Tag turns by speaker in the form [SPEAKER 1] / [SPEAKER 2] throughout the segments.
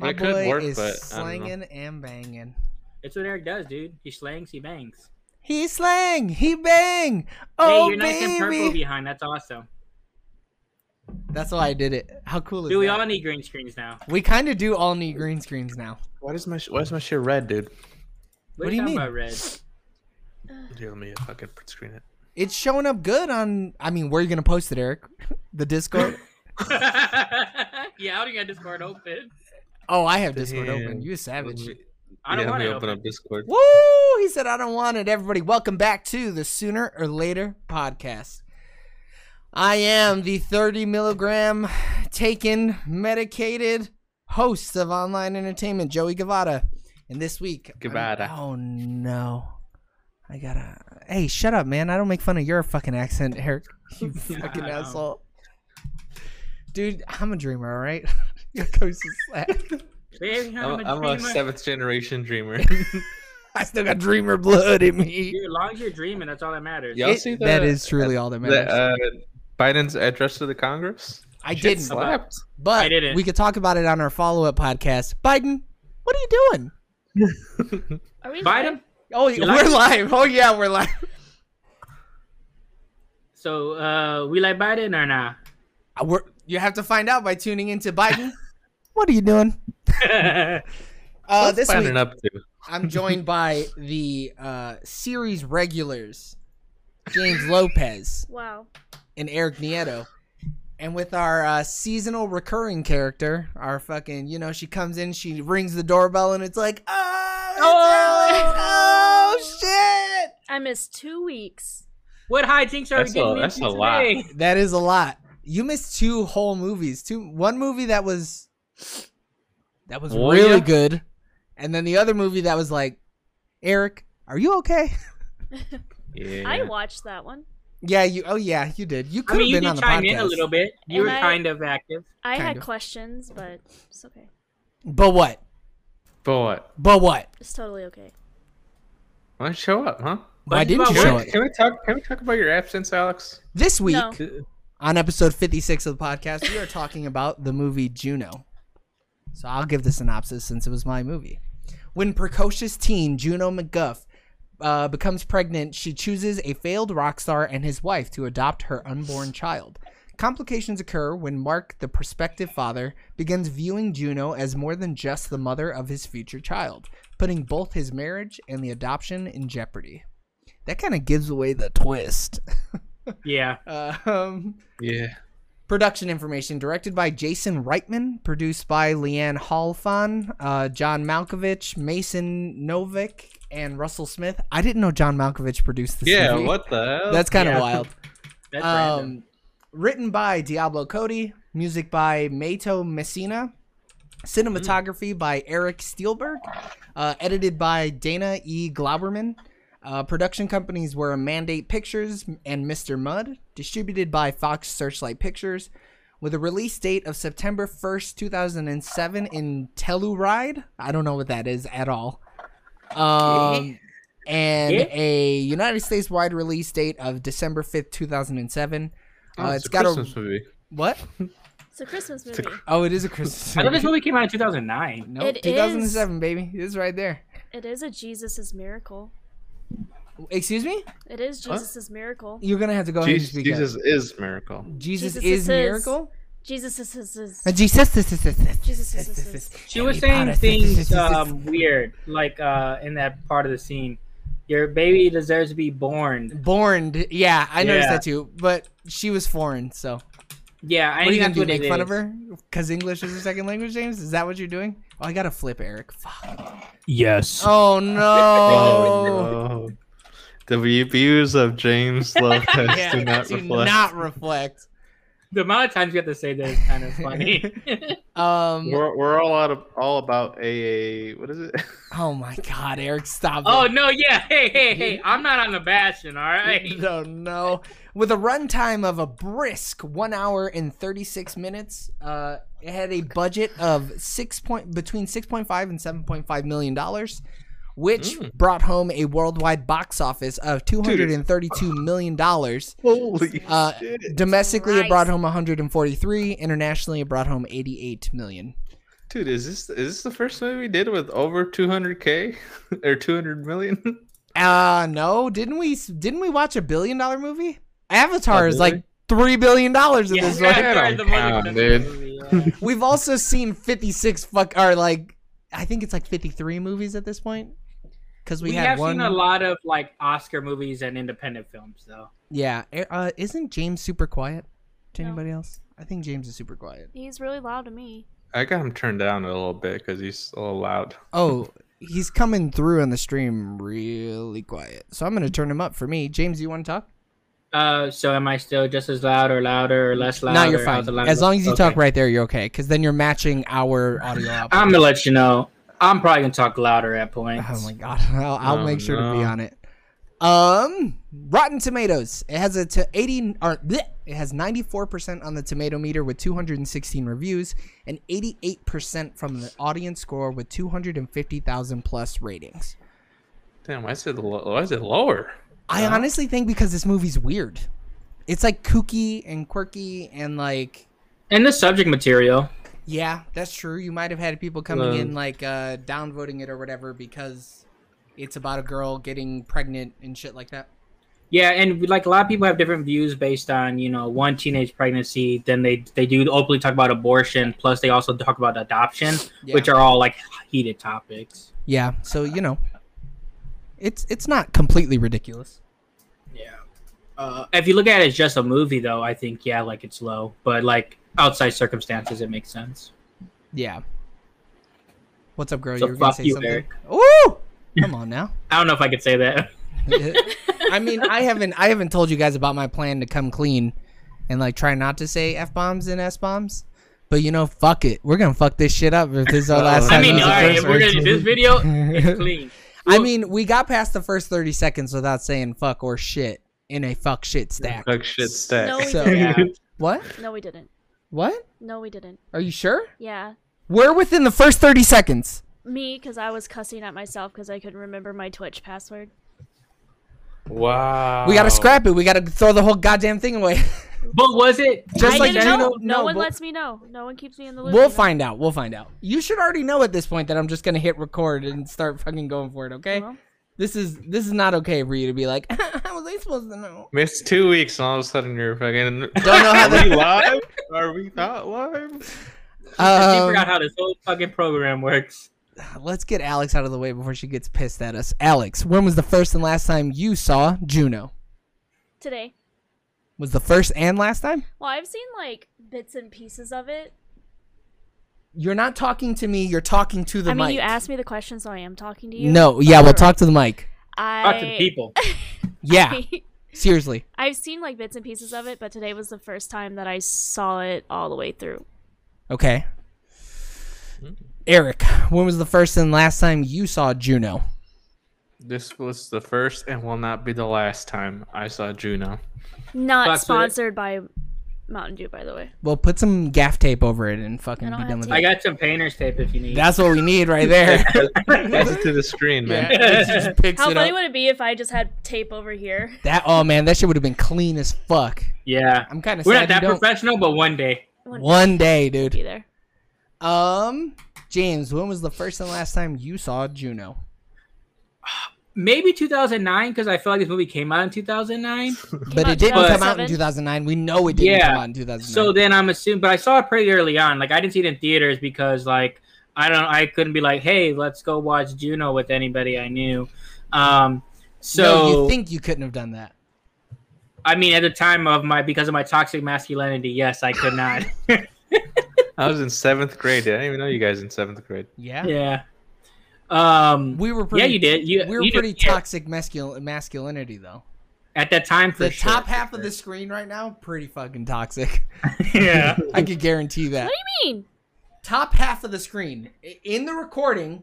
[SPEAKER 1] My
[SPEAKER 2] It
[SPEAKER 1] boy
[SPEAKER 2] could work,
[SPEAKER 1] is
[SPEAKER 2] but I don't know.
[SPEAKER 1] slanging and banging.
[SPEAKER 3] It's what Eric does, dude. He slangs, he bangs.
[SPEAKER 1] He slang, he bang. Oh
[SPEAKER 3] hey, you're nice and purple
[SPEAKER 1] baby,
[SPEAKER 3] behind. That's awesome.
[SPEAKER 1] that's why I did it. How cool is
[SPEAKER 3] Dude, we
[SPEAKER 1] that?
[SPEAKER 3] all need green screens now.
[SPEAKER 1] we kind of do all need green screens now.
[SPEAKER 2] Why does my sh- why is my shit red, dude?
[SPEAKER 1] What
[SPEAKER 3] What, are
[SPEAKER 1] do you
[SPEAKER 3] you talking
[SPEAKER 1] mean?
[SPEAKER 3] about red?
[SPEAKER 2] Here, let me fucking print screen it.
[SPEAKER 1] It's showing up good on. I mean, where are you gonna post it, Eric? the Discord.
[SPEAKER 3] yeah, I don't got Discord open.
[SPEAKER 1] Oh, I have Discord
[SPEAKER 2] Damn.
[SPEAKER 1] open. You a savage.
[SPEAKER 3] I don't
[SPEAKER 2] yeah,
[SPEAKER 3] want
[SPEAKER 2] let
[SPEAKER 3] it
[SPEAKER 2] me
[SPEAKER 3] open.
[SPEAKER 2] open up Discord.
[SPEAKER 1] Woo! He said, I don't want it. Everybody, welcome back to the Sooner or Later podcast. I am the 30 milligram taken, medicated host of online entertainment, Joey Gavada. And this week. I'm-
[SPEAKER 2] Gavada.
[SPEAKER 1] Oh, no. I gotta. Hey, shut up, man. I don't make fun of your fucking accent, Eric. You fucking
[SPEAKER 3] I know.
[SPEAKER 1] asshole. Dude, I'm a dreamer, all right? your coast is slack.
[SPEAKER 3] Baby, I'm,
[SPEAKER 2] I'm,
[SPEAKER 3] a
[SPEAKER 2] I'm a
[SPEAKER 3] dreamer.
[SPEAKER 2] seventh generation dreamer.
[SPEAKER 1] I still got dreamer blood in me.
[SPEAKER 3] Dude, as long as you're dreaming, that's all that matters.
[SPEAKER 2] Y'all
[SPEAKER 1] It-
[SPEAKER 2] see
[SPEAKER 1] that
[SPEAKER 2] the-
[SPEAKER 1] is truly all that matters.
[SPEAKER 2] that, uh, Biden's address to the Congress.
[SPEAKER 1] I
[SPEAKER 2] Shit
[SPEAKER 1] didn't,
[SPEAKER 3] slap.
[SPEAKER 2] slapped.
[SPEAKER 1] but
[SPEAKER 3] I didn't.
[SPEAKER 1] we could talk about it on our follow-up podcast. Biden, what are you doing?
[SPEAKER 4] Are we
[SPEAKER 3] Biden.
[SPEAKER 1] Oh,
[SPEAKER 3] You
[SPEAKER 1] we're live. Oh yeah, we're live.
[SPEAKER 3] So, uh, we like Biden or nah?
[SPEAKER 1] Uh, We're, you have to find out by tuning into Biden. what are you doing? Uh,
[SPEAKER 2] What's
[SPEAKER 1] this
[SPEAKER 2] Biden
[SPEAKER 1] week,
[SPEAKER 2] up to?
[SPEAKER 1] I'm joined by the uh, series regulars, James Lopez
[SPEAKER 4] Wow.
[SPEAKER 1] and Eric Nieto. And with our uh, seasonal recurring character, our fucking, you know, she comes in, she rings the doorbell, and it's like, oh, it's Alex! oh shit!
[SPEAKER 4] I missed two weeks.
[SPEAKER 3] what high jinks are
[SPEAKER 2] That's a-
[SPEAKER 3] we getting
[SPEAKER 2] that's
[SPEAKER 3] into
[SPEAKER 2] a lot.
[SPEAKER 3] today?
[SPEAKER 1] That is a lot. You missed two whole movies. Two one movie that was that was
[SPEAKER 2] Well,
[SPEAKER 1] really
[SPEAKER 2] yeah.
[SPEAKER 1] good, and then the other movie that was like, Eric, are you okay?
[SPEAKER 2] Yeah.
[SPEAKER 4] I watched that one.
[SPEAKER 1] yeah, you. Oh yeah, you did. You
[SPEAKER 3] I
[SPEAKER 1] could have
[SPEAKER 3] mean, you
[SPEAKER 1] been on
[SPEAKER 3] did
[SPEAKER 1] the
[SPEAKER 3] chime
[SPEAKER 1] podcast.
[SPEAKER 3] in a little bit. You
[SPEAKER 4] And
[SPEAKER 3] were
[SPEAKER 4] I-
[SPEAKER 3] kind of active.
[SPEAKER 4] I
[SPEAKER 1] Kind
[SPEAKER 4] had
[SPEAKER 1] of.
[SPEAKER 4] questions, but it's okay.
[SPEAKER 1] But what?
[SPEAKER 2] But what?
[SPEAKER 1] But what?
[SPEAKER 4] It's totally okay.
[SPEAKER 2] Why didn't you show up, huh?
[SPEAKER 1] Why
[SPEAKER 3] But you
[SPEAKER 1] didn't you
[SPEAKER 3] got
[SPEAKER 1] show
[SPEAKER 2] Can we,
[SPEAKER 1] it
[SPEAKER 2] can we talk? Can we talk about your absence, Alex?
[SPEAKER 1] this week
[SPEAKER 4] No.
[SPEAKER 1] on episode fifty-six of the podcast? We are talking about the movie Juno. So I'll give the synopsis since it was my movie. When precocious teen Juno McGuff uh, becomes pregnant, she chooses a failed rock star and his wife to adopt her unborn child. Complications occur when Mark, the prospective father, begins viewing Juno as more than just the mother of his future child, putting both his marriage and the adoption in jeopardy. That kind of gives away the twist.
[SPEAKER 3] Yeah.
[SPEAKER 1] Uh, um,
[SPEAKER 2] Yeah.
[SPEAKER 1] Production information directed by Jason Reitman, produced by Leanne Halfon, uh, John Malkovich, Mason Novick, and Russell Smith. I didn't know John Malkovich produced this
[SPEAKER 2] Yeah.
[SPEAKER 1] movie.
[SPEAKER 2] What the hell?
[SPEAKER 1] That's kind of
[SPEAKER 3] Yeah.
[SPEAKER 1] wild.
[SPEAKER 3] That's random.
[SPEAKER 1] Um, written by Diablo Cody, music by Mato Messina, cinematography
[SPEAKER 3] Mm-hmm.
[SPEAKER 1] by Eric Steelberg, uh, edited by Dana E. Glauberman. Uh, production companies were Mandate Pictures and Mr. Mudd, distributed by Fox Searchlight Pictures, with a release date of September 1st, 2007 in Telluride. I don't know what that is at all. Um, and
[SPEAKER 3] Yeah.
[SPEAKER 1] a United States wide release date of December 5th, 2007.
[SPEAKER 3] Oh,
[SPEAKER 1] Uh, it's
[SPEAKER 2] Oh, a
[SPEAKER 1] got
[SPEAKER 2] Christmas movie.
[SPEAKER 1] a. What?
[SPEAKER 4] It's a Christmas
[SPEAKER 2] It's a
[SPEAKER 4] movie.
[SPEAKER 1] Oh, it is a Christmas.
[SPEAKER 3] I thought this
[SPEAKER 1] movie.
[SPEAKER 3] movie came out in 2009.
[SPEAKER 1] No,
[SPEAKER 4] It
[SPEAKER 1] 2007, baby. It is right there.
[SPEAKER 4] It is a Jesus' miracle.
[SPEAKER 1] Excuse me?
[SPEAKER 4] It is
[SPEAKER 2] Huh?
[SPEAKER 4] Jesus' miracle.
[SPEAKER 1] You're going to have to go ahead and
[SPEAKER 2] Jesus,
[SPEAKER 1] speak
[SPEAKER 2] Jesus is miracle.
[SPEAKER 1] up. Jesus,
[SPEAKER 4] Jesus
[SPEAKER 1] is,
[SPEAKER 4] is-
[SPEAKER 1] miracle?
[SPEAKER 4] Jesus is his. his-
[SPEAKER 1] Uh, Jesus this is this is-
[SPEAKER 4] Jesus
[SPEAKER 1] this
[SPEAKER 4] is-
[SPEAKER 1] is-
[SPEAKER 4] is-
[SPEAKER 1] this is-
[SPEAKER 3] She was
[SPEAKER 1] Harry
[SPEAKER 3] saying
[SPEAKER 1] Potter,
[SPEAKER 3] things um, weird, like uh, in that part of the scene. Your baby deserves to be born.
[SPEAKER 1] born. d- Yeah, I noticed
[SPEAKER 3] Yeah.
[SPEAKER 1] that too. But she was foreign, so
[SPEAKER 3] Yeah,
[SPEAKER 1] what
[SPEAKER 3] I
[SPEAKER 1] are you
[SPEAKER 3] think
[SPEAKER 1] gonna
[SPEAKER 3] that's
[SPEAKER 1] do?
[SPEAKER 3] what
[SPEAKER 1] Make
[SPEAKER 3] it
[SPEAKER 1] fun of
[SPEAKER 3] is.
[SPEAKER 1] her because English is her second language, James? Is that what you're doing? Oh, I gotta flip, Eric. Fuck.
[SPEAKER 3] Yes.
[SPEAKER 1] Oh no.
[SPEAKER 2] Oh. The views of James Lopez
[SPEAKER 1] Yeah,
[SPEAKER 2] do not
[SPEAKER 1] do
[SPEAKER 2] reflect.
[SPEAKER 1] not reflect.
[SPEAKER 3] The amount of times you have to say that is kind of funny.
[SPEAKER 1] Um.
[SPEAKER 2] We're, we're all out of all about AA. What is it?
[SPEAKER 1] Oh my God, Eric, stop.
[SPEAKER 3] oh
[SPEAKER 1] it.
[SPEAKER 3] no, yeah, hey, hey, hey, I'm not on the bastion, all right.
[SPEAKER 1] No, no. With a runtime of a brisk one hour and thirty-six minutes, uh, it had a budget of six point between six point five and seven point five million dollars, which
[SPEAKER 2] Mm.
[SPEAKER 1] brought home a worldwide box office of two hundred and thirty-two million dollars.
[SPEAKER 2] Holy
[SPEAKER 1] Uh,
[SPEAKER 2] shit!
[SPEAKER 1] Domestically, it brought
[SPEAKER 4] Christ.
[SPEAKER 1] home one hundred and forty-three. Internationally, it brought home eighty-eight million.
[SPEAKER 2] Dude, is this is this the first movie we did with over 200k or 200 million?
[SPEAKER 1] Uh no, didn't we didn't we watch a billion dollar movie? Avatar
[SPEAKER 2] Oh,
[SPEAKER 1] is
[SPEAKER 2] did
[SPEAKER 1] like
[SPEAKER 2] we?
[SPEAKER 1] three billion dollars in
[SPEAKER 3] Yeah,
[SPEAKER 1] this
[SPEAKER 2] right.
[SPEAKER 1] one.
[SPEAKER 2] Yeah,
[SPEAKER 3] Avatar
[SPEAKER 2] I
[SPEAKER 3] is the
[SPEAKER 2] don't
[SPEAKER 3] most
[SPEAKER 2] count,
[SPEAKER 3] expensive
[SPEAKER 2] dude.
[SPEAKER 3] movie, yeah.
[SPEAKER 1] We've also seen fifty six fuck or like I think it's like fifty three movies at this point. Because we,
[SPEAKER 3] we
[SPEAKER 1] had
[SPEAKER 3] have
[SPEAKER 1] one.
[SPEAKER 3] seen a lot of like Oscar movies and independent films though.
[SPEAKER 1] Yeah. eh, Uh, isn't James super quiet to
[SPEAKER 4] No.
[SPEAKER 1] anybody else? I think James is super quiet.
[SPEAKER 4] He's really loud to me.
[SPEAKER 2] I got him turned down a little bit because he's a little loud.
[SPEAKER 1] Oh, he's coming through on the stream really quiet. So I'm gonna turn him up for me. James, you want to talk?
[SPEAKER 3] Uh, so am I still just as loud or louder or less loud?
[SPEAKER 1] no, you're
[SPEAKER 3] or
[SPEAKER 1] fine.
[SPEAKER 3] how's the loud-
[SPEAKER 1] As long as you
[SPEAKER 3] Okay.
[SPEAKER 1] talk right there, you're okay. Because then you're matching our audio output.
[SPEAKER 3] I'm gonna let you know. I'm probably gonna talk louder at points.
[SPEAKER 1] Oh my god! I'll, I'll
[SPEAKER 2] Oh,
[SPEAKER 1] make sure to be
[SPEAKER 2] no.
[SPEAKER 1] on it. Um, Rotten Tomatoes. It has a to eighty or bleh, it has ninety four percent on the tomato meter with two hundred and sixteen reviews and eighty eight percent from the audience score with two hundred and fifty thousand plus ratings.
[SPEAKER 2] Damn, why is it lo- why is it lower?
[SPEAKER 1] I
[SPEAKER 2] Uh-huh.
[SPEAKER 1] honestly think because this movie's weird. It's like kooky and quirky and like
[SPEAKER 3] And the subject material.
[SPEAKER 1] yeah, that's true. You might have had people coming
[SPEAKER 2] Um,
[SPEAKER 1] in like uh downvoting it or whatever because it's about a girl getting pregnant and shit like that.
[SPEAKER 3] Yeah, and we- like a lot of people have different views based on you know one teenage pregnancy. Then they they do openly talk about abortion. Plus they also talk about adoption,
[SPEAKER 1] Yeah.
[SPEAKER 3] which are all like heated topics.
[SPEAKER 1] Yeah, so you know, it's it's not completely ridiculous.
[SPEAKER 3] Yeah. Uh, if you look at it as just a movie, though, I think yeah, like it's low, but like outside circumstances, it makes sense.
[SPEAKER 1] Yeah. What's up, girl?
[SPEAKER 3] So
[SPEAKER 1] you were gonna
[SPEAKER 3] fuck
[SPEAKER 1] say
[SPEAKER 3] you,
[SPEAKER 1] something.
[SPEAKER 3] Eric.
[SPEAKER 1] Ooh, come on now.
[SPEAKER 3] I don't know if I could say that.
[SPEAKER 1] I mean, I haven't I haven't told you guys about my plan to come clean, and like try not to say f bombs and s bombs. But you know, fuck it. We're gonna fuck this shit up if this is our last
[SPEAKER 3] I
[SPEAKER 1] time.
[SPEAKER 3] mean,
[SPEAKER 1] we use the
[SPEAKER 3] all right,
[SPEAKER 1] curse
[SPEAKER 3] if we're gonna do
[SPEAKER 1] words.
[SPEAKER 3] this video, it's clean.
[SPEAKER 1] I mean, we got past the first thirty seconds without saying fuck or shit in a fuck shit stack.
[SPEAKER 2] Fuck shit stack.
[SPEAKER 4] No, we
[SPEAKER 1] So-
[SPEAKER 4] didn't.
[SPEAKER 3] Yeah.
[SPEAKER 1] What?
[SPEAKER 4] No, we didn't.
[SPEAKER 1] What?
[SPEAKER 4] No, we didn't.
[SPEAKER 1] Are you sure?
[SPEAKER 4] Yeah.
[SPEAKER 1] We're within the first thirty seconds.
[SPEAKER 4] Me, because I was cussing at myself because I couldn't remember my Twitch password.
[SPEAKER 2] wow.
[SPEAKER 1] We gotta scrap it. We gotta throw the whole goddamn thing away.
[SPEAKER 3] But was it
[SPEAKER 1] Just
[SPEAKER 4] I
[SPEAKER 1] like
[SPEAKER 4] didn't
[SPEAKER 1] Gino-
[SPEAKER 4] know.
[SPEAKER 1] no,
[SPEAKER 4] No, one
[SPEAKER 1] but-
[SPEAKER 4] lets me know. No one keeps me in the loop.
[SPEAKER 1] we'll
[SPEAKER 4] you know?
[SPEAKER 1] find out. We'll find out. You should already know at this point that I'm just gonna hit record and start fucking going for it. Okay?
[SPEAKER 4] Well,
[SPEAKER 1] This is this is not okay for you to be like, how was I supposed to know?
[SPEAKER 2] Missed two weeks, and all of a sudden you're fucking.
[SPEAKER 1] Don't know how
[SPEAKER 2] Are
[SPEAKER 1] the
[SPEAKER 2] we live? Are we not live?
[SPEAKER 3] I
[SPEAKER 1] um,
[SPEAKER 3] forgot how this whole fucking program works.
[SPEAKER 1] Let's get Alex out of the way before she gets pissed at us. Alex, when was the first and last time you saw Juno?
[SPEAKER 4] today.
[SPEAKER 1] Was the first and last time?
[SPEAKER 4] Well, I've seen like bits and pieces of it.
[SPEAKER 1] You're not talking to me. You're talking to the
[SPEAKER 4] I mean,
[SPEAKER 1] mic.
[SPEAKER 4] you asked me the question, so I am talking to you.
[SPEAKER 1] no, yeah, we'll talk to the mic.
[SPEAKER 4] I...
[SPEAKER 3] Talk to the people.
[SPEAKER 1] Yeah, seriously.
[SPEAKER 4] I've seen like bits and pieces of it, but today was the first time that I saw it all the way through.
[SPEAKER 1] Okay. Eric, when was the first and last time you saw Juno?
[SPEAKER 2] This was the first and will not be the last time I saw Juno.
[SPEAKER 4] Not
[SPEAKER 3] Fuck with it.
[SPEAKER 4] sponsored by Mountain Dew, by the way.
[SPEAKER 1] Well, put some gaff tape over it and fucking
[SPEAKER 4] I don't
[SPEAKER 1] be done
[SPEAKER 4] have
[SPEAKER 1] with
[SPEAKER 4] tape.
[SPEAKER 1] it.
[SPEAKER 3] I got some painter's tape if you need.
[SPEAKER 1] That's what we need right there.
[SPEAKER 2] That's it to the screen, man.
[SPEAKER 1] It just picks
[SPEAKER 4] How
[SPEAKER 1] it
[SPEAKER 4] funny
[SPEAKER 1] up.
[SPEAKER 4] would it be if I just had tape over here?
[SPEAKER 1] that oh man, that shit would have been clean as fuck.
[SPEAKER 3] yeah.
[SPEAKER 1] I'm kind of
[SPEAKER 3] We're
[SPEAKER 1] sad
[SPEAKER 3] not that
[SPEAKER 1] you don't.
[SPEAKER 3] professional, but one day.
[SPEAKER 4] Wouldn't
[SPEAKER 1] One day,
[SPEAKER 4] be
[SPEAKER 1] dude.
[SPEAKER 4] there.
[SPEAKER 1] Um, James, when was the first and last time you saw Juno?
[SPEAKER 3] Maybe 2009, because I feel like this movie came out in 2009.
[SPEAKER 1] But
[SPEAKER 4] out
[SPEAKER 1] it didn't come out in
[SPEAKER 4] 2007?
[SPEAKER 1] 2009. We know it didn't
[SPEAKER 3] Yeah.
[SPEAKER 1] come out in 2009.
[SPEAKER 3] So then I'm assuming, but I saw it pretty early on. Like I didn't see it in theaters because like I don't, I couldn't be like, hey, let's go watch Juno with anybody I knew. Um, so
[SPEAKER 1] no, you think you couldn't have done that?
[SPEAKER 3] I mean, at the time of my because of my toxic masculinity, yes, I could not.
[SPEAKER 2] I was in seventh grade. I didn't even know you guys in seventh grade.
[SPEAKER 1] Yeah.
[SPEAKER 3] yeah. Um.
[SPEAKER 1] We were pretty.
[SPEAKER 3] yeah, you did. You
[SPEAKER 1] We were
[SPEAKER 3] you did-
[SPEAKER 1] pretty
[SPEAKER 3] yeah.
[SPEAKER 1] toxic mascul- masculinity though.
[SPEAKER 3] at that time for
[SPEAKER 1] the
[SPEAKER 3] sure.
[SPEAKER 1] top half of the screen right now, pretty fucking toxic.
[SPEAKER 3] yeah.
[SPEAKER 1] I could guarantee that.
[SPEAKER 4] What do you mean?
[SPEAKER 1] top half of the screen i- in the recording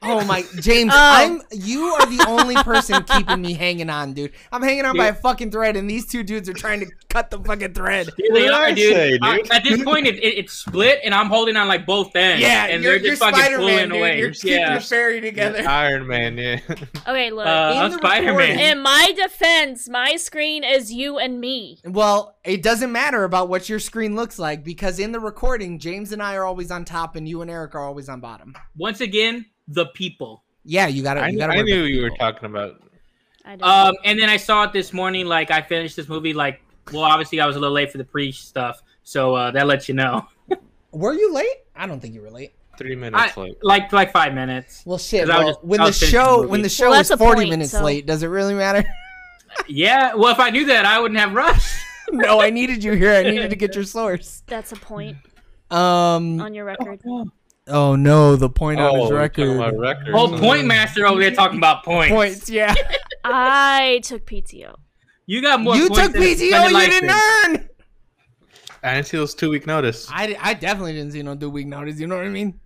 [SPEAKER 1] Oh my
[SPEAKER 3] Um.
[SPEAKER 1] James,
[SPEAKER 4] Oh.
[SPEAKER 1] I'm you are the only person keeping me hanging on, dude. I'm hanging on by a
[SPEAKER 3] Dude.
[SPEAKER 1] fucking thread, and these two dudes are trying to cut the fucking thread.
[SPEAKER 3] Here
[SPEAKER 2] What
[SPEAKER 3] they
[SPEAKER 2] did
[SPEAKER 3] are,
[SPEAKER 2] I
[SPEAKER 3] dude.
[SPEAKER 2] say, dude?
[SPEAKER 3] I- at this point, it, it, it's split, and I'm holding on like both ends.
[SPEAKER 1] Yeah,
[SPEAKER 3] and
[SPEAKER 1] you're,
[SPEAKER 3] they're
[SPEAKER 1] you're
[SPEAKER 3] just fucking
[SPEAKER 1] Spider-Man,
[SPEAKER 3] pulling
[SPEAKER 1] dude.
[SPEAKER 3] away.
[SPEAKER 1] You're keeping
[SPEAKER 3] yeah,
[SPEAKER 1] the fairy together.
[SPEAKER 2] Iron Man, yeah.
[SPEAKER 4] Okay, look.
[SPEAKER 3] Uh,
[SPEAKER 1] In
[SPEAKER 3] I'm
[SPEAKER 1] the
[SPEAKER 3] Spider-Man.
[SPEAKER 1] recording-
[SPEAKER 4] in my defense, my screen is you and me.
[SPEAKER 1] Well, it doesn't matter about what your screen looks like because in the recording, James and I are always on top, and you and Eric are always on bottom.
[SPEAKER 3] Once again, the people.
[SPEAKER 1] Yeah, you gotta.
[SPEAKER 2] I,
[SPEAKER 1] you
[SPEAKER 2] knew-
[SPEAKER 1] gotta
[SPEAKER 2] I
[SPEAKER 1] work
[SPEAKER 2] knew
[SPEAKER 1] with
[SPEAKER 2] you were
[SPEAKER 1] people.
[SPEAKER 2] talking about.
[SPEAKER 4] I don't
[SPEAKER 3] Um, and then I saw it this morning. Like I finished this movie. Like, well, obviously I was a little late for the pre stuff, so uh, that lets you know.
[SPEAKER 1] Were you late? I don't think you were late.
[SPEAKER 2] Three minutes late.
[SPEAKER 3] Like, like five minutes.
[SPEAKER 1] Well, shit.
[SPEAKER 3] 'Cause I was
[SPEAKER 1] Well,
[SPEAKER 3] just-
[SPEAKER 1] when
[SPEAKER 3] I
[SPEAKER 1] the
[SPEAKER 3] was finishing
[SPEAKER 1] show
[SPEAKER 3] the
[SPEAKER 1] when the
[SPEAKER 3] movie.
[SPEAKER 1] show
[SPEAKER 4] Well,
[SPEAKER 1] is
[SPEAKER 4] that's a
[SPEAKER 1] forty
[SPEAKER 4] point,
[SPEAKER 1] minutes
[SPEAKER 4] so-
[SPEAKER 1] late, does it really matter?
[SPEAKER 3] Yeah. Well, if I knew that, I wouldn't have rushed.
[SPEAKER 1] no, I needed you here. I needed to get your source.
[SPEAKER 4] That's a point
[SPEAKER 1] Um.
[SPEAKER 4] on your record.
[SPEAKER 1] Oh no, the point on his
[SPEAKER 2] oh, we're talking
[SPEAKER 1] record.
[SPEAKER 2] about records.
[SPEAKER 3] Whole point master over there talking about points.
[SPEAKER 1] Points, yeah.
[SPEAKER 4] I took PTO.
[SPEAKER 3] You got more.
[SPEAKER 1] you
[SPEAKER 3] points
[SPEAKER 1] took
[SPEAKER 3] than
[SPEAKER 1] PTO,
[SPEAKER 3] Sunday
[SPEAKER 1] you
[SPEAKER 3] Night
[SPEAKER 1] didn't
[SPEAKER 3] did.
[SPEAKER 1] earn.
[SPEAKER 2] I didn't see those two week notice.
[SPEAKER 1] I, I definitely didn't see no do week notice. You know what I mean?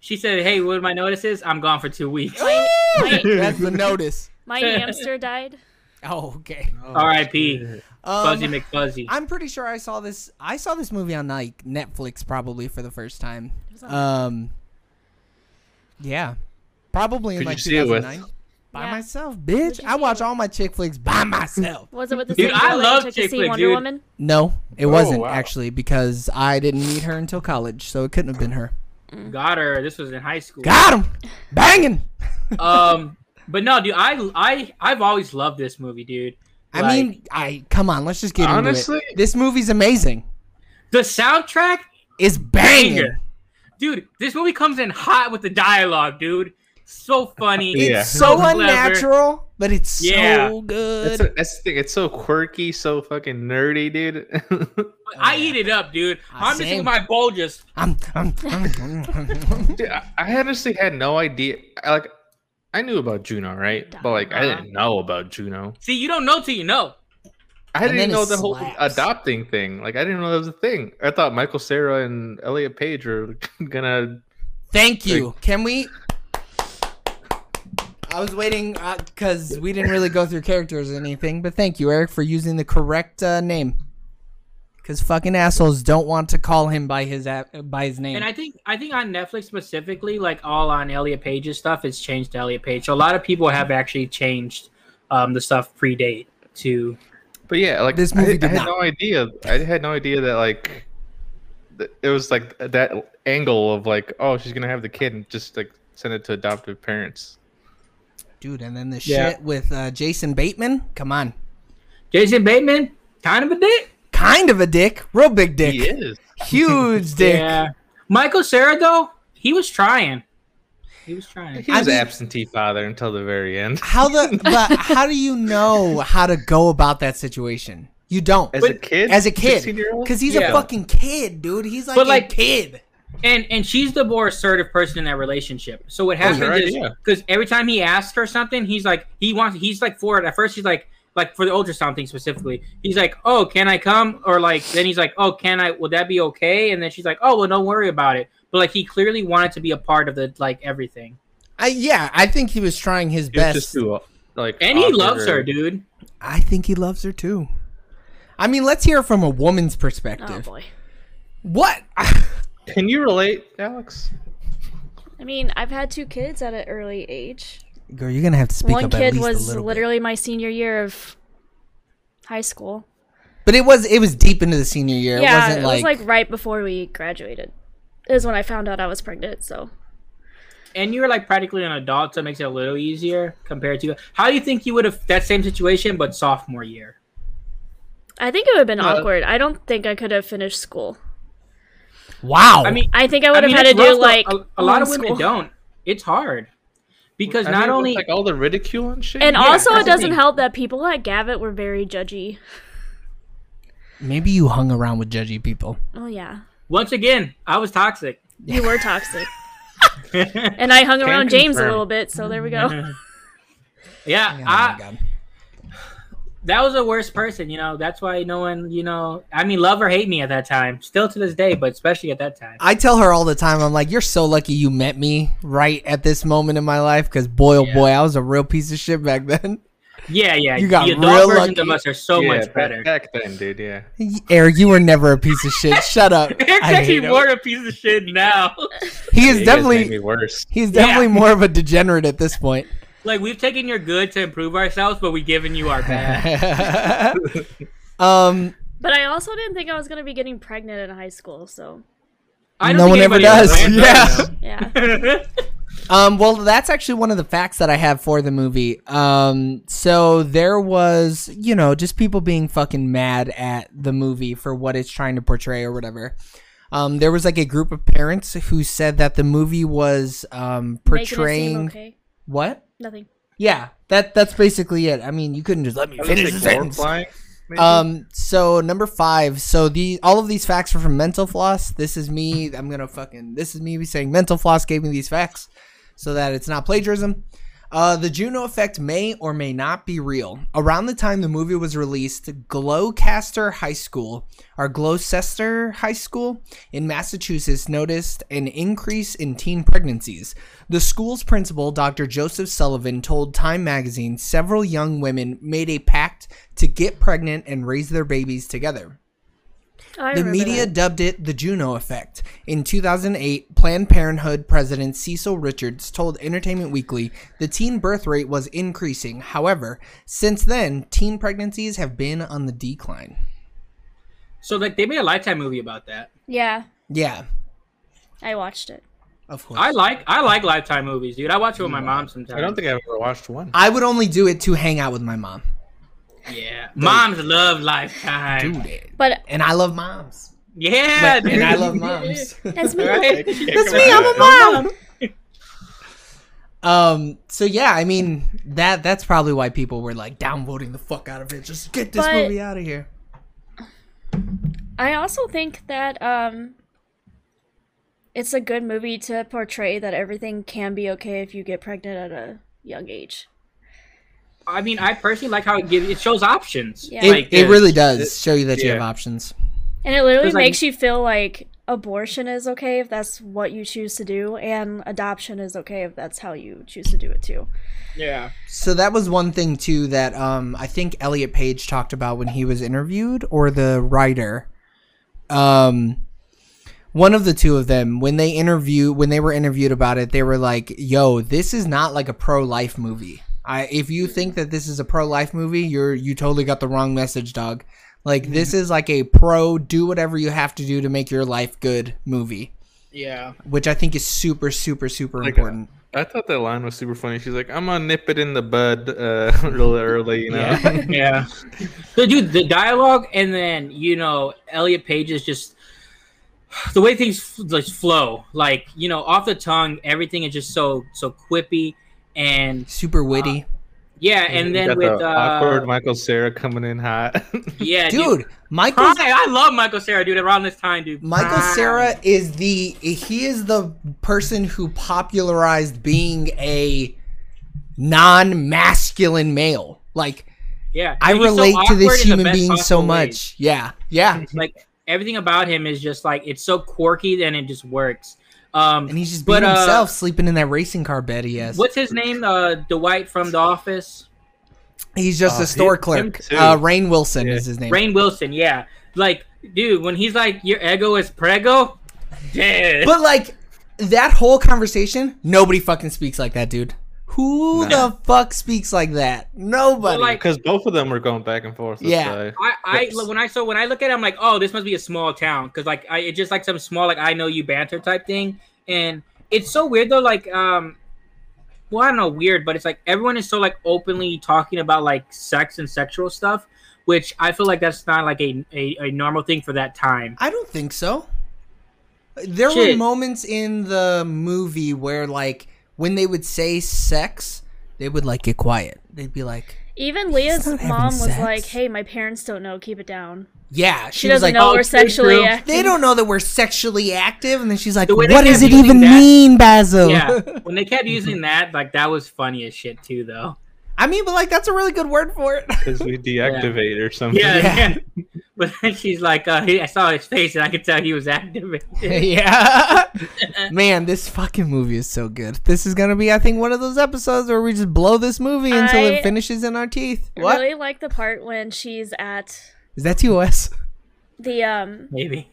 [SPEAKER 3] She said, "Hey, what are my notices? I'm gone for two weeks."
[SPEAKER 4] My,
[SPEAKER 1] That's the notice.
[SPEAKER 4] my hamster died.
[SPEAKER 1] Oh, okay.
[SPEAKER 3] R.I.P.
[SPEAKER 1] Um,
[SPEAKER 3] Fuzzy McFuzzy.
[SPEAKER 1] I'm pretty sure I saw this. I saw this movie on like Netflix probably for the first time.
[SPEAKER 4] was on-
[SPEAKER 1] Um, yeah, probably in
[SPEAKER 2] Who'd
[SPEAKER 1] like
[SPEAKER 2] you see it with?
[SPEAKER 1] 2009. By
[SPEAKER 4] Yeah.
[SPEAKER 1] myself,
[SPEAKER 4] Who'd
[SPEAKER 1] bitch.
[SPEAKER 4] you see
[SPEAKER 1] I
[SPEAKER 4] it
[SPEAKER 1] watch all my chick flicks by myself.
[SPEAKER 4] Was it with the
[SPEAKER 3] Dude,
[SPEAKER 4] same
[SPEAKER 3] I
[SPEAKER 4] girl that
[SPEAKER 3] love
[SPEAKER 4] took
[SPEAKER 3] chick
[SPEAKER 4] to see
[SPEAKER 3] flick,
[SPEAKER 4] Wonder
[SPEAKER 3] dude.
[SPEAKER 4] Woman?
[SPEAKER 1] No, it
[SPEAKER 2] Oh,
[SPEAKER 1] wasn't
[SPEAKER 2] wow.
[SPEAKER 1] actually because I didn't meet her until college, so it couldn't have been her.
[SPEAKER 3] Got her. This was in high school.
[SPEAKER 1] Got him, banging.
[SPEAKER 3] um, but no, dude, I, I, I've always loved this movie, dude.
[SPEAKER 1] I
[SPEAKER 3] Like,
[SPEAKER 1] mean, I come on. Let's just get
[SPEAKER 2] Honestly-
[SPEAKER 1] into it. This movie's amazing.
[SPEAKER 3] the soundtrack,
[SPEAKER 1] It's banging.
[SPEAKER 3] Banger. dude. This movie comes in hot with the dialogue, dude. So funny.
[SPEAKER 1] It's
[SPEAKER 2] Yeah.
[SPEAKER 1] so
[SPEAKER 3] Clever.
[SPEAKER 1] unnatural, but it's
[SPEAKER 3] Yeah.
[SPEAKER 1] so good.
[SPEAKER 2] That's, a, that's the thing. It's so quirky, so fucking nerdy, dude.
[SPEAKER 3] I eat it up, dude.
[SPEAKER 1] Ah,
[SPEAKER 3] I'm just
[SPEAKER 1] same.
[SPEAKER 3] with my bowl just.
[SPEAKER 1] Um, um, um, um, um.
[SPEAKER 2] Dude, I I honestly had no idea. I, like, I knew about Juno, right? But like, I didn't know about Juno.
[SPEAKER 3] See, you don't know till you know.
[SPEAKER 2] I
[SPEAKER 1] And then
[SPEAKER 2] didn't know
[SPEAKER 1] it
[SPEAKER 2] the whole
[SPEAKER 1] slaps.
[SPEAKER 2] adopting thing. Like, I didn't know that was a thing. I thought Michael Sarah and Elliot Page were gonna.
[SPEAKER 1] Thank you. Can we? I was waiting because we didn't really go through characters or anything, but thank you, Eric, for using the correct uh, name. Because fucking assholes don't want to call him by his a- by his name.
[SPEAKER 3] And I think I think on Netflix specifically, like all on Elliot Page's stuff, it's changed to Elliot Page. So a lot of people have actually changed um, the stuff predate to.
[SPEAKER 2] But yeah, like
[SPEAKER 1] This
[SPEAKER 2] I-
[SPEAKER 1] movie
[SPEAKER 2] I,
[SPEAKER 1] did
[SPEAKER 2] had
[SPEAKER 1] not.
[SPEAKER 2] no idea. I had no idea that like th- it was like that angle of like, oh, she's gonna have the kid and just like send it to adoptive parents.
[SPEAKER 1] Dude, and then the
[SPEAKER 3] Yeah.
[SPEAKER 1] shit with uh, Jason Bateman. Come on,
[SPEAKER 3] Jason Bateman, kind of a dick.
[SPEAKER 1] kind of a dick, real big dick,
[SPEAKER 2] He is.
[SPEAKER 1] huge dick.
[SPEAKER 3] Yeah. Michael Sarah though, he was trying. He was trying.
[SPEAKER 2] He
[SPEAKER 1] I
[SPEAKER 2] was
[SPEAKER 1] mean-
[SPEAKER 2] absentee father until the very end.
[SPEAKER 1] How the but how do you know how to go about that situation? You don't.
[SPEAKER 2] As a
[SPEAKER 3] But-
[SPEAKER 2] kid,
[SPEAKER 1] as a kid
[SPEAKER 2] 16-year-old?
[SPEAKER 1] because he's a
[SPEAKER 3] Yeah.
[SPEAKER 1] fucking kid dude he's like
[SPEAKER 3] But,
[SPEAKER 1] a
[SPEAKER 3] like-
[SPEAKER 1] kid
[SPEAKER 3] And and she's the more assertive person in that relationship. So what
[SPEAKER 2] was
[SPEAKER 3] happens
[SPEAKER 2] her
[SPEAKER 3] is
[SPEAKER 2] idea.
[SPEAKER 3] because every time he asks her something, he's like he wants he's like for it. At first he's like like for the ultrasound thing specifically, he's like, "Oh, can I come?" Or like then he's like, "Oh, can I? Will that be okay?" And then she's like, "Oh, well, don't worry about it." But like he clearly wanted to be a part of the like everything,
[SPEAKER 1] I, yeah i think he was trying his
[SPEAKER 2] He was just
[SPEAKER 1] best
[SPEAKER 2] too, like,
[SPEAKER 3] and he
[SPEAKER 2] awkward
[SPEAKER 3] loves
[SPEAKER 2] or-
[SPEAKER 3] her, dude.
[SPEAKER 1] i think he loves her too i mean let's hear from a woman's
[SPEAKER 4] Oh
[SPEAKER 1] perspective
[SPEAKER 4] boy.
[SPEAKER 1] what
[SPEAKER 2] Can you relate, Alex?
[SPEAKER 4] I mean, I've had two kids at an early age.
[SPEAKER 1] girl you're gonna have to speak
[SPEAKER 4] One
[SPEAKER 1] up at
[SPEAKER 4] kid
[SPEAKER 1] least a
[SPEAKER 4] was
[SPEAKER 1] little bit.
[SPEAKER 4] literally my senior year of high school.
[SPEAKER 1] but it was it was deep into the senior year
[SPEAKER 4] yeah,
[SPEAKER 1] it wasn't
[SPEAKER 4] it was
[SPEAKER 1] like,
[SPEAKER 4] like right before we graduated. Is when I found out I was pregnant. So
[SPEAKER 3] and you're like practically an adult, so it makes it a little easier compared to how do you think you would have that same situation but sophomore year?
[SPEAKER 4] I think it would have been
[SPEAKER 2] Uh,
[SPEAKER 4] awkward. I don't think I could have finished school.
[SPEAKER 1] wow
[SPEAKER 3] I mean,
[SPEAKER 4] I think I would
[SPEAKER 3] I
[SPEAKER 4] have
[SPEAKER 3] mean,
[SPEAKER 4] had
[SPEAKER 3] it's
[SPEAKER 4] to do
[SPEAKER 3] rough, though.
[SPEAKER 4] like
[SPEAKER 3] a, a lot of women
[SPEAKER 4] homeschool.
[SPEAKER 3] don't. It's hard because
[SPEAKER 2] I
[SPEAKER 3] not
[SPEAKER 2] mean, with,
[SPEAKER 3] only
[SPEAKER 2] like all the ridicule and shit.
[SPEAKER 4] And
[SPEAKER 3] Yeah,
[SPEAKER 4] also,
[SPEAKER 3] that's
[SPEAKER 4] it
[SPEAKER 3] the
[SPEAKER 4] doesn't
[SPEAKER 3] thing.
[SPEAKER 4] help that people at Gavitt were very judgy.
[SPEAKER 1] maybe you hung around with judgy people
[SPEAKER 4] Oh yeah,
[SPEAKER 3] once again, I was toxic.
[SPEAKER 4] you were toxic. and I hung around James a
[SPEAKER 2] confirm.
[SPEAKER 4] little bit, so there we go.
[SPEAKER 3] Yeah,
[SPEAKER 1] oh my
[SPEAKER 3] I,
[SPEAKER 1] god
[SPEAKER 3] that was the worst person, you know. That's why no one, you know, I mean, love or hate me at that time, still to this day, but especially at that time.
[SPEAKER 1] I tell her all the time, I'm like, you're so lucky you met me right at this moment in my life because boy, oh
[SPEAKER 3] Yeah.
[SPEAKER 1] boy, I was a real piece of shit back then.
[SPEAKER 3] Yeah, yeah.
[SPEAKER 1] You got
[SPEAKER 3] the adult
[SPEAKER 1] real
[SPEAKER 3] versions
[SPEAKER 1] lucky.
[SPEAKER 3] of us are so
[SPEAKER 2] Yeah,
[SPEAKER 3] much
[SPEAKER 2] back-
[SPEAKER 3] better.
[SPEAKER 2] Back then, dude. Yeah.
[SPEAKER 1] Eric, you were never a piece of shit. Shut up.
[SPEAKER 3] Eric's
[SPEAKER 1] I
[SPEAKER 3] actually
[SPEAKER 1] hate him.
[SPEAKER 3] more a piece of shit now.
[SPEAKER 1] He is
[SPEAKER 2] You guys made
[SPEAKER 1] definitely
[SPEAKER 2] me worse.
[SPEAKER 1] he's
[SPEAKER 3] Yeah.
[SPEAKER 1] definitely more of a degenerate at this point.
[SPEAKER 3] like we've taken your good to improve ourselves, but we've given you our bad.
[SPEAKER 1] um
[SPEAKER 4] But I also didn't think I was gonna be getting pregnant in high school, so
[SPEAKER 3] I
[SPEAKER 1] No one ever
[SPEAKER 3] anybody else
[SPEAKER 1] does,
[SPEAKER 3] plans that,
[SPEAKER 4] yeah.
[SPEAKER 3] you know.
[SPEAKER 1] Um, well, that's actually one of the facts that I have for the movie. Um, so there was, you know, just people being fucking mad at the movie for what it's trying to portray or whatever. Um, there was like a group of parents who said that the movie was um, portraying
[SPEAKER 4] Making it seem okay.
[SPEAKER 1] what?
[SPEAKER 4] Nothing.
[SPEAKER 1] Yeah, that that's basically it. I mean, you couldn't just let me
[SPEAKER 2] I would say
[SPEAKER 1] finish the sentence.
[SPEAKER 2] glorifying, maybe?
[SPEAKER 1] Um. So number five. So the all of these facts are from Mental Floss. This is me. I'm gonna fucking. This is me saying Mental Floss gave me these facts, so that it's not plagiarism. Uh, the Juno effect may or may not be real. Around the time the movie was released, Glowcaster High School, or Gloucester High School in Massachusetts, noticed an increase in teen pregnancies. The school's principal, Dr. Joseph Sullivan, told Time magazine several young women made a pact to get pregnant and raise their babies together.
[SPEAKER 4] I
[SPEAKER 1] The
[SPEAKER 4] remember
[SPEAKER 1] media
[SPEAKER 4] that.
[SPEAKER 1] dubbed it the Juno effect. In 2008, Planned Parenthood president Cecil Richards told Entertainment Weekly the teen birth rate was increasing. However, since then, teen pregnancies have been on the decline.
[SPEAKER 3] so like they made a lifetime movie about that.
[SPEAKER 4] Yeah,
[SPEAKER 1] Yeah,
[SPEAKER 4] I watched it.
[SPEAKER 1] of course.
[SPEAKER 3] I like I like lifetime movies, dude. I watch it with my mom sometimes.
[SPEAKER 2] I don't think I've ever watched one.
[SPEAKER 1] I would only do it to hang out with my mom.
[SPEAKER 3] Yeah. Moms love lifetime.
[SPEAKER 1] Dude, it.
[SPEAKER 4] But
[SPEAKER 1] And I love moms.
[SPEAKER 3] Yeah,
[SPEAKER 1] But-
[SPEAKER 3] dude.
[SPEAKER 1] and I love moms.
[SPEAKER 4] as me,
[SPEAKER 3] Right?
[SPEAKER 2] That's
[SPEAKER 1] me, I'm a mom.
[SPEAKER 3] Mom.
[SPEAKER 1] um. So yeah, I mean that that's probably why people were like downvoting the fuck out of it. Just get this
[SPEAKER 4] But-
[SPEAKER 1] movie out of here.
[SPEAKER 4] I also think that um, it's a good movie to portray that everything can be okay if you get pregnant at a young age.
[SPEAKER 3] I mean, I personally like how it gives it shows options.
[SPEAKER 4] Yeah.
[SPEAKER 1] It,
[SPEAKER 3] Like,
[SPEAKER 1] it
[SPEAKER 3] uh,
[SPEAKER 1] really does show you that you
[SPEAKER 2] yeah.
[SPEAKER 1] have options.
[SPEAKER 4] And it literally
[SPEAKER 3] 'Cause, like-
[SPEAKER 4] makes you feel like abortion is okay if that's what you choose to do, and adoption is okay if that's how you choose to do it too.
[SPEAKER 3] Yeah.
[SPEAKER 1] So that was one thing too that um, I think Elliot Page talked about when he was interviewed, or the writer, um, one of the two of them when they interview when they were interviewed about it, they were like, "Yo, this is not like a pro life movie. I, if you think that this is a pro life movie, you're you totally got the wrong message, dog. Like this is like a pro do whatever you have to do to make your life good movie,
[SPEAKER 3] Yeah.
[SPEAKER 1] which I think is super super super
[SPEAKER 2] Like a-
[SPEAKER 1] important.
[SPEAKER 2] I thought that line was super funny. She's like, "I'm gonna nip it in the bud uh, real early," you know.
[SPEAKER 3] yeah. So, dude, the dialogue, and then you know, Elliot Page is just the way things f- just flow, like you know, off the tongue. Everything is just so so quippy, and
[SPEAKER 1] Super witty.
[SPEAKER 3] yeah, and
[SPEAKER 2] You
[SPEAKER 3] then
[SPEAKER 2] got
[SPEAKER 3] with
[SPEAKER 2] the
[SPEAKER 3] uh,
[SPEAKER 2] awkward Michael Sarah coming in hot.
[SPEAKER 3] yeah, dude.
[SPEAKER 1] Dude, Michael
[SPEAKER 3] Prime. I love Michael Sarah, dude. Around this time, dude.
[SPEAKER 1] Michael
[SPEAKER 3] Prime.
[SPEAKER 1] Sarah is the he is the person who popularized being a non-masculine male. Like
[SPEAKER 3] Yeah,
[SPEAKER 1] I
[SPEAKER 3] dude, he's so
[SPEAKER 1] relate to
[SPEAKER 3] awkward in
[SPEAKER 1] this
[SPEAKER 3] the
[SPEAKER 1] human
[SPEAKER 3] best
[SPEAKER 1] being so
[SPEAKER 3] possible way.
[SPEAKER 1] much. Yeah. Yeah.
[SPEAKER 3] Like everything about him is just like it's so quirky, and it just works. Um,
[SPEAKER 1] And he's just being
[SPEAKER 3] But, uh,
[SPEAKER 1] himself sleeping in that racing car bed he has.
[SPEAKER 3] what's his name? Uh, Dwight from The Office.
[SPEAKER 1] He's just
[SPEAKER 2] Uh,
[SPEAKER 1] a store
[SPEAKER 2] him-
[SPEAKER 1] clerk.
[SPEAKER 2] him too.
[SPEAKER 1] Uh Rain Wilson
[SPEAKER 2] Yeah.
[SPEAKER 1] is his name.
[SPEAKER 3] Rain Wilson, yeah. Like, dude, when he's like, your ego is prego, dead.
[SPEAKER 1] But like that whole conversation, nobody fucking speaks like that, dude. Who
[SPEAKER 2] No.
[SPEAKER 1] the fuck speaks like that? Nobody.
[SPEAKER 3] like,
[SPEAKER 2] Because both of them were going back and forth.
[SPEAKER 1] Yeah.
[SPEAKER 2] This way.
[SPEAKER 3] I, I look, when I so when I look at it, I'm like, oh, this must be a small town because like I it's just like some small like I know you banter type thing, and it's so weird though. Like, um, well, I don't know, weird, but it's like everyone is so like openly talking about like sex and sexual stuff, which I feel like that's not like a a, a normal thing for that time.
[SPEAKER 1] I don't think so. There were
[SPEAKER 3] Shit.
[SPEAKER 1] moments in the movie where, like, when they would say sex, they would like get quiet. They'd be like,
[SPEAKER 4] Even Leah's
[SPEAKER 1] not having
[SPEAKER 4] mom was
[SPEAKER 1] sex.
[SPEAKER 4] like, "Hey, my parents don't know. Keep it down."
[SPEAKER 1] "Yeah." She,
[SPEAKER 4] She,
[SPEAKER 1] was
[SPEAKER 4] doesn't
[SPEAKER 1] like,
[SPEAKER 4] know
[SPEAKER 3] "Oh,
[SPEAKER 4] we're
[SPEAKER 3] it's true,
[SPEAKER 4] sexually
[SPEAKER 3] true."
[SPEAKER 4] active.
[SPEAKER 1] "They don't know that we're sexually active," and then she's like,
[SPEAKER 3] The way they
[SPEAKER 1] "What
[SPEAKER 3] kept
[SPEAKER 1] does it
[SPEAKER 3] using
[SPEAKER 1] even
[SPEAKER 3] that-
[SPEAKER 1] mean, Basil?"
[SPEAKER 3] Yeah, when they kept using that, like that was funny as shit too, though.
[SPEAKER 1] I mean, but like that's a really good word for it.
[SPEAKER 2] because we deactivate or something.
[SPEAKER 3] Yeah,
[SPEAKER 1] Yeah.
[SPEAKER 3] yeah. But then she's like, uh, he, I saw his face and I could tell he was activated.
[SPEAKER 1] yeah. Man, this fucking movie is so good. This is gonna be, I think, one of those episodes where we just blow this movie until
[SPEAKER 4] I
[SPEAKER 1] it finishes in our teeth. What?
[SPEAKER 4] I really like the part when she's at
[SPEAKER 1] Is that TOS?
[SPEAKER 4] the um
[SPEAKER 3] Maybe.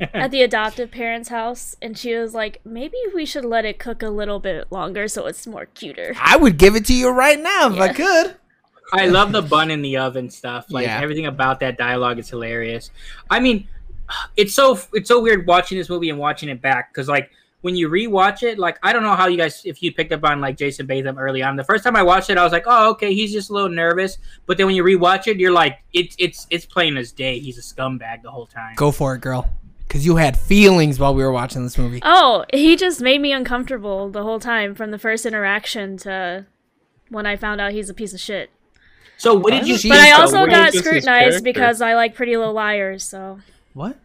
[SPEAKER 4] at the adoptive parents' house and she was like, Maybe we should let it cook a little bit longer so it's more cuter.
[SPEAKER 1] I would give it to you right now if I
[SPEAKER 4] Yeah.
[SPEAKER 1] could.
[SPEAKER 3] I love the bun in the oven stuff. Like
[SPEAKER 1] Yeah.
[SPEAKER 3] everything about that dialogue is hilarious. I mean, it's so it's so weird watching this movie and watching it back because like when you rewatch it, like I don't know how you guys if you picked up on like Jason Batham early on. The first time I watched it, I was like, oh okay, he's just a little nervous. But then when you rewatch it, you're like, it's it's it's plain as day. He's a scumbag the whole time.
[SPEAKER 1] Go for it, girl. Cause you had feelings while we were watching this movie.
[SPEAKER 4] Oh, he just made me uncomfortable the whole time from the first interaction to when I found out he's a piece of shit.
[SPEAKER 3] So what did you?
[SPEAKER 1] But
[SPEAKER 3] think,
[SPEAKER 4] But I
[SPEAKER 3] though?
[SPEAKER 4] also
[SPEAKER 3] What did
[SPEAKER 2] is
[SPEAKER 4] got
[SPEAKER 2] this, his
[SPEAKER 4] scrutinized
[SPEAKER 2] character?
[SPEAKER 4] because I like Pretty Little Liars, so
[SPEAKER 1] What?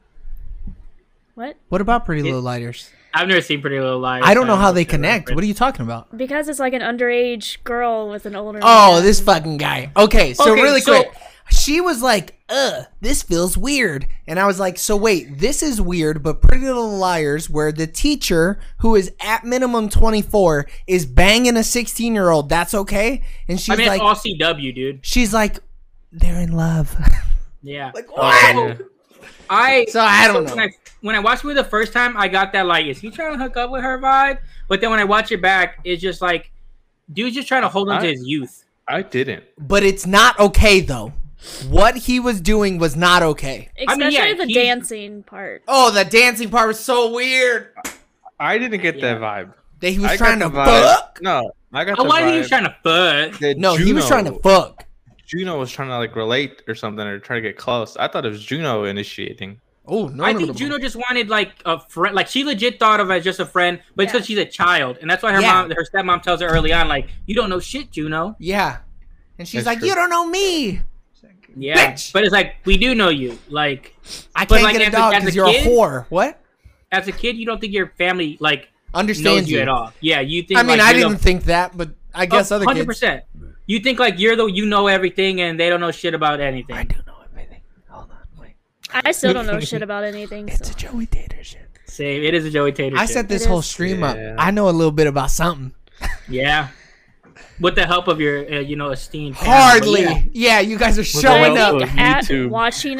[SPEAKER 4] what?
[SPEAKER 1] What about Pretty
[SPEAKER 3] It-
[SPEAKER 1] Little Lighters?
[SPEAKER 3] I've never seen Pretty Little Liars.
[SPEAKER 1] I don't know
[SPEAKER 3] so
[SPEAKER 1] how they
[SPEAKER 3] sure.
[SPEAKER 1] connect. What are you talking about?
[SPEAKER 4] Because it's like an underage girl with an older
[SPEAKER 1] Oh,
[SPEAKER 4] man.
[SPEAKER 1] this fucking guy. Okay, so
[SPEAKER 3] Okay,
[SPEAKER 1] really
[SPEAKER 3] so-
[SPEAKER 1] quick. She was like, uh, this feels weird. And I was like, so wait, this is weird, but Pretty Little Liars, where the teacher, who is at minimum 24, is banging a 16 year old, that's okay? And she's
[SPEAKER 3] I mean,
[SPEAKER 1] like,
[SPEAKER 3] it's all CW, dude.
[SPEAKER 1] she's like, they're in love.
[SPEAKER 3] Yeah.
[SPEAKER 1] like, what?
[SPEAKER 2] Oh, yeah.
[SPEAKER 3] I
[SPEAKER 1] So I don't
[SPEAKER 3] when
[SPEAKER 1] know.
[SPEAKER 3] I, when I watched it the first time, I got that like, is he trying to hook up with her vibe? But then when I watch it back, it's just like, dude's just trying to hold on to
[SPEAKER 2] I-
[SPEAKER 3] his youth.
[SPEAKER 2] I didn't.
[SPEAKER 1] But it's not okay, though. What he was doing was not okay.
[SPEAKER 3] I mean,
[SPEAKER 4] Especially
[SPEAKER 3] yeah,
[SPEAKER 4] the
[SPEAKER 3] he-
[SPEAKER 4] dancing part.
[SPEAKER 1] Oh, the dancing part was so weird.
[SPEAKER 2] I didn't get
[SPEAKER 3] Yeah.
[SPEAKER 2] that vibe.
[SPEAKER 1] That he was
[SPEAKER 2] I got
[SPEAKER 1] trying to
[SPEAKER 2] the vibe-
[SPEAKER 1] fuck.
[SPEAKER 2] No, I got.
[SPEAKER 3] Oh,
[SPEAKER 2] the
[SPEAKER 3] why
[SPEAKER 2] vibe
[SPEAKER 3] he was trying to fuck?
[SPEAKER 2] that
[SPEAKER 1] No, he was
[SPEAKER 2] Juno-
[SPEAKER 1] trying to fuck.
[SPEAKER 2] Juno was trying to like relate or something or try to get close. I thought it was Juno initiating.
[SPEAKER 1] Oh no!
[SPEAKER 3] I
[SPEAKER 1] no,
[SPEAKER 3] think
[SPEAKER 1] no, no.
[SPEAKER 3] Juno just wanted like a friend. Like she legit thought of as just a friend, but it's
[SPEAKER 4] Yeah.
[SPEAKER 3] because she's a child, and that's why her
[SPEAKER 1] Yeah.
[SPEAKER 3] mom, her stepmom, tells her early on, like, you don't know shit, Juno.
[SPEAKER 1] Yeah. And she's
[SPEAKER 2] That's
[SPEAKER 1] like,
[SPEAKER 2] true.
[SPEAKER 1] You don't know me.
[SPEAKER 3] Yeah,
[SPEAKER 1] Bitch.
[SPEAKER 3] but it's like we do know you. Like
[SPEAKER 1] I
[SPEAKER 3] But,
[SPEAKER 1] can't
[SPEAKER 3] like,
[SPEAKER 1] get a
[SPEAKER 3] as a-
[SPEAKER 1] dog
[SPEAKER 3] as a
[SPEAKER 1] because you're
[SPEAKER 3] kid-
[SPEAKER 1] a whore. What?
[SPEAKER 3] as a kid, you don't think your family like
[SPEAKER 1] Understands
[SPEAKER 3] knows
[SPEAKER 1] you.
[SPEAKER 3] you at all. Yeah, you think.
[SPEAKER 1] I mean,
[SPEAKER 3] like,
[SPEAKER 1] I
[SPEAKER 3] you're the
[SPEAKER 1] didn't think that, but I guess other
[SPEAKER 3] Oh, hundred
[SPEAKER 1] kids.
[SPEAKER 3] percent. You think like you're the you know everything and they don't know shit about
[SPEAKER 1] I
[SPEAKER 3] anything.
[SPEAKER 1] do know everything. Hold on, wait.
[SPEAKER 4] I still don't know shit about anything.
[SPEAKER 1] It's
[SPEAKER 4] So.
[SPEAKER 1] a Joey Tater shit.
[SPEAKER 3] Save it is a Joey Tater.
[SPEAKER 1] I
[SPEAKER 3] shit.
[SPEAKER 1] set this
[SPEAKER 4] It
[SPEAKER 1] whole
[SPEAKER 4] is.
[SPEAKER 1] stream up.
[SPEAKER 2] Yeah.
[SPEAKER 1] I know a little bit about something.
[SPEAKER 3] yeah. With the help of your uh, you know esteemed family,
[SPEAKER 1] Hardly.
[SPEAKER 3] but
[SPEAKER 1] Yeah.
[SPEAKER 3] yeah.
[SPEAKER 1] you guys are
[SPEAKER 2] the
[SPEAKER 1] showing
[SPEAKER 2] help of-
[SPEAKER 1] up.
[SPEAKER 4] I
[SPEAKER 2] of
[SPEAKER 4] think at
[SPEAKER 2] YouTube.
[SPEAKER 4] watching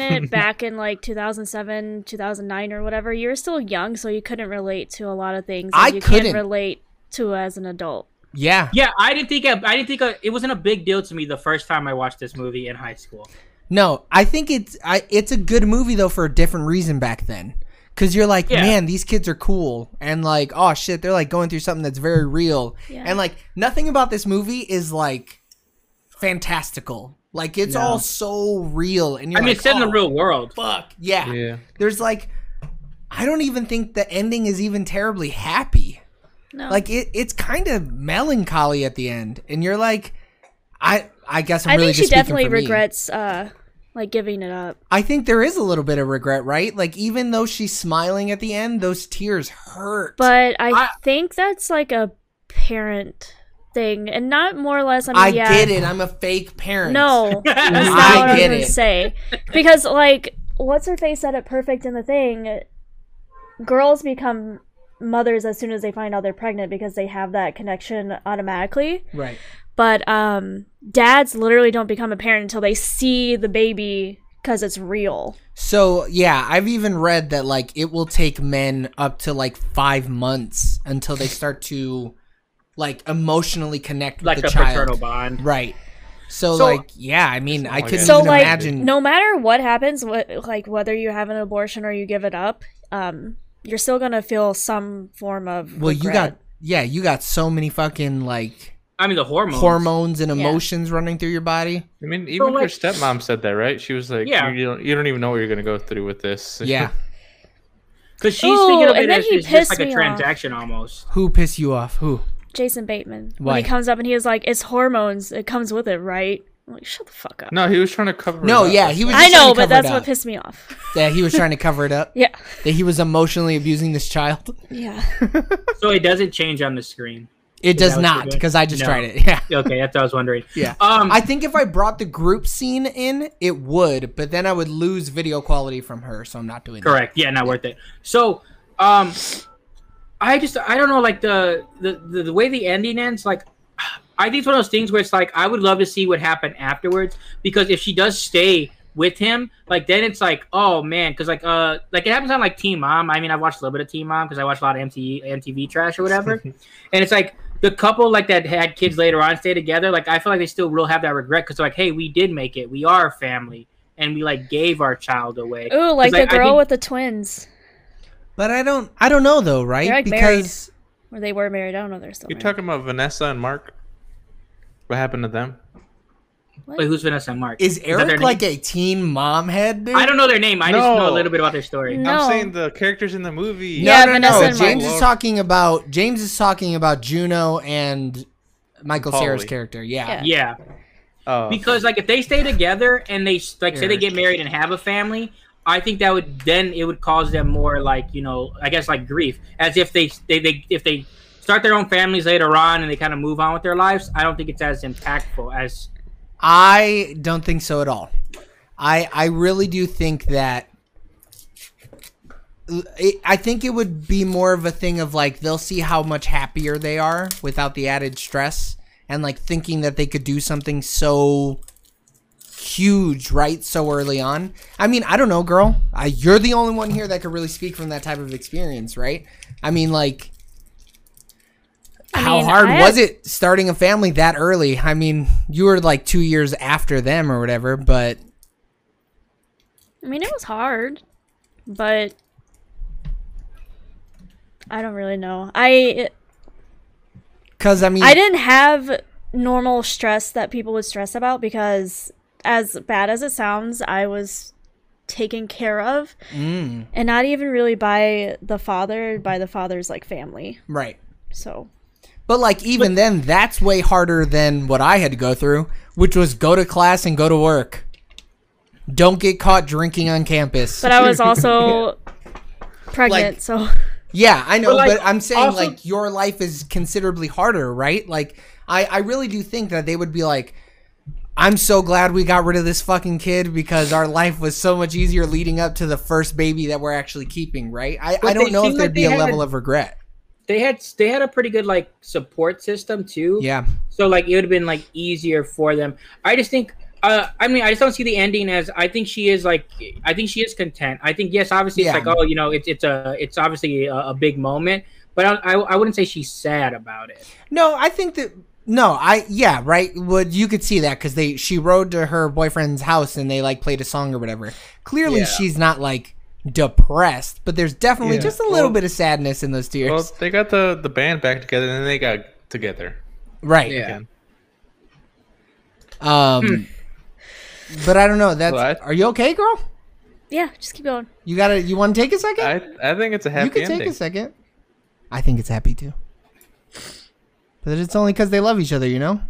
[SPEAKER 4] it back in like 2007, 2009 or whatever, you were still young, so you couldn't relate to a lot of things. that
[SPEAKER 1] I
[SPEAKER 4] you
[SPEAKER 1] couldn't.
[SPEAKER 4] Can't relate to as an adult.
[SPEAKER 1] Yeah.
[SPEAKER 3] Yeah, I didn't think I, I didn't think uh it wasn't a big deal to me the first time I watched this movie in high school.
[SPEAKER 1] No, I think it's I, it's a good movie though for a different reason back then. Cause you're like,
[SPEAKER 3] Yeah.
[SPEAKER 1] man, these kids are cool, and like, oh shit, they're like going through something that's very real,
[SPEAKER 4] Yeah.
[SPEAKER 1] and like nothing about this movie is like fantastical. Like it's
[SPEAKER 3] No.
[SPEAKER 1] all so real, and
[SPEAKER 3] I
[SPEAKER 1] you're
[SPEAKER 3] mean,
[SPEAKER 1] like,
[SPEAKER 3] it's set in the
[SPEAKER 1] "Oh,
[SPEAKER 3] real world.
[SPEAKER 1] Fuck yeah.
[SPEAKER 2] Yeah.
[SPEAKER 1] There's like, I don't even think the ending is even terribly happy
[SPEAKER 4] No,
[SPEAKER 1] like it, it's kind of melancholy at the end and you're like i i guess i'm
[SPEAKER 4] I
[SPEAKER 1] really
[SPEAKER 4] think she
[SPEAKER 1] just speaking
[SPEAKER 4] definitely
[SPEAKER 1] for me.
[SPEAKER 4] regrets uh like giving it up.
[SPEAKER 1] i think there is a little bit of regret right like even though she's smiling at the end those tears hurt
[SPEAKER 4] But I,
[SPEAKER 3] I-
[SPEAKER 4] think that's like a parent thing, and not more or less. I mean,
[SPEAKER 1] i
[SPEAKER 4] yeah,
[SPEAKER 1] get it i'm a fake parent
[SPEAKER 4] No, that's not
[SPEAKER 1] I
[SPEAKER 4] what I'm
[SPEAKER 1] get
[SPEAKER 4] gonna
[SPEAKER 1] it.
[SPEAKER 4] say. Because like, what's her face said it perfect in the thing. Girls become mothers as soon as they find out they're pregnant because they have that connection automatically.
[SPEAKER 1] right
[SPEAKER 4] But um, dads literally don't become a parent until they see the baby because it's real.
[SPEAKER 1] so yeah i've even read that like it will take men up to like five months until they start to like emotionally connect with
[SPEAKER 3] Like
[SPEAKER 1] the
[SPEAKER 3] a
[SPEAKER 1] child
[SPEAKER 3] paternal bond.
[SPEAKER 1] right so,
[SPEAKER 3] So-
[SPEAKER 1] like yeah i mean i
[SPEAKER 2] like
[SPEAKER 1] couldn't
[SPEAKER 2] it.
[SPEAKER 4] So,
[SPEAKER 1] even
[SPEAKER 4] like,
[SPEAKER 1] imagine
[SPEAKER 4] No matter what happens, what like whether you have an abortion or you give it up, um, you're still gonna feel some form of
[SPEAKER 1] well you
[SPEAKER 4] regret.
[SPEAKER 1] got yeah you got so many fucking like
[SPEAKER 3] I mean, the hormones.
[SPEAKER 1] hormones and
[SPEAKER 4] Yeah.
[SPEAKER 1] emotions running through your body.
[SPEAKER 2] I mean, even
[SPEAKER 3] like-
[SPEAKER 2] her stepmom said that, right? She was like,
[SPEAKER 3] Yeah.
[SPEAKER 2] you, don't, you don't even know what you're gonna go through with this."
[SPEAKER 1] Yeah.
[SPEAKER 3] Because she's
[SPEAKER 4] Ooh,
[SPEAKER 3] thinking of
[SPEAKER 4] and
[SPEAKER 3] it
[SPEAKER 4] then
[SPEAKER 3] as
[SPEAKER 4] he
[SPEAKER 3] it's just like
[SPEAKER 4] pissed
[SPEAKER 3] a
[SPEAKER 4] me off.
[SPEAKER 3] transaction almost.
[SPEAKER 1] Who piss you off? Who?
[SPEAKER 4] Jason Bateman.
[SPEAKER 1] Why?
[SPEAKER 4] When he comes up and he was like, "It's hormones. It comes with it, right?" I'm like, "Shut the fuck up."
[SPEAKER 2] no, he was trying to cover.
[SPEAKER 1] No,
[SPEAKER 2] it up.
[SPEAKER 1] yeah, he was. Just
[SPEAKER 4] I know,
[SPEAKER 1] trying to
[SPEAKER 4] but
[SPEAKER 1] cover
[SPEAKER 4] that's
[SPEAKER 1] it
[SPEAKER 4] what
[SPEAKER 1] up.
[SPEAKER 4] pissed me off.
[SPEAKER 1] Yeah, he was trying to cover it up.
[SPEAKER 4] Yeah,
[SPEAKER 1] That he was emotionally abusing this child.
[SPEAKER 4] yeah.
[SPEAKER 3] So it doesn't change on the screen.
[SPEAKER 1] It
[SPEAKER 3] that
[SPEAKER 1] does
[SPEAKER 3] what you're
[SPEAKER 1] not
[SPEAKER 3] doing?
[SPEAKER 1] because I just
[SPEAKER 3] No.
[SPEAKER 1] tried it. Yeah.
[SPEAKER 3] Okay, that's what I was wondering.
[SPEAKER 1] Yeah.
[SPEAKER 3] Um,
[SPEAKER 1] I think if I brought the group scene in, it would, but then I would lose video quality from her, so I'm not doing
[SPEAKER 3] correct. Yeah, not worth it. So, um, I just I don't know like the the the, the way the ending ends like. I think it's one of those things where it's like I would love to see what happened afterwards because if she does stay with him, like then it's like oh man, because like uh like it happens on like Team Mom. I mean I watched a little bit of Team Mom because I watched a lot of MTV MTV trash or whatever, and it's like the couple like that had kids later on stay together. Like I feel like they still will have that regret because like hey we did make it, we are a family, and we like gave our child away.
[SPEAKER 4] Ooh, like
[SPEAKER 3] 'Cause,
[SPEAKER 4] the
[SPEAKER 3] I
[SPEAKER 4] girl
[SPEAKER 3] think-
[SPEAKER 4] with the twins,
[SPEAKER 1] that. But I don't I don't know though, right?
[SPEAKER 4] They're, like,
[SPEAKER 1] because
[SPEAKER 4] where they were married. I don't know if they're still
[SPEAKER 2] You're
[SPEAKER 4] married.
[SPEAKER 2] talking about Vanessa and Mark. What happened to them?
[SPEAKER 3] Wait, who's Vanessa and Mark?
[SPEAKER 1] is
[SPEAKER 3] that their
[SPEAKER 1] Eric
[SPEAKER 3] name?
[SPEAKER 1] like a teen mom head dude?
[SPEAKER 3] I don't know their name. I just know
[SPEAKER 2] No. Mm.
[SPEAKER 3] a little bit about their story.
[SPEAKER 4] No.
[SPEAKER 2] I'm saying the characters in the movie.
[SPEAKER 1] No,
[SPEAKER 4] Yeah,
[SPEAKER 1] no,
[SPEAKER 4] Vanessa
[SPEAKER 1] no.
[SPEAKER 4] and Mark.
[SPEAKER 1] James is talking about James is talking about Juno and Michael
[SPEAKER 2] Pauly.
[SPEAKER 1] Sarah's character. Yeah.
[SPEAKER 3] Yeah,
[SPEAKER 4] Yeah.
[SPEAKER 2] Oh,
[SPEAKER 3] because like if they stay together and they s- like say they get married and have a family, I think that would then it would cause them more like you know I guess like grief as if they they, they if they start their own families later on and they kind of move on with their lives. I don't think it's as impactful as
[SPEAKER 1] I don't think so at all. I I really do think that I- I think it would be more of a thing of like they'll see how much happier they are without the added stress and like thinking that they could do something so huge right so early on. I mean, I don't know, girl. I, you're the only one here that could really speak from that type of experience, right? I mean, like how
[SPEAKER 4] mean,
[SPEAKER 1] hard
[SPEAKER 4] I
[SPEAKER 1] was
[SPEAKER 4] had-
[SPEAKER 1] it starting a family that early? I mean, you were like 2 years after them or whatever, but
[SPEAKER 4] I mean, it was hard, but I don't really know. I
[SPEAKER 1] cuz I mean
[SPEAKER 4] I didn't have normal stress that people would stress about because, as bad as it sounds, I was taken care of
[SPEAKER 1] Mm,
[SPEAKER 4] and not even really by the father, by the father's like family.
[SPEAKER 1] right.
[SPEAKER 4] So
[SPEAKER 1] But like even then, that's way harder than what I had to go through, which was go to class and go to work. Don't get caught drinking on campus.
[SPEAKER 4] But I was also pregnant,
[SPEAKER 1] Like-
[SPEAKER 4] so
[SPEAKER 1] yeah, I know, but,
[SPEAKER 3] But, like,
[SPEAKER 1] I'm saying
[SPEAKER 3] also-
[SPEAKER 1] like your life is considerably harder, right? Like I, I really do think that they would be like, I'm so glad we got rid of this fucking kid because our life was so much easier leading up to the first baby that we're actually keeping, right? I, I
[SPEAKER 3] But
[SPEAKER 1] don't
[SPEAKER 3] they
[SPEAKER 1] know
[SPEAKER 3] seem
[SPEAKER 1] if there'd
[SPEAKER 3] like
[SPEAKER 1] be
[SPEAKER 3] they
[SPEAKER 1] a
[SPEAKER 3] had
[SPEAKER 1] level
[SPEAKER 3] a-
[SPEAKER 1] of regret.
[SPEAKER 3] they had they had a pretty good like support system too.
[SPEAKER 1] Yeah.
[SPEAKER 3] So like it would have been like easier for them. I just think uh, I mean I just don't see the ending as I think she is like I think she is content. I think yes, obviously
[SPEAKER 1] Yeah.
[SPEAKER 3] it's like oh you know it's it's a it's obviously a, a big moment, but I, I I wouldn't say she's sad about it.
[SPEAKER 1] No, I think that no, I yeah, right. Would you could see that because they she rode to her boyfriend's house and they like played a song or whatever. Clearly,
[SPEAKER 2] Yeah.
[SPEAKER 1] she's not like depressed, but there's definitely
[SPEAKER 2] Yeah,
[SPEAKER 1] just a little
[SPEAKER 2] well-
[SPEAKER 1] bit of sadness in those tears,
[SPEAKER 2] well, they got the the band back together, and then they got together.
[SPEAKER 1] right?
[SPEAKER 2] Yeah.
[SPEAKER 1] Um, but I don't know. That's
[SPEAKER 2] Well, I-
[SPEAKER 1] are you okay, girl?
[SPEAKER 4] yeah, just keep going.
[SPEAKER 1] You gotta. You want to take a second?
[SPEAKER 2] I I think it's a happy
[SPEAKER 1] you can
[SPEAKER 2] ending.
[SPEAKER 1] take a second. I think it's happy too. But it's only because they love each other, you know.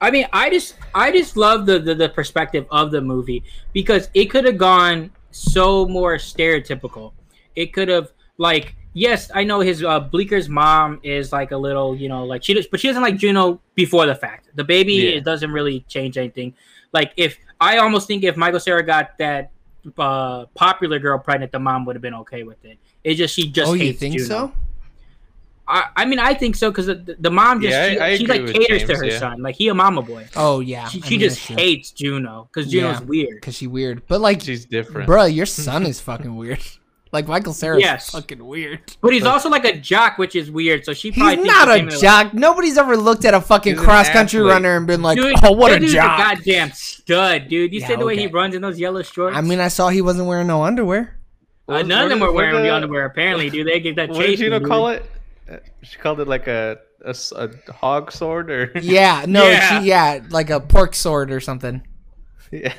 [SPEAKER 3] I mean, I just I just love the the, the perspective of the movie because it could have gone so more stereotypical. It could have like yes, I know his uh, Bleeker's mom is like a little you know like she does, but she doesn't like Juno before the fact. The baby
[SPEAKER 2] Yeah.
[SPEAKER 3] it doesn't really change anything. Like if I almost think if Michael Sarah got that uh, popular girl pregnant, the mom would have been okay with it. It's just she just
[SPEAKER 1] oh,
[SPEAKER 3] hates
[SPEAKER 1] you think
[SPEAKER 3] Juno.
[SPEAKER 1] so?
[SPEAKER 3] I, I mean, I think so because the, the mom just
[SPEAKER 2] Yeah,
[SPEAKER 3] she,
[SPEAKER 2] I- I
[SPEAKER 3] she
[SPEAKER 2] agree
[SPEAKER 3] like
[SPEAKER 2] with
[SPEAKER 3] caters to
[SPEAKER 2] James,
[SPEAKER 3] her
[SPEAKER 2] yeah.
[SPEAKER 3] son. Like he a mama boy
[SPEAKER 1] Oh yeah.
[SPEAKER 3] she, she just hates Juno because Juno's
[SPEAKER 1] Yeah.
[SPEAKER 3] weird.
[SPEAKER 1] because she weird. But like,
[SPEAKER 2] She's different.
[SPEAKER 1] Bruh, your son is fucking weird. Like Michael Sarah's
[SPEAKER 3] Yes.
[SPEAKER 1] fucking weird.
[SPEAKER 3] But he's also like a jock, which is weird. So she probably
[SPEAKER 1] He's
[SPEAKER 3] thinks
[SPEAKER 1] not
[SPEAKER 3] of
[SPEAKER 1] a
[SPEAKER 3] him as-
[SPEAKER 1] jock. Nobody's ever looked at a fucking
[SPEAKER 2] He's an
[SPEAKER 1] cross country
[SPEAKER 2] athlete.
[SPEAKER 1] runner and been like,
[SPEAKER 3] Dude,
[SPEAKER 1] "Oh, what
[SPEAKER 3] that
[SPEAKER 1] a
[SPEAKER 3] dude's
[SPEAKER 1] jock."
[SPEAKER 3] goddamn stud, dude. You
[SPEAKER 1] Yeah,
[SPEAKER 3] see the way
[SPEAKER 1] okay.
[SPEAKER 3] he runs in those yellow shorts.
[SPEAKER 1] I mean, I saw he wasn't wearing no underwear.
[SPEAKER 3] uh, none of them
[SPEAKER 2] What- what
[SPEAKER 3] were wearing
[SPEAKER 2] did-
[SPEAKER 3] the underwear. Apparently, dude, they get that
[SPEAKER 2] What did
[SPEAKER 3] chase.
[SPEAKER 2] Gino call it? Uh, She called it like a a, s- a hog sword or
[SPEAKER 1] Yeah, no,
[SPEAKER 3] Yeah.
[SPEAKER 1] she yeah, like a pork sword or something.
[SPEAKER 2] yeah.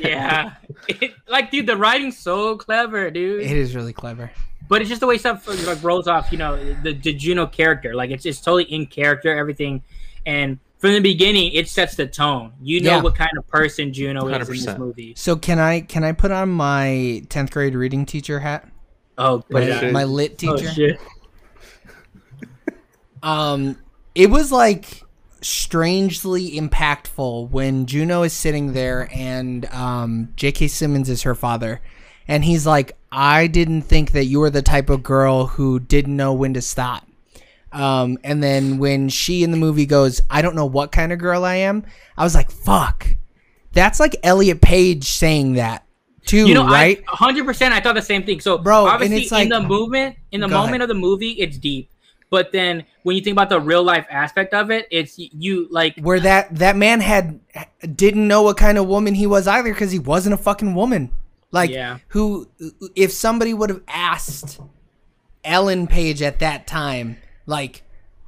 [SPEAKER 3] Yeah, like dude, the writing's so clever, dude.
[SPEAKER 1] It is really clever.
[SPEAKER 3] but it's just the way stuff like rolls off. You know, the, the Juno character, like it's it's totally in character, everything, and from the beginning, it sets the tone. You know
[SPEAKER 1] Yeah.
[SPEAKER 3] what kind of person Juno is in this
[SPEAKER 2] 100%.
[SPEAKER 3] movie.
[SPEAKER 1] So can I can I put on my tenth grade reading teacher hat?
[SPEAKER 3] Oh,
[SPEAKER 1] My,
[SPEAKER 3] but,
[SPEAKER 1] Oh,
[SPEAKER 2] Yeah.
[SPEAKER 1] my lit
[SPEAKER 3] oh
[SPEAKER 1] teacher.
[SPEAKER 3] shit.
[SPEAKER 1] um, it was like strangely impactful when Juno is sitting there and um, J.K. Simmons is her father, and he's like, "I didn't think that you were the type of girl who didn't know when to stop." Um, and then when she in the movie goes, "I don't know what kind of girl I am," I was like, "Fuck." That's like Elliot Page saying that too,
[SPEAKER 3] You know,
[SPEAKER 1] right?
[SPEAKER 3] I 100% I thought the same thing. So,
[SPEAKER 1] Bro, and
[SPEAKER 3] obviously
[SPEAKER 1] it's like-
[SPEAKER 3] in the movement, in the
[SPEAKER 1] Go
[SPEAKER 3] moment
[SPEAKER 1] ahead.
[SPEAKER 3] of the movie, it's deep. But then when you think about the real life aspect of it, it's y- you like
[SPEAKER 1] where that that man had didn't know what kind of woman he was either because he wasn't a fucking woman. Like
[SPEAKER 3] Yeah.
[SPEAKER 1] who if somebody would have asked Ellen Page at that time, like,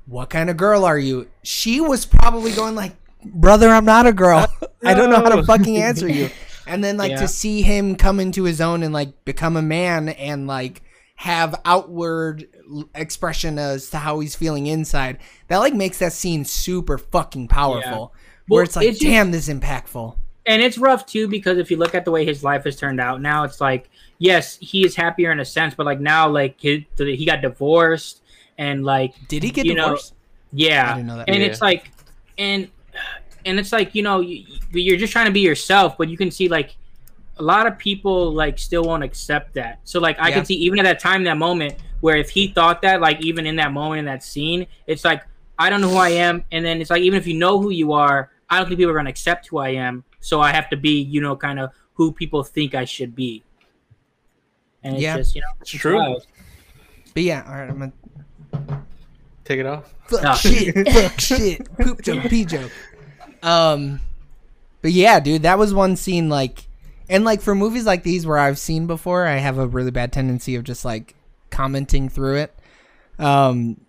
[SPEAKER 1] what kind of girl are you? She was probably going like, Brother, I'm not a girl. I don't know how to
[SPEAKER 2] No.
[SPEAKER 1] fucking answer you. And then like
[SPEAKER 3] Yeah.
[SPEAKER 1] to see him come into his own and like become a man and like have outward l- expression as to how he's feeling inside. That like makes that scene super fucking powerful. Where
[SPEAKER 3] Well,
[SPEAKER 1] it's like,
[SPEAKER 3] it's just-
[SPEAKER 1] damn, this is impactful.
[SPEAKER 3] and it's rough too because if you look at the way his life has turned out now, it's like yes, he is happier in a sense, but like now, like he, he got divorced and like
[SPEAKER 1] Did he get
[SPEAKER 3] You know,
[SPEAKER 1] divorced?
[SPEAKER 3] yeah,
[SPEAKER 1] I didn't know that.
[SPEAKER 3] and
[SPEAKER 2] Yeah.
[SPEAKER 3] it's like, and and it's like you know you, you're just trying to be yourself, but you can see like a lot of people like still won't accept that. So like I
[SPEAKER 1] Yeah.
[SPEAKER 3] can see even at that time, that moment where if he thought that, like even in that moment in that scene, it's like I don't know who I am, and then it's like even if you know who you are, I don't think people are gonna accept who I am. So I have to be, you know, kind of who people think I should be. And it's
[SPEAKER 1] Yeah.
[SPEAKER 3] just you know,
[SPEAKER 2] It's true.
[SPEAKER 3] wild.
[SPEAKER 1] But yeah, all right, I'm gonna
[SPEAKER 2] Take it off.
[SPEAKER 1] fuck
[SPEAKER 3] Ah.
[SPEAKER 1] shit, fuck shit, poop joke, pee joke. Um, but yeah, dude, that was one scene like, and like for movies like these where I've seen before, I have a really bad tendency of just like commenting through it. Um,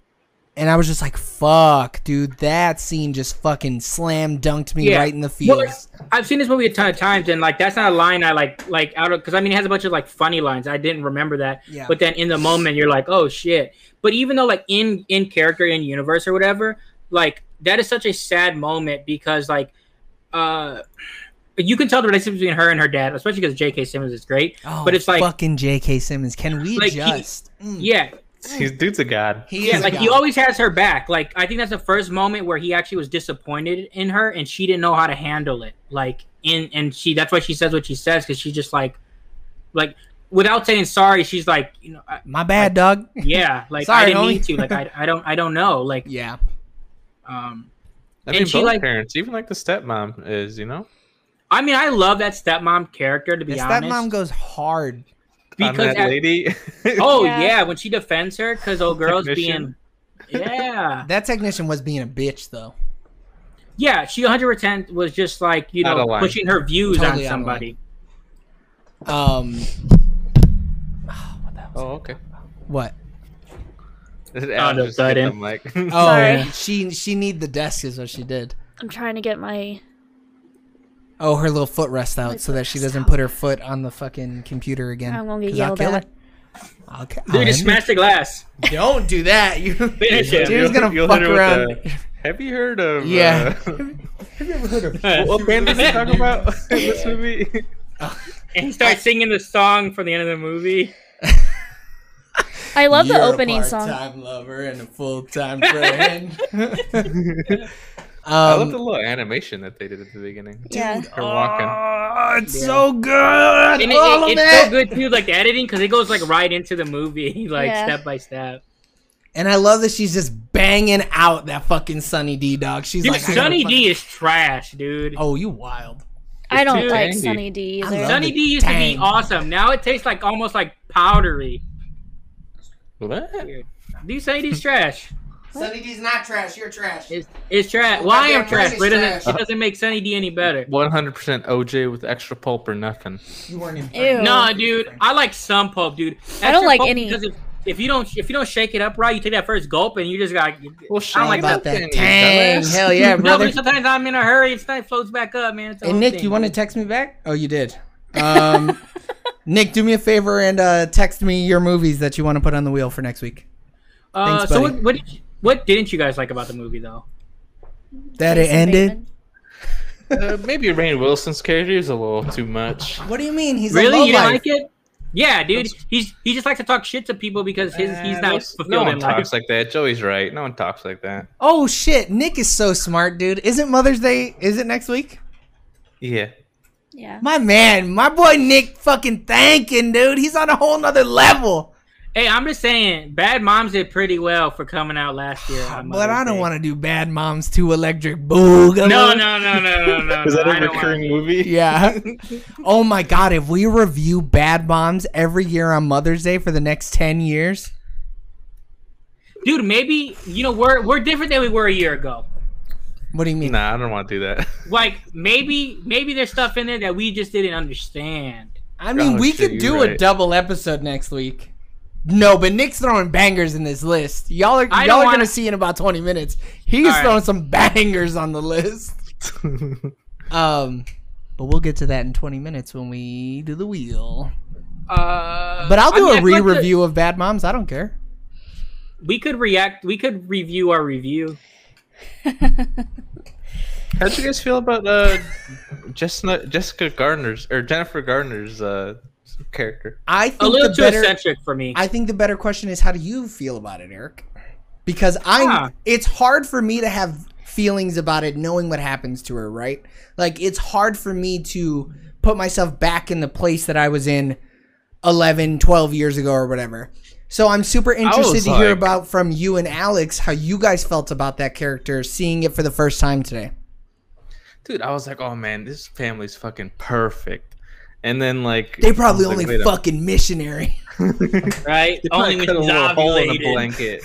[SPEAKER 1] and I was just like, fuck, dude, that scene just fucking slam dunked me
[SPEAKER 3] Yeah.
[SPEAKER 1] right in the
[SPEAKER 3] Well,
[SPEAKER 1] feels.
[SPEAKER 3] I've seen this movie a ton of times, and like that's not a line I like like out of because I mean it has a bunch of like funny lines. I didn't remember that,
[SPEAKER 1] Yeah.
[SPEAKER 3] but then in the moment you're like, oh shit. But even though like in in character in universe or whatever, like that is such a sad moment because like uh you can tell the relationship between her and her dad, especially because J.K. Simmons is great.
[SPEAKER 1] oh,
[SPEAKER 3] but it's like-
[SPEAKER 1] fucking J.K. Simmons. Can we
[SPEAKER 3] Like, he-
[SPEAKER 1] just? Mm.
[SPEAKER 3] Yeah,
[SPEAKER 2] He's dude's a god.
[SPEAKER 1] He
[SPEAKER 3] yeah,
[SPEAKER 1] is
[SPEAKER 3] like
[SPEAKER 1] a
[SPEAKER 3] he
[SPEAKER 1] god.
[SPEAKER 3] always has her back. Like I think that's the first moment where he actually was disappointed in her, and she didn't know how to handle it. Like in and she that's why she says what she says because she's just like, like without saying sorry, she's like, you know, I,
[SPEAKER 1] My bad, dog.
[SPEAKER 3] yeah, like
[SPEAKER 1] Sorry,
[SPEAKER 3] I didn't
[SPEAKER 1] homie.
[SPEAKER 3] mean to. Like I, I don't I don't know. Like
[SPEAKER 1] Yeah,
[SPEAKER 3] um,
[SPEAKER 2] I
[SPEAKER 3] And
[SPEAKER 2] mean,
[SPEAKER 3] she,
[SPEAKER 2] both
[SPEAKER 3] like-
[SPEAKER 2] parents, even like the stepmom, is you know
[SPEAKER 3] I mean I love that stepmom character to be
[SPEAKER 1] yes, that
[SPEAKER 3] honest.
[SPEAKER 1] mom goes hard.
[SPEAKER 2] on
[SPEAKER 3] because
[SPEAKER 2] that
[SPEAKER 3] at-
[SPEAKER 2] lady.
[SPEAKER 3] oh
[SPEAKER 4] Yeah.
[SPEAKER 3] yeah. when she defends her because old girl's
[SPEAKER 2] Technician.
[SPEAKER 3] being, yeah,
[SPEAKER 1] That technician was being a bitch though.
[SPEAKER 3] yeah, she 100 percent was just like you
[SPEAKER 2] Out of
[SPEAKER 3] know
[SPEAKER 2] line.
[SPEAKER 3] pushing her views
[SPEAKER 1] Totally out
[SPEAKER 3] on
[SPEAKER 1] of
[SPEAKER 3] somebody.
[SPEAKER 1] Um,
[SPEAKER 2] oh okay.
[SPEAKER 1] what?
[SPEAKER 2] This is
[SPEAKER 3] Out of
[SPEAKER 2] just hit
[SPEAKER 3] sudden.
[SPEAKER 2] them, like
[SPEAKER 1] Oh,
[SPEAKER 4] Sorry.
[SPEAKER 1] she she need the desk is what she did.
[SPEAKER 4] I'm trying to get my
[SPEAKER 1] Oh, her little footrest out
[SPEAKER 4] My
[SPEAKER 1] so that she
[SPEAKER 4] footrest
[SPEAKER 1] doesn't
[SPEAKER 4] out.
[SPEAKER 1] put her foot on the fucking computer again.
[SPEAKER 4] I won't get
[SPEAKER 1] 'Cause I'll
[SPEAKER 4] yelled
[SPEAKER 1] kill
[SPEAKER 4] at.
[SPEAKER 1] her. I'll ca- I'll
[SPEAKER 3] Dude, just
[SPEAKER 1] end
[SPEAKER 3] smash the glass.
[SPEAKER 1] it. Don't do that. You
[SPEAKER 3] Finish it.
[SPEAKER 1] Dude's gonna
[SPEAKER 2] You'll
[SPEAKER 1] fuck
[SPEAKER 2] hit her with
[SPEAKER 1] around.
[SPEAKER 2] the- Have you heard of?
[SPEAKER 1] Yeah.
[SPEAKER 2] Uh,
[SPEAKER 1] Have you ever heard of?
[SPEAKER 2] what- what band was he talking about in this movie?
[SPEAKER 3] And he starts singing the song from the end of the movie.
[SPEAKER 4] I love the
[SPEAKER 1] You're a
[SPEAKER 4] opening song.
[SPEAKER 1] Part-time lover and a full-time friend. um,
[SPEAKER 2] I love the little animation that they did at the beginning.
[SPEAKER 4] Yeah.
[SPEAKER 2] Her walking.
[SPEAKER 1] Oh, it's
[SPEAKER 3] Yeah.
[SPEAKER 1] so good. Oh,
[SPEAKER 3] And it,
[SPEAKER 1] All
[SPEAKER 3] it-
[SPEAKER 1] of
[SPEAKER 3] it's
[SPEAKER 1] it.
[SPEAKER 3] so good too, like the editing, because it goes like right into the movie, like
[SPEAKER 4] Yeah.
[SPEAKER 3] step by step.
[SPEAKER 1] And I love that she's just banging out that fucking Sunny D dog. She's
[SPEAKER 3] Dude,
[SPEAKER 1] like, I
[SPEAKER 3] Sunny
[SPEAKER 1] gotta
[SPEAKER 3] D is trash, dude.
[SPEAKER 1] fuck- Oh, you wild.
[SPEAKER 4] I don't
[SPEAKER 3] Dude.
[SPEAKER 4] like
[SPEAKER 2] Tangy.
[SPEAKER 4] Sunny D
[SPEAKER 1] I
[SPEAKER 4] either.
[SPEAKER 1] love-
[SPEAKER 3] Sunny
[SPEAKER 1] the
[SPEAKER 3] D used
[SPEAKER 1] tang.
[SPEAKER 3] to be awesome. Now it tastes like almost like powdery.
[SPEAKER 2] What?
[SPEAKER 3] Dude, Sunny D's trash.
[SPEAKER 1] Sunny D's not trash. You're trash.
[SPEAKER 3] It's, it's trash.
[SPEAKER 1] Oh,
[SPEAKER 3] Well, I
[SPEAKER 1] goddamn
[SPEAKER 3] am trash,
[SPEAKER 1] Sunny's
[SPEAKER 3] but it doesn't,
[SPEAKER 1] trash.
[SPEAKER 3] it doesn't make Sunny D any better.
[SPEAKER 2] One hundred percent OJ with extra pulp or nothing.
[SPEAKER 1] You weren't in.
[SPEAKER 4] Ew.
[SPEAKER 3] No, dude, I like some pulp, dude.
[SPEAKER 4] I don't
[SPEAKER 3] Extra
[SPEAKER 4] like
[SPEAKER 3] pulp
[SPEAKER 4] any.
[SPEAKER 3] because If, if you don't, if you don't shake it up right, you take that first gulp, and you just got.
[SPEAKER 2] Well,
[SPEAKER 3] I don't like
[SPEAKER 1] about
[SPEAKER 2] that
[SPEAKER 1] that.
[SPEAKER 2] thing, you
[SPEAKER 1] Tang.
[SPEAKER 2] dumbass.
[SPEAKER 1] Hell yeah,
[SPEAKER 3] No,
[SPEAKER 1] brother.
[SPEAKER 3] but sometimes I'm in a hurry. It's night floats back up, man. It's a
[SPEAKER 1] Hey,
[SPEAKER 3] whole
[SPEAKER 1] Nick,
[SPEAKER 3] thing,
[SPEAKER 1] you want to
[SPEAKER 3] dude.
[SPEAKER 1] text me back? Oh, you did. Um, Nick, do me a favor and uh, text me your movies that you want to put on the wheel for next week.
[SPEAKER 3] Uh,
[SPEAKER 1] Thanks,
[SPEAKER 3] so
[SPEAKER 1] buddy.
[SPEAKER 3] what, what did you- what didn't you guys like about the movie though?
[SPEAKER 1] That it
[SPEAKER 4] Jason
[SPEAKER 1] ended.
[SPEAKER 4] Bateman.
[SPEAKER 2] Uh, maybe Rain Wilson's character is a little too much.
[SPEAKER 1] What do you mean? He's
[SPEAKER 3] really,
[SPEAKER 1] a
[SPEAKER 3] you didn't
[SPEAKER 1] lowlife.
[SPEAKER 3] like it? Yeah, dude. He's he just likes to talk shit to people because his he's
[SPEAKER 2] Eh,
[SPEAKER 3] not
[SPEAKER 2] no-
[SPEAKER 3] fulfilled
[SPEAKER 2] No one
[SPEAKER 3] in life.
[SPEAKER 2] talks like that. Joey's right. No one talks like that.
[SPEAKER 1] Oh shit, Nick is so smart, dude. Isn't Mother's Day? Is it next week?
[SPEAKER 2] Yeah.
[SPEAKER 4] Yeah.
[SPEAKER 1] My man, my boy Nick, fucking thanking, dude. He's on a whole nother level.
[SPEAKER 3] Hey, I'm just saying, Bad Moms did pretty well for coming out last year. on
[SPEAKER 1] but I
[SPEAKER 3] Mother's
[SPEAKER 1] don't
[SPEAKER 3] Day.
[SPEAKER 1] want to do Bad Moms Two Electric Boogaloo.
[SPEAKER 3] No, no, no, no, no, no.
[SPEAKER 2] Is that
[SPEAKER 3] no,
[SPEAKER 2] a
[SPEAKER 3] I don't
[SPEAKER 2] recurring movie?
[SPEAKER 1] Yeah. oh my god, if we review Bad Moms every year on Mother's Day for the next ten years,
[SPEAKER 3] wanna- Dude, maybe you know we're we're different than we were a year ago.
[SPEAKER 1] what do you mean?
[SPEAKER 2] Nah, I don't want to do that.
[SPEAKER 3] Like maybe maybe there's stuff in there that we just didn't understand.
[SPEAKER 1] I mean,
[SPEAKER 2] Oh,
[SPEAKER 1] we
[SPEAKER 2] shit,
[SPEAKER 1] could
[SPEAKER 2] you're
[SPEAKER 1] do a
[SPEAKER 2] right.
[SPEAKER 1] double episode next week. No, but Nick's throwing bangers in this list. Y'all are
[SPEAKER 3] I
[SPEAKER 1] y'all
[SPEAKER 3] don't
[SPEAKER 1] are gonna
[SPEAKER 3] wanna-
[SPEAKER 1] see in about twenty minutes. He's
[SPEAKER 3] All right.
[SPEAKER 1] throwing some bangers on the list. Um, but we'll get to that in twenty minutes when we do the wheel.
[SPEAKER 3] Uh,
[SPEAKER 1] But I'll
[SPEAKER 3] I
[SPEAKER 1] do
[SPEAKER 3] mean,
[SPEAKER 1] a
[SPEAKER 3] I feel like the-
[SPEAKER 1] re-review of Bad Moms. I don't care.
[SPEAKER 3] we could react. We could review our review.
[SPEAKER 2] How'd you guys feel about uh, Jessica, Jessica Gardner's or Jennifer Gardner's uh, character?
[SPEAKER 1] I
[SPEAKER 3] A
[SPEAKER 1] think
[SPEAKER 3] little
[SPEAKER 1] the
[SPEAKER 3] too
[SPEAKER 1] better.
[SPEAKER 3] eccentric for me.
[SPEAKER 1] I think the better question is how do you feel about it, Eric? Because I
[SPEAKER 3] Yeah.
[SPEAKER 1] it's hard for me to have feelings about it knowing what happens to her, right? Like it's hard for me to put myself back in the place that I was in 11, 12 years ago or whatever. So I'm super interested
[SPEAKER 2] was
[SPEAKER 1] to hear
[SPEAKER 2] like-
[SPEAKER 1] about from you and Alex how you guys felt about that character seeing it for the first time today.
[SPEAKER 2] Dude, I was like, oh man, this family's fucking perfect. And then like
[SPEAKER 1] They probably
[SPEAKER 2] I was
[SPEAKER 1] only
[SPEAKER 2] like, wait a-
[SPEAKER 1] fucking missionary.
[SPEAKER 3] right?
[SPEAKER 2] They probably cut a
[SPEAKER 3] when
[SPEAKER 2] little
[SPEAKER 3] he's
[SPEAKER 2] hole in a
[SPEAKER 3] ovulated.
[SPEAKER 2] blanket.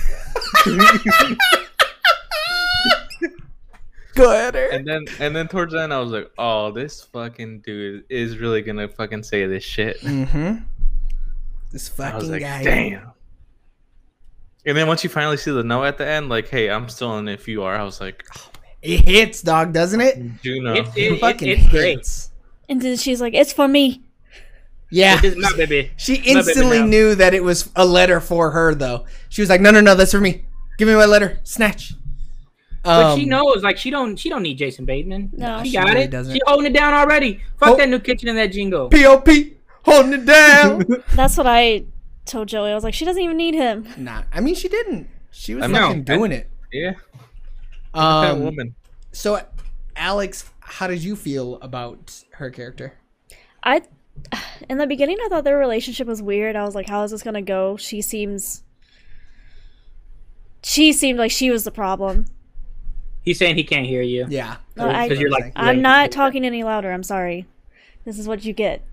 [SPEAKER 1] Go ahead, Eric.
[SPEAKER 2] and then and then towards the end I was like, oh, this fucking dude is really gonna fucking say this shit.
[SPEAKER 1] Mm-hmm. This
[SPEAKER 2] I was
[SPEAKER 1] fucking
[SPEAKER 2] like,
[SPEAKER 1] guy.
[SPEAKER 2] damn. And then once you finally see the no at the end, like, hey, I'm still in if you are, I was like,
[SPEAKER 1] It hits, dog, doesn't it?
[SPEAKER 2] Juno.
[SPEAKER 3] It- it-
[SPEAKER 1] It fucking
[SPEAKER 3] it's great.
[SPEAKER 1] hits.
[SPEAKER 4] And then she's like, "It's for me."
[SPEAKER 1] Yeah.
[SPEAKER 3] It is not, baby.
[SPEAKER 1] She
[SPEAKER 3] baby
[SPEAKER 1] instantly
[SPEAKER 3] now.
[SPEAKER 1] knew that it was a letter for her, though. She was like, no, no, no, that's for me. Give me my letter. Snatch.
[SPEAKER 3] But
[SPEAKER 1] Um,
[SPEAKER 3] she knows, like she don't, she don't need Jason Bateman.
[SPEAKER 4] No.
[SPEAKER 3] she
[SPEAKER 4] She
[SPEAKER 3] got
[SPEAKER 1] really
[SPEAKER 3] it.
[SPEAKER 1] doesn't.
[SPEAKER 3] She holding it down already. Fuck
[SPEAKER 1] Oh.
[SPEAKER 3] that new kitchen and that jingle.
[SPEAKER 1] P.O.P. holding it down.
[SPEAKER 4] That's what I told Joey. I was like, "She doesn't even need him."
[SPEAKER 1] nah, I mean, she didn't. She was
[SPEAKER 2] I
[SPEAKER 3] know.
[SPEAKER 1] fucking doing it.
[SPEAKER 2] yeah, that
[SPEAKER 1] Um,
[SPEAKER 2] woman.
[SPEAKER 1] so, Alex, how did you feel about her character?
[SPEAKER 4] I in the beginning I thought their relationship was weird. I was like, how is this gonna go? She seems she seemed like she was the problem.
[SPEAKER 3] He's saying he can't hear you.
[SPEAKER 1] Yeah.
[SPEAKER 4] No, I-
[SPEAKER 3] Because you're like,
[SPEAKER 4] I'm
[SPEAKER 3] like-
[SPEAKER 4] not talking any louder, I'm sorry. This is what you get.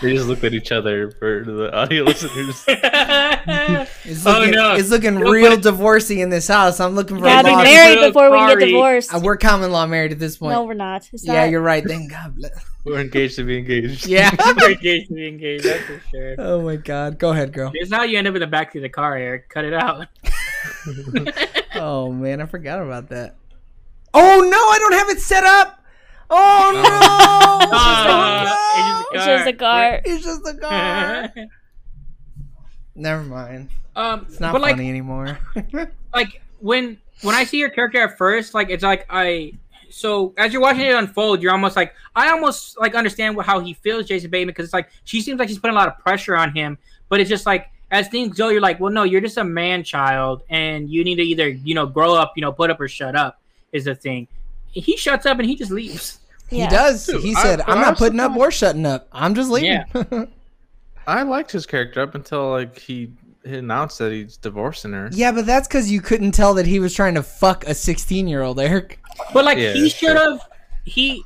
[SPEAKER 2] They just looked at each other for the audio listeners.
[SPEAKER 1] It's
[SPEAKER 3] Oh,
[SPEAKER 1] looking,
[SPEAKER 3] no.
[SPEAKER 1] It's looking
[SPEAKER 3] Don't
[SPEAKER 1] real
[SPEAKER 3] put it-
[SPEAKER 1] divorcee in this house. I'm looking for
[SPEAKER 4] Gotta
[SPEAKER 1] a
[SPEAKER 4] be
[SPEAKER 1] law.
[SPEAKER 3] Sorry.
[SPEAKER 4] married before we get
[SPEAKER 3] Sorry.
[SPEAKER 4] divorced.
[SPEAKER 1] Uh, We're common law married at this point.
[SPEAKER 4] no, we're not. It's
[SPEAKER 1] yeah,
[SPEAKER 4] not-
[SPEAKER 1] you're right. Thank God. bless-
[SPEAKER 2] We're engaged to be engaged.
[SPEAKER 1] Yeah.
[SPEAKER 3] We're engaged to be engaged, that's for sure.
[SPEAKER 1] oh my God. Go ahead, girl.
[SPEAKER 3] This is how you end up in the backseat of the car, Eric. Cut it out.
[SPEAKER 1] Oh man, I forgot about that. Oh no, I don't have it set up. Oh no!
[SPEAKER 3] Ah,
[SPEAKER 1] Oh,
[SPEAKER 3] it's
[SPEAKER 4] it's just a car.
[SPEAKER 1] no! It's just a car. Never mind.
[SPEAKER 3] um,
[SPEAKER 1] It's not
[SPEAKER 3] but like,
[SPEAKER 1] funny anymore.
[SPEAKER 3] like when when I see your character at first, like it's like I. So as you're watching it unfold, you're almost like I almost like understand what, how he feels, Jason Bateman, because it's like she seems like she's putting a lot of pressure on him, but it's just like as things go, you're like, well, no, you're just a man child, and you need to either you know grow up, you know, put up or shut up is the thing. He shuts up and he just leaves.
[SPEAKER 4] yeah.
[SPEAKER 1] He does.
[SPEAKER 2] Dude,
[SPEAKER 1] he
[SPEAKER 2] I-
[SPEAKER 1] said,
[SPEAKER 2] I
[SPEAKER 1] "I'm not
[SPEAKER 2] was
[SPEAKER 1] putting up or shutting up. I'm just leaving." Yeah,
[SPEAKER 2] I liked his character up until like he, he announced that he's divorcing her.
[SPEAKER 1] but that's because you couldn't tell that he was trying to fuck a 16 year old, Eric.
[SPEAKER 3] But like
[SPEAKER 2] Yeah,
[SPEAKER 3] he
[SPEAKER 2] sure.
[SPEAKER 3] should have. He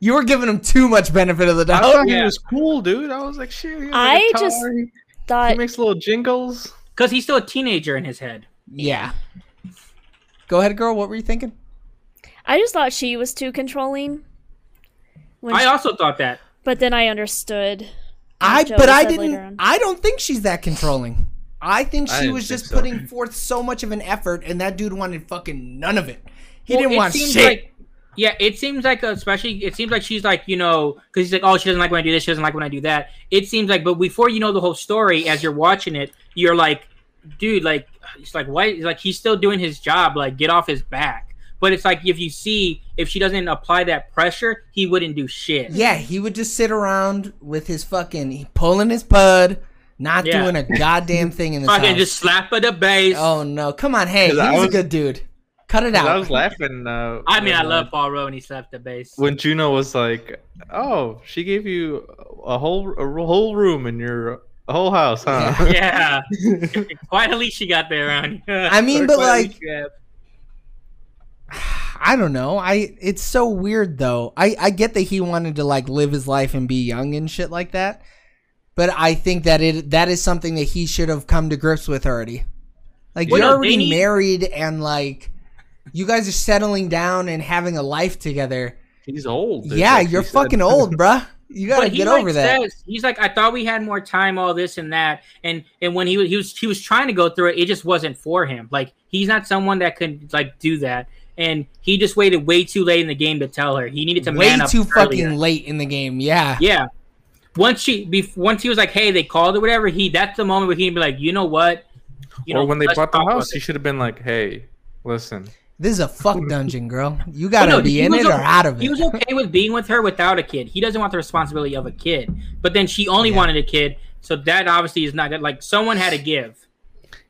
[SPEAKER 1] You were giving him too much benefit of the
[SPEAKER 2] I
[SPEAKER 1] doubt.
[SPEAKER 2] thought he
[SPEAKER 3] yeah.
[SPEAKER 2] was cool, dude. I was like, shit. he has a
[SPEAKER 4] I
[SPEAKER 2] guitar,
[SPEAKER 4] just
[SPEAKER 2] he- he
[SPEAKER 4] Thought
[SPEAKER 2] makes little jingles.
[SPEAKER 3] because he's still a teenager in his head.
[SPEAKER 1] Yeah. Go ahead, girl. What were you thinking?
[SPEAKER 4] I just thought she was too controlling. When
[SPEAKER 3] I
[SPEAKER 4] she-
[SPEAKER 3] also thought that.
[SPEAKER 4] but then I understood.
[SPEAKER 1] I
[SPEAKER 4] Joey
[SPEAKER 1] but I
[SPEAKER 4] said later
[SPEAKER 1] didn't
[SPEAKER 4] on.
[SPEAKER 1] I don't think she's that controlling. I think
[SPEAKER 2] I
[SPEAKER 1] she
[SPEAKER 2] didn't
[SPEAKER 1] was
[SPEAKER 2] think
[SPEAKER 1] just
[SPEAKER 2] so.
[SPEAKER 1] putting forth so much of an effort and that dude wanted fucking none of it. He
[SPEAKER 3] Well,
[SPEAKER 1] didn't
[SPEAKER 3] it
[SPEAKER 1] want
[SPEAKER 3] seems
[SPEAKER 1] shit.
[SPEAKER 3] Like, yeah, it seems like, uh, especially, it seems like she's like, you know, because he's like, oh, she doesn't like when I do this, she doesn't like when I do that. It seems like, but before you know the whole story, as you're watching it, you're like, dude, like, it's like, why? Like, he's still doing his job. Like, get off his back. But it's like if you see, if she doesn't apply that pressure, he wouldn't do shit.
[SPEAKER 1] Yeah, he would just sit around with his fucking he pulling his pud, not
[SPEAKER 3] Yeah.
[SPEAKER 1] doing a goddamn thing in this
[SPEAKER 3] Fucking
[SPEAKER 1] house.
[SPEAKER 3] just slap at the base.
[SPEAKER 1] oh no, come on, hey, he
[SPEAKER 2] 'Cause
[SPEAKER 1] was,
[SPEAKER 2] I
[SPEAKER 1] a
[SPEAKER 2] was-
[SPEAKER 1] good dude. Cut it
[SPEAKER 2] 'Cause I
[SPEAKER 1] out.
[SPEAKER 2] was laughing. Uh,
[SPEAKER 3] I mean, I
[SPEAKER 2] when, uh,
[SPEAKER 3] love Paul Rowe and he slapped the base.
[SPEAKER 2] when Juno was like, "Oh, she gave you a whole a whole room in your whole house, huh?"
[SPEAKER 3] yeah, quietly she got there on.
[SPEAKER 1] I mean, but like,
[SPEAKER 3] yeah.
[SPEAKER 1] I don't know. I it's so weird though. I I get that he wanted to like live his life and be young and shit like that, but I think that it that is something that he should have come to grips with already. Like
[SPEAKER 2] Well,
[SPEAKER 1] you're
[SPEAKER 3] no,
[SPEAKER 1] already
[SPEAKER 3] they need-
[SPEAKER 1] married and like you guys are settling down and having a life together.
[SPEAKER 2] He's old. dude,
[SPEAKER 1] yeah,
[SPEAKER 2] like she
[SPEAKER 1] you're
[SPEAKER 2] said.
[SPEAKER 1] fucking old, bruh. You gotta
[SPEAKER 3] he,
[SPEAKER 1] get
[SPEAKER 3] like,
[SPEAKER 1] over that.
[SPEAKER 3] Says, he's like, I thought we had more time, all this and that, and and when he was he was he was trying to go through it, it just wasn't for him. Like he's not someone that could like do that, and he just waited way too late in the game to tell her. He needed to
[SPEAKER 1] Way
[SPEAKER 3] man up
[SPEAKER 1] too
[SPEAKER 3] earlier.
[SPEAKER 1] fucking late in the game. Yeah.
[SPEAKER 3] Yeah. Once she, bef- once he was like, "Hey, they called or whatever," he that's the moment where he'd be like, "You know what?" You
[SPEAKER 2] or
[SPEAKER 3] know,
[SPEAKER 2] when they
[SPEAKER 3] let's
[SPEAKER 2] bought the
[SPEAKER 3] talk about
[SPEAKER 2] house,
[SPEAKER 3] this."
[SPEAKER 2] he should have been like, "Hey, listen,
[SPEAKER 1] This is a fuck dungeon, girl. You gotta
[SPEAKER 3] Well, no,
[SPEAKER 1] be
[SPEAKER 3] he
[SPEAKER 1] in
[SPEAKER 3] was
[SPEAKER 1] it
[SPEAKER 3] o-
[SPEAKER 1] or out of it.
[SPEAKER 3] He was okay with being with her without a kid. He doesn't want the responsibility of a kid. But then she only
[SPEAKER 1] Yeah.
[SPEAKER 3] wanted a kid, so that obviously is not good. Like someone had to give.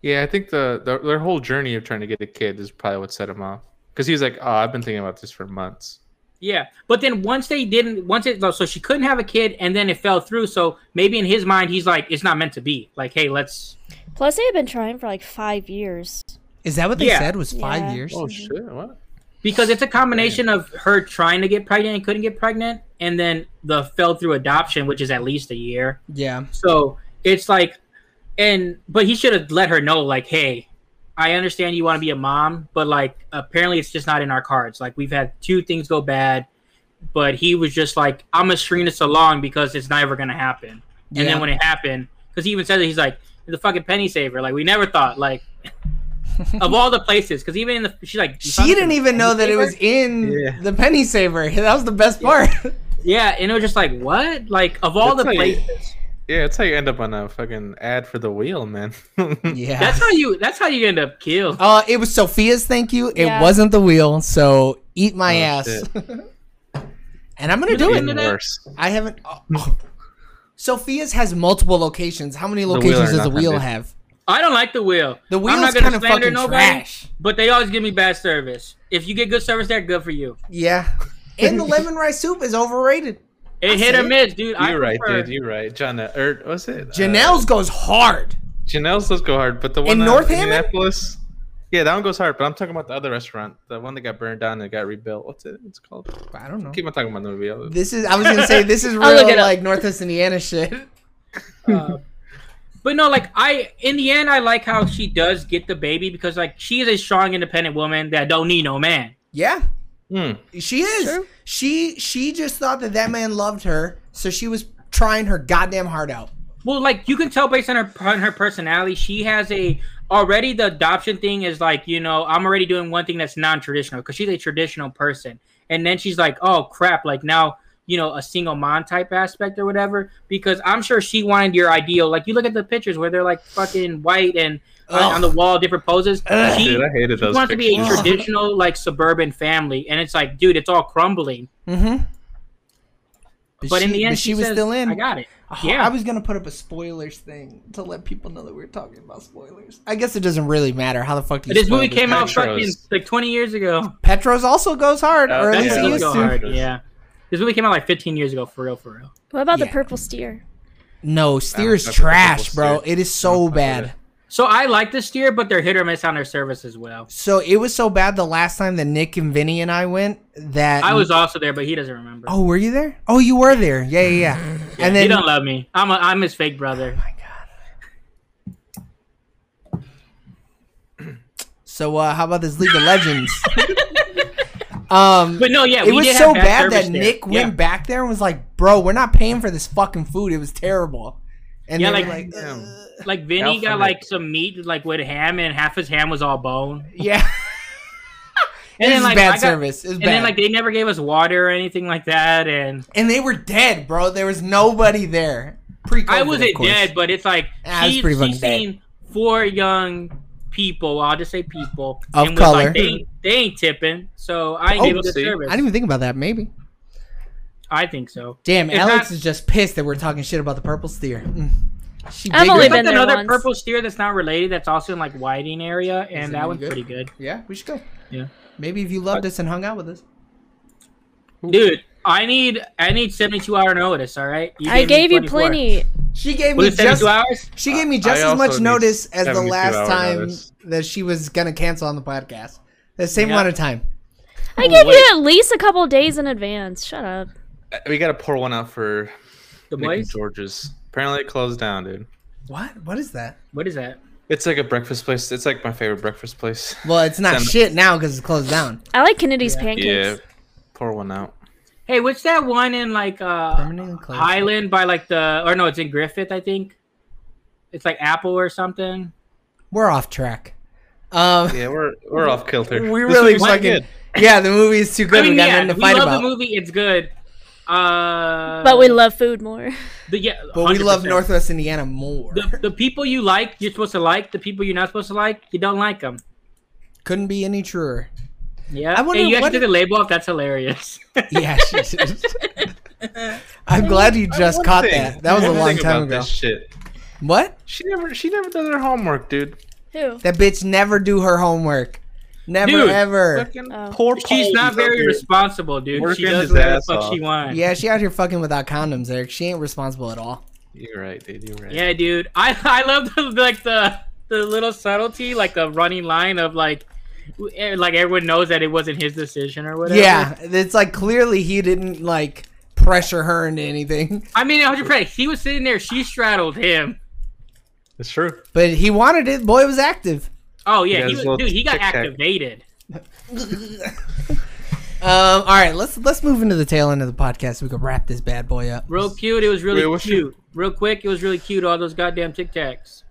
[SPEAKER 2] yeah, I think the, the their whole journey of trying to get a kid is probably what set him off." Because he was like, "Oh, I've been thinking about this for months."
[SPEAKER 3] Yeah, but then once they didn't, once it so she couldn't have a kid, and then it fell through. So maybe in his mind, he's like, it's not meant to be. Like, hey, let's.
[SPEAKER 4] Plus, they had been trying for like five years.
[SPEAKER 1] is that what they
[SPEAKER 3] Yeah.
[SPEAKER 1] said? Was five
[SPEAKER 4] Yeah.
[SPEAKER 1] years?
[SPEAKER 3] Mm-hmm.
[SPEAKER 2] Oh shit! What?
[SPEAKER 3] Because it's a combination of her trying to get pregnant and couldn't get pregnant, and then the fell through adoption, which is at least a year.
[SPEAKER 1] Yeah.
[SPEAKER 3] So it's like, and but he should have let her know, like, hey, I understand you want to be a mom, but like, apparently it's just not in our cards. Like, we've had two things go bad, but he was just like, I'm gonna string this along because it's never gonna happen. And
[SPEAKER 1] Yeah.
[SPEAKER 3] then when it happened, because he even said that he's like the fucking penny saver. Like, we never thought like. of all the places, because even in the she's like
[SPEAKER 1] She
[SPEAKER 3] you found this
[SPEAKER 1] didn't
[SPEAKER 3] in the
[SPEAKER 1] even know
[SPEAKER 3] penny
[SPEAKER 1] that it
[SPEAKER 3] saver?
[SPEAKER 1] was in
[SPEAKER 2] Yeah.
[SPEAKER 1] the penny saver. That was the best part.
[SPEAKER 3] yeah, and it was just like what like of all
[SPEAKER 2] That's
[SPEAKER 3] the
[SPEAKER 2] like-
[SPEAKER 3] places
[SPEAKER 2] Yeah, that's how you end up on a fucking ad for the wheel, man.
[SPEAKER 1] yeah.
[SPEAKER 3] that's how you that's how you end up killed.
[SPEAKER 1] uh, it was Sophia's thank you. It
[SPEAKER 4] Yeah.
[SPEAKER 1] wasn't the wheel, so eat my
[SPEAKER 2] Oh,
[SPEAKER 1] ass. and I'm gonna do
[SPEAKER 3] Even
[SPEAKER 1] it.
[SPEAKER 2] Even
[SPEAKER 3] Isn't it?
[SPEAKER 2] worse.
[SPEAKER 1] I haven't. oh, oh. Sophia's has multiple locations. How many
[SPEAKER 2] The Wheel
[SPEAKER 1] locations
[SPEAKER 2] are
[SPEAKER 1] does the
[SPEAKER 2] not
[SPEAKER 1] wheel
[SPEAKER 2] hundred.
[SPEAKER 1] have?
[SPEAKER 3] I don't like the wheel.
[SPEAKER 1] The
[SPEAKER 3] I'm not
[SPEAKER 1] wheel's
[SPEAKER 3] gonna
[SPEAKER 1] kind of
[SPEAKER 3] slander
[SPEAKER 1] fucking
[SPEAKER 3] nobody,
[SPEAKER 1] trash.
[SPEAKER 3] But they always give me bad service. If you get good service there, good for you.
[SPEAKER 1] Yeah. And the lemon rice soup is overrated.
[SPEAKER 3] It
[SPEAKER 1] I
[SPEAKER 3] hit
[SPEAKER 1] see
[SPEAKER 3] or
[SPEAKER 1] it.
[SPEAKER 3] miss, dude. I
[SPEAKER 2] You're right,
[SPEAKER 3] prefer-
[SPEAKER 2] dude. You're right. John, or was it uh,
[SPEAKER 1] Janelle's goes hard.
[SPEAKER 2] Janelle's does go hard, but the one
[SPEAKER 1] In
[SPEAKER 2] out
[SPEAKER 1] North Hammond?
[SPEAKER 2] Indianapolis. Yeah, that one goes hard. But I'm talking about the other restaurant, the one that got burned down and got rebuilt. What's it? It's called.
[SPEAKER 1] I don't know.
[SPEAKER 2] keep on talking about the movie. I'll-
[SPEAKER 1] This is. I was gonna say this is
[SPEAKER 4] I'll
[SPEAKER 1] real
[SPEAKER 4] look it up.
[SPEAKER 1] like Northwest Indiana shit.
[SPEAKER 3] uh, but no, like I, in the end, I like how she does get the baby because like she is a strong, independent woman that don't need no man.
[SPEAKER 1] Yeah.
[SPEAKER 2] Hmm.
[SPEAKER 1] She is.
[SPEAKER 4] Sure.
[SPEAKER 1] She she just thought that that man loved her, so she was trying her goddamn heart out.
[SPEAKER 3] Well, like you can tell based on her on her personality, she has a already the adoption thing is like you know I'm already doing one thing that's non-traditional because she's a traditional person, and then she's like, oh crap, like now you know a single mom type aspect or whatever because I'm sure she wanted your ideal. Like you look at the pictures where they're like fucking white and on-
[SPEAKER 1] Ugh.
[SPEAKER 3] on the wall different poses.
[SPEAKER 1] Ugh.
[SPEAKER 3] she
[SPEAKER 2] Dude, I hated
[SPEAKER 3] she
[SPEAKER 2] those.
[SPEAKER 3] wants to be a
[SPEAKER 2] pictures.
[SPEAKER 1] Ugh.
[SPEAKER 3] traditional like suburban family, and it's like, dude, it's all crumbling.
[SPEAKER 1] Mm-hmm.
[SPEAKER 3] But in the end,
[SPEAKER 1] she, was
[SPEAKER 3] says,
[SPEAKER 1] still in.
[SPEAKER 3] I got it.
[SPEAKER 1] Oh,
[SPEAKER 3] Yeah.
[SPEAKER 1] I was gonna put up a spoilers thing to let people know that we are talking about spoilers. I guess it doesn't really matter how the fuck. Do you
[SPEAKER 3] This
[SPEAKER 1] spoil
[SPEAKER 3] movie came out fucking
[SPEAKER 2] Petros.
[SPEAKER 3] like 20 years ago.
[SPEAKER 1] Petros also goes hard,
[SPEAKER 2] Oh,
[SPEAKER 1] or at
[SPEAKER 2] that's
[SPEAKER 1] least
[SPEAKER 2] how
[SPEAKER 1] he
[SPEAKER 2] it
[SPEAKER 1] used
[SPEAKER 2] goes.
[SPEAKER 1] to.
[SPEAKER 2] hard,
[SPEAKER 3] Yeah. This movie came out like 15 years ago, for real, for real.
[SPEAKER 4] What about
[SPEAKER 1] Yeah.
[SPEAKER 4] the purple steer?
[SPEAKER 1] No, steer
[SPEAKER 2] don't
[SPEAKER 1] is
[SPEAKER 2] fuck with the
[SPEAKER 1] trash,
[SPEAKER 2] purple
[SPEAKER 1] bro.
[SPEAKER 2] steer.
[SPEAKER 1] It is so
[SPEAKER 2] fuck with
[SPEAKER 1] bad.
[SPEAKER 2] it.
[SPEAKER 3] So I like the steer, but they're hit or miss on their service as well.
[SPEAKER 1] So it was so bad the last time that Nick and Vinny and I went that
[SPEAKER 3] I was also there, but he doesn't remember.
[SPEAKER 1] Oh, were you there? Oh, you were there. Yeah, yeah, yeah. And
[SPEAKER 3] he
[SPEAKER 1] then Oh
[SPEAKER 3] don't love me. I'm a, I'm his fake brother.
[SPEAKER 1] So uh, how about this League of Legends? um,
[SPEAKER 3] But no, yeah,
[SPEAKER 1] it
[SPEAKER 3] we
[SPEAKER 1] was
[SPEAKER 3] did
[SPEAKER 1] so
[SPEAKER 3] have bad,
[SPEAKER 1] bad
[SPEAKER 3] service
[SPEAKER 1] that
[SPEAKER 3] there.
[SPEAKER 1] Nick went
[SPEAKER 3] Yeah.
[SPEAKER 1] back there and was like, "Bro, we're not paying for this fucking food. It was terrible." And
[SPEAKER 3] Yeah,
[SPEAKER 1] they were
[SPEAKER 3] like-
[SPEAKER 1] like "Ugh."
[SPEAKER 3] Like Vinny
[SPEAKER 2] Alpha
[SPEAKER 3] got
[SPEAKER 2] Nick.
[SPEAKER 3] like some meat, like with ham, and half his ham was all bone.
[SPEAKER 1] yeah,
[SPEAKER 3] And
[SPEAKER 1] it
[SPEAKER 3] then
[SPEAKER 1] was
[SPEAKER 3] like I
[SPEAKER 1] bad
[SPEAKER 3] got-
[SPEAKER 1] service. It was
[SPEAKER 3] And
[SPEAKER 1] bad.
[SPEAKER 3] then like they never gave us water or anything like that. And
[SPEAKER 1] and they were dead, bro. There was nobody there. Pre,
[SPEAKER 3] I wasn't dead, but it's like
[SPEAKER 1] Ah, it's
[SPEAKER 3] she,
[SPEAKER 1] pretty
[SPEAKER 3] she's
[SPEAKER 1] fucking dead.
[SPEAKER 3] seen four young people. I'll just say people
[SPEAKER 1] Of
[SPEAKER 3] was like,
[SPEAKER 1] color.
[SPEAKER 3] they, ain't- they ain't tipping, so I ain't
[SPEAKER 1] Oh,
[SPEAKER 3] able to
[SPEAKER 2] see.
[SPEAKER 1] I
[SPEAKER 3] service.
[SPEAKER 1] didn't even think about that. Maybe.
[SPEAKER 3] I think so.
[SPEAKER 1] Damn,
[SPEAKER 3] It's
[SPEAKER 1] Alex
[SPEAKER 3] not-
[SPEAKER 1] is just pissed that we're talking shit about the purple steer. Mm. She
[SPEAKER 4] I've
[SPEAKER 1] bigger-
[SPEAKER 4] only
[SPEAKER 3] There's
[SPEAKER 4] been
[SPEAKER 3] like
[SPEAKER 4] there
[SPEAKER 3] another
[SPEAKER 4] once.
[SPEAKER 3] purple steer that's not related that's also in like Whiting area,
[SPEAKER 1] Is it
[SPEAKER 3] and
[SPEAKER 1] any
[SPEAKER 3] that one's
[SPEAKER 1] good?
[SPEAKER 3] pretty good.
[SPEAKER 1] Yeah, we should go.
[SPEAKER 3] Yeah.
[SPEAKER 1] Maybe if you loved us and hung out with us.
[SPEAKER 3] Dude, I need I need seventy two hour notice. All right,
[SPEAKER 4] I gave you
[SPEAKER 3] 24.
[SPEAKER 4] plenty.
[SPEAKER 1] She gave
[SPEAKER 3] Was
[SPEAKER 1] me
[SPEAKER 3] it seventy
[SPEAKER 1] just
[SPEAKER 3] two hours?
[SPEAKER 1] she gave me
[SPEAKER 2] I
[SPEAKER 1] just as
[SPEAKER 2] also
[SPEAKER 1] much
[SPEAKER 2] need
[SPEAKER 1] notice as the
[SPEAKER 2] 72
[SPEAKER 1] last
[SPEAKER 2] hour
[SPEAKER 1] time
[SPEAKER 2] notice.
[SPEAKER 1] that she was gonna cancel on the podcast. The same
[SPEAKER 3] Yeah.
[SPEAKER 1] amount of time.
[SPEAKER 3] Oh,
[SPEAKER 4] I gave you at least a couple days in advance. Shut up.
[SPEAKER 2] We gotta pour one out for
[SPEAKER 3] The
[SPEAKER 2] Nick and
[SPEAKER 3] boys.
[SPEAKER 2] George's. Apparently, it closed down, dude.
[SPEAKER 1] What? What is that?
[SPEAKER 3] What is that?
[SPEAKER 2] It's like a breakfast place. It's like my favorite breakfast place.
[SPEAKER 1] Well, it's not
[SPEAKER 2] Some-
[SPEAKER 1] shit now because it's closed down.
[SPEAKER 4] I like Kennedy's
[SPEAKER 2] Yeah,
[SPEAKER 4] pancakes.
[SPEAKER 2] pour one out.
[SPEAKER 3] Hey, what's that one in like uh
[SPEAKER 1] Permanently closed.
[SPEAKER 3] Highland by like the or no, it's in Griffith, I think. It's like Apple or something.
[SPEAKER 1] We're off track. Um,
[SPEAKER 2] Yeah, we're we're off kilter.
[SPEAKER 1] we
[SPEAKER 2] This
[SPEAKER 1] really
[SPEAKER 2] movie's not
[SPEAKER 1] fucking
[SPEAKER 2] good.
[SPEAKER 1] yeah. The movie is too good.
[SPEAKER 3] I mean,
[SPEAKER 1] we got
[SPEAKER 3] yeah,
[SPEAKER 1] nothing to
[SPEAKER 3] we
[SPEAKER 1] fight
[SPEAKER 3] love
[SPEAKER 1] about.
[SPEAKER 3] the movie. It's good. Uh,
[SPEAKER 4] But we love food more.
[SPEAKER 3] the, yeah,
[SPEAKER 1] But we love
[SPEAKER 3] 100%.
[SPEAKER 1] Northwest Indiana more.
[SPEAKER 3] The, the people you like, you're supposed to like. The people you're not supposed to like, you don't like them.
[SPEAKER 1] Couldn't be any truer.
[SPEAKER 3] Yeah.
[SPEAKER 1] I wonder
[SPEAKER 3] hey, you guys
[SPEAKER 1] what-
[SPEAKER 3] took the label off. That's hilarious.
[SPEAKER 1] Yeah, she did. I'm glad you just
[SPEAKER 2] One
[SPEAKER 1] caught
[SPEAKER 2] thing-
[SPEAKER 1] that. That was a
[SPEAKER 2] one
[SPEAKER 1] long
[SPEAKER 2] thing
[SPEAKER 1] time
[SPEAKER 2] about
[SPEAKER 1] ago.
[SPEAKER 2] This shit.
[SPEAKER 1] What?
[SPEAKER 2] She never she never does her homework, dude.
[SPEAKER 4] Who?
[SPEAKER 1] That bitch never do her homework. Never
[SPEAKER 3] Dude.
[SPEAKER 1] ever.
[SPEAKER 2] Fucking
[SPEAKER 4] Oh.
[SPEAKER 2] poor
[SPEAKER 3] She's
[SPEAKER 2] Paul
[SPEAKER 3] not
[SPEAKER 2] is
[SPEAKER 3] very
[SPEAKER 2] up here.
[SPEAKER 3] responsible, dude.
[SPEAKER 2] Working
[SPEAKER 3] she does
[SPEAKER 2] his
[SPEAKER 3] whatever the
[SPEAKER 2] ass
[SPEAKER 3] fuck
[SPEAKER 2] off.
[SPEAKER 3] she wants.
[SPEAKER 1] Yeah, she out here fucking without condoms, Eric. She ain't responsible at all.
[SPEAKER 2] You're right, dude. You're right.
[SPEAKER 3] Yeah, dude. I I love the like the the little subtlety, like the running line of like w- eh, like everyone knows that it wasn't his decision or whatever.
[SPEAKER 1] Yeah, it's like clearly he didn't like pressure her into anything,
[SPEAKER 3] I mean, 100. percent He was sitting there. She straddled him.
[SPEAKER 2] It's true.
[SPEAKER 1] but he wanted it. Boy was active.
[SPEAKER 3] Oh yeah,
[SPEAKER 2] got
[SPEAKER 3] he
[SPEAKER 2] his
[SPEAKER 3] was,
[SPEAKER 2] little
[SPEAKER 3] dude. He got
[SPEAKER 2] tic-tac.
[SPEAKER 3] activated.
[SPEAKER 1] Um, all right, let's let's move into the tail end of the podcast. so We can wrap this bad boy up.
[SPEAKER 3] Real cute. It was really
[SPEAKER 2] Wait, what's
[SPEAKER 3] cute. Real quick. It was really cute. All those goddamn Tic Tacs.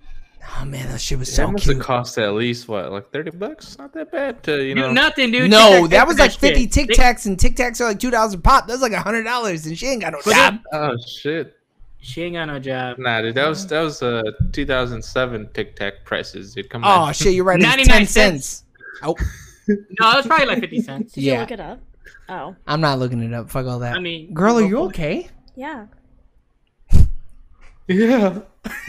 [SPEAKER 1] Oh man, that shit was
[SPEAKER 2] That
[SPEAKER 1] so
[SPEAKER 2] must
[SPEAKER 1] cute.
[SPEAKER 2] have cost at least what, like thirty bucks? Not that bad to you
[SPEAKER 3] Dude,
[SPEAKER 2] know.
[SPEAKER 3] nothing, dude.
[SPEAKER 1] no, that
[SPEAKER 3] Tic Tacs pay
[SPEAKER 1] was
[SPEAKER 3] for
[SPEAKER 1] like fifty
[SPEAKER 3] shit.
[SPEAKER 1] Tic
[SPEAKER 3] They-
[SPEAKER 1] Tacs, and Tic Tacs are like two dollars a pop. That's like hundred dollars, and she ain't got no
[SPEAKER 3] But
[SPEAKER 1] job.
[SPEAKER 3] then-
[SPEAKER 2] Oh shit.
[SPEAKER 3] She ain't got no job.
[SPEAKER 2] Nah, dude, that was that was uh 2007 Tic Tac prices, dude. Come
[SPEAKER 1] Oh
[SPEAKER 2] on.
[SPEAKER 1] shit, you're right. It's
[SPEAKER 3] 99
[SPEAKER 1] ten
[SPEAKER 3] cents.
[SPEAKER 1] cents.
[SPEAKER 3] No, it was probably like 50 cents.
[SPEAKER 4] Did you
[SPEAKER 1] Yeah.
[SPEAKER 4] look it up? Oh,
[SPEAKER 1] I'm not looking it up. Fuck all that.
[SPEAKER 3] I mean,
[SPEAKER 1] girl, are
[SPEAKER 3] go
[SPEAKER 1] you
[SPEAKER 3] for it.
[SPEAKER 1] okay?
[SPEAKER 4] yeah.
[SPEAKER 2] yeah.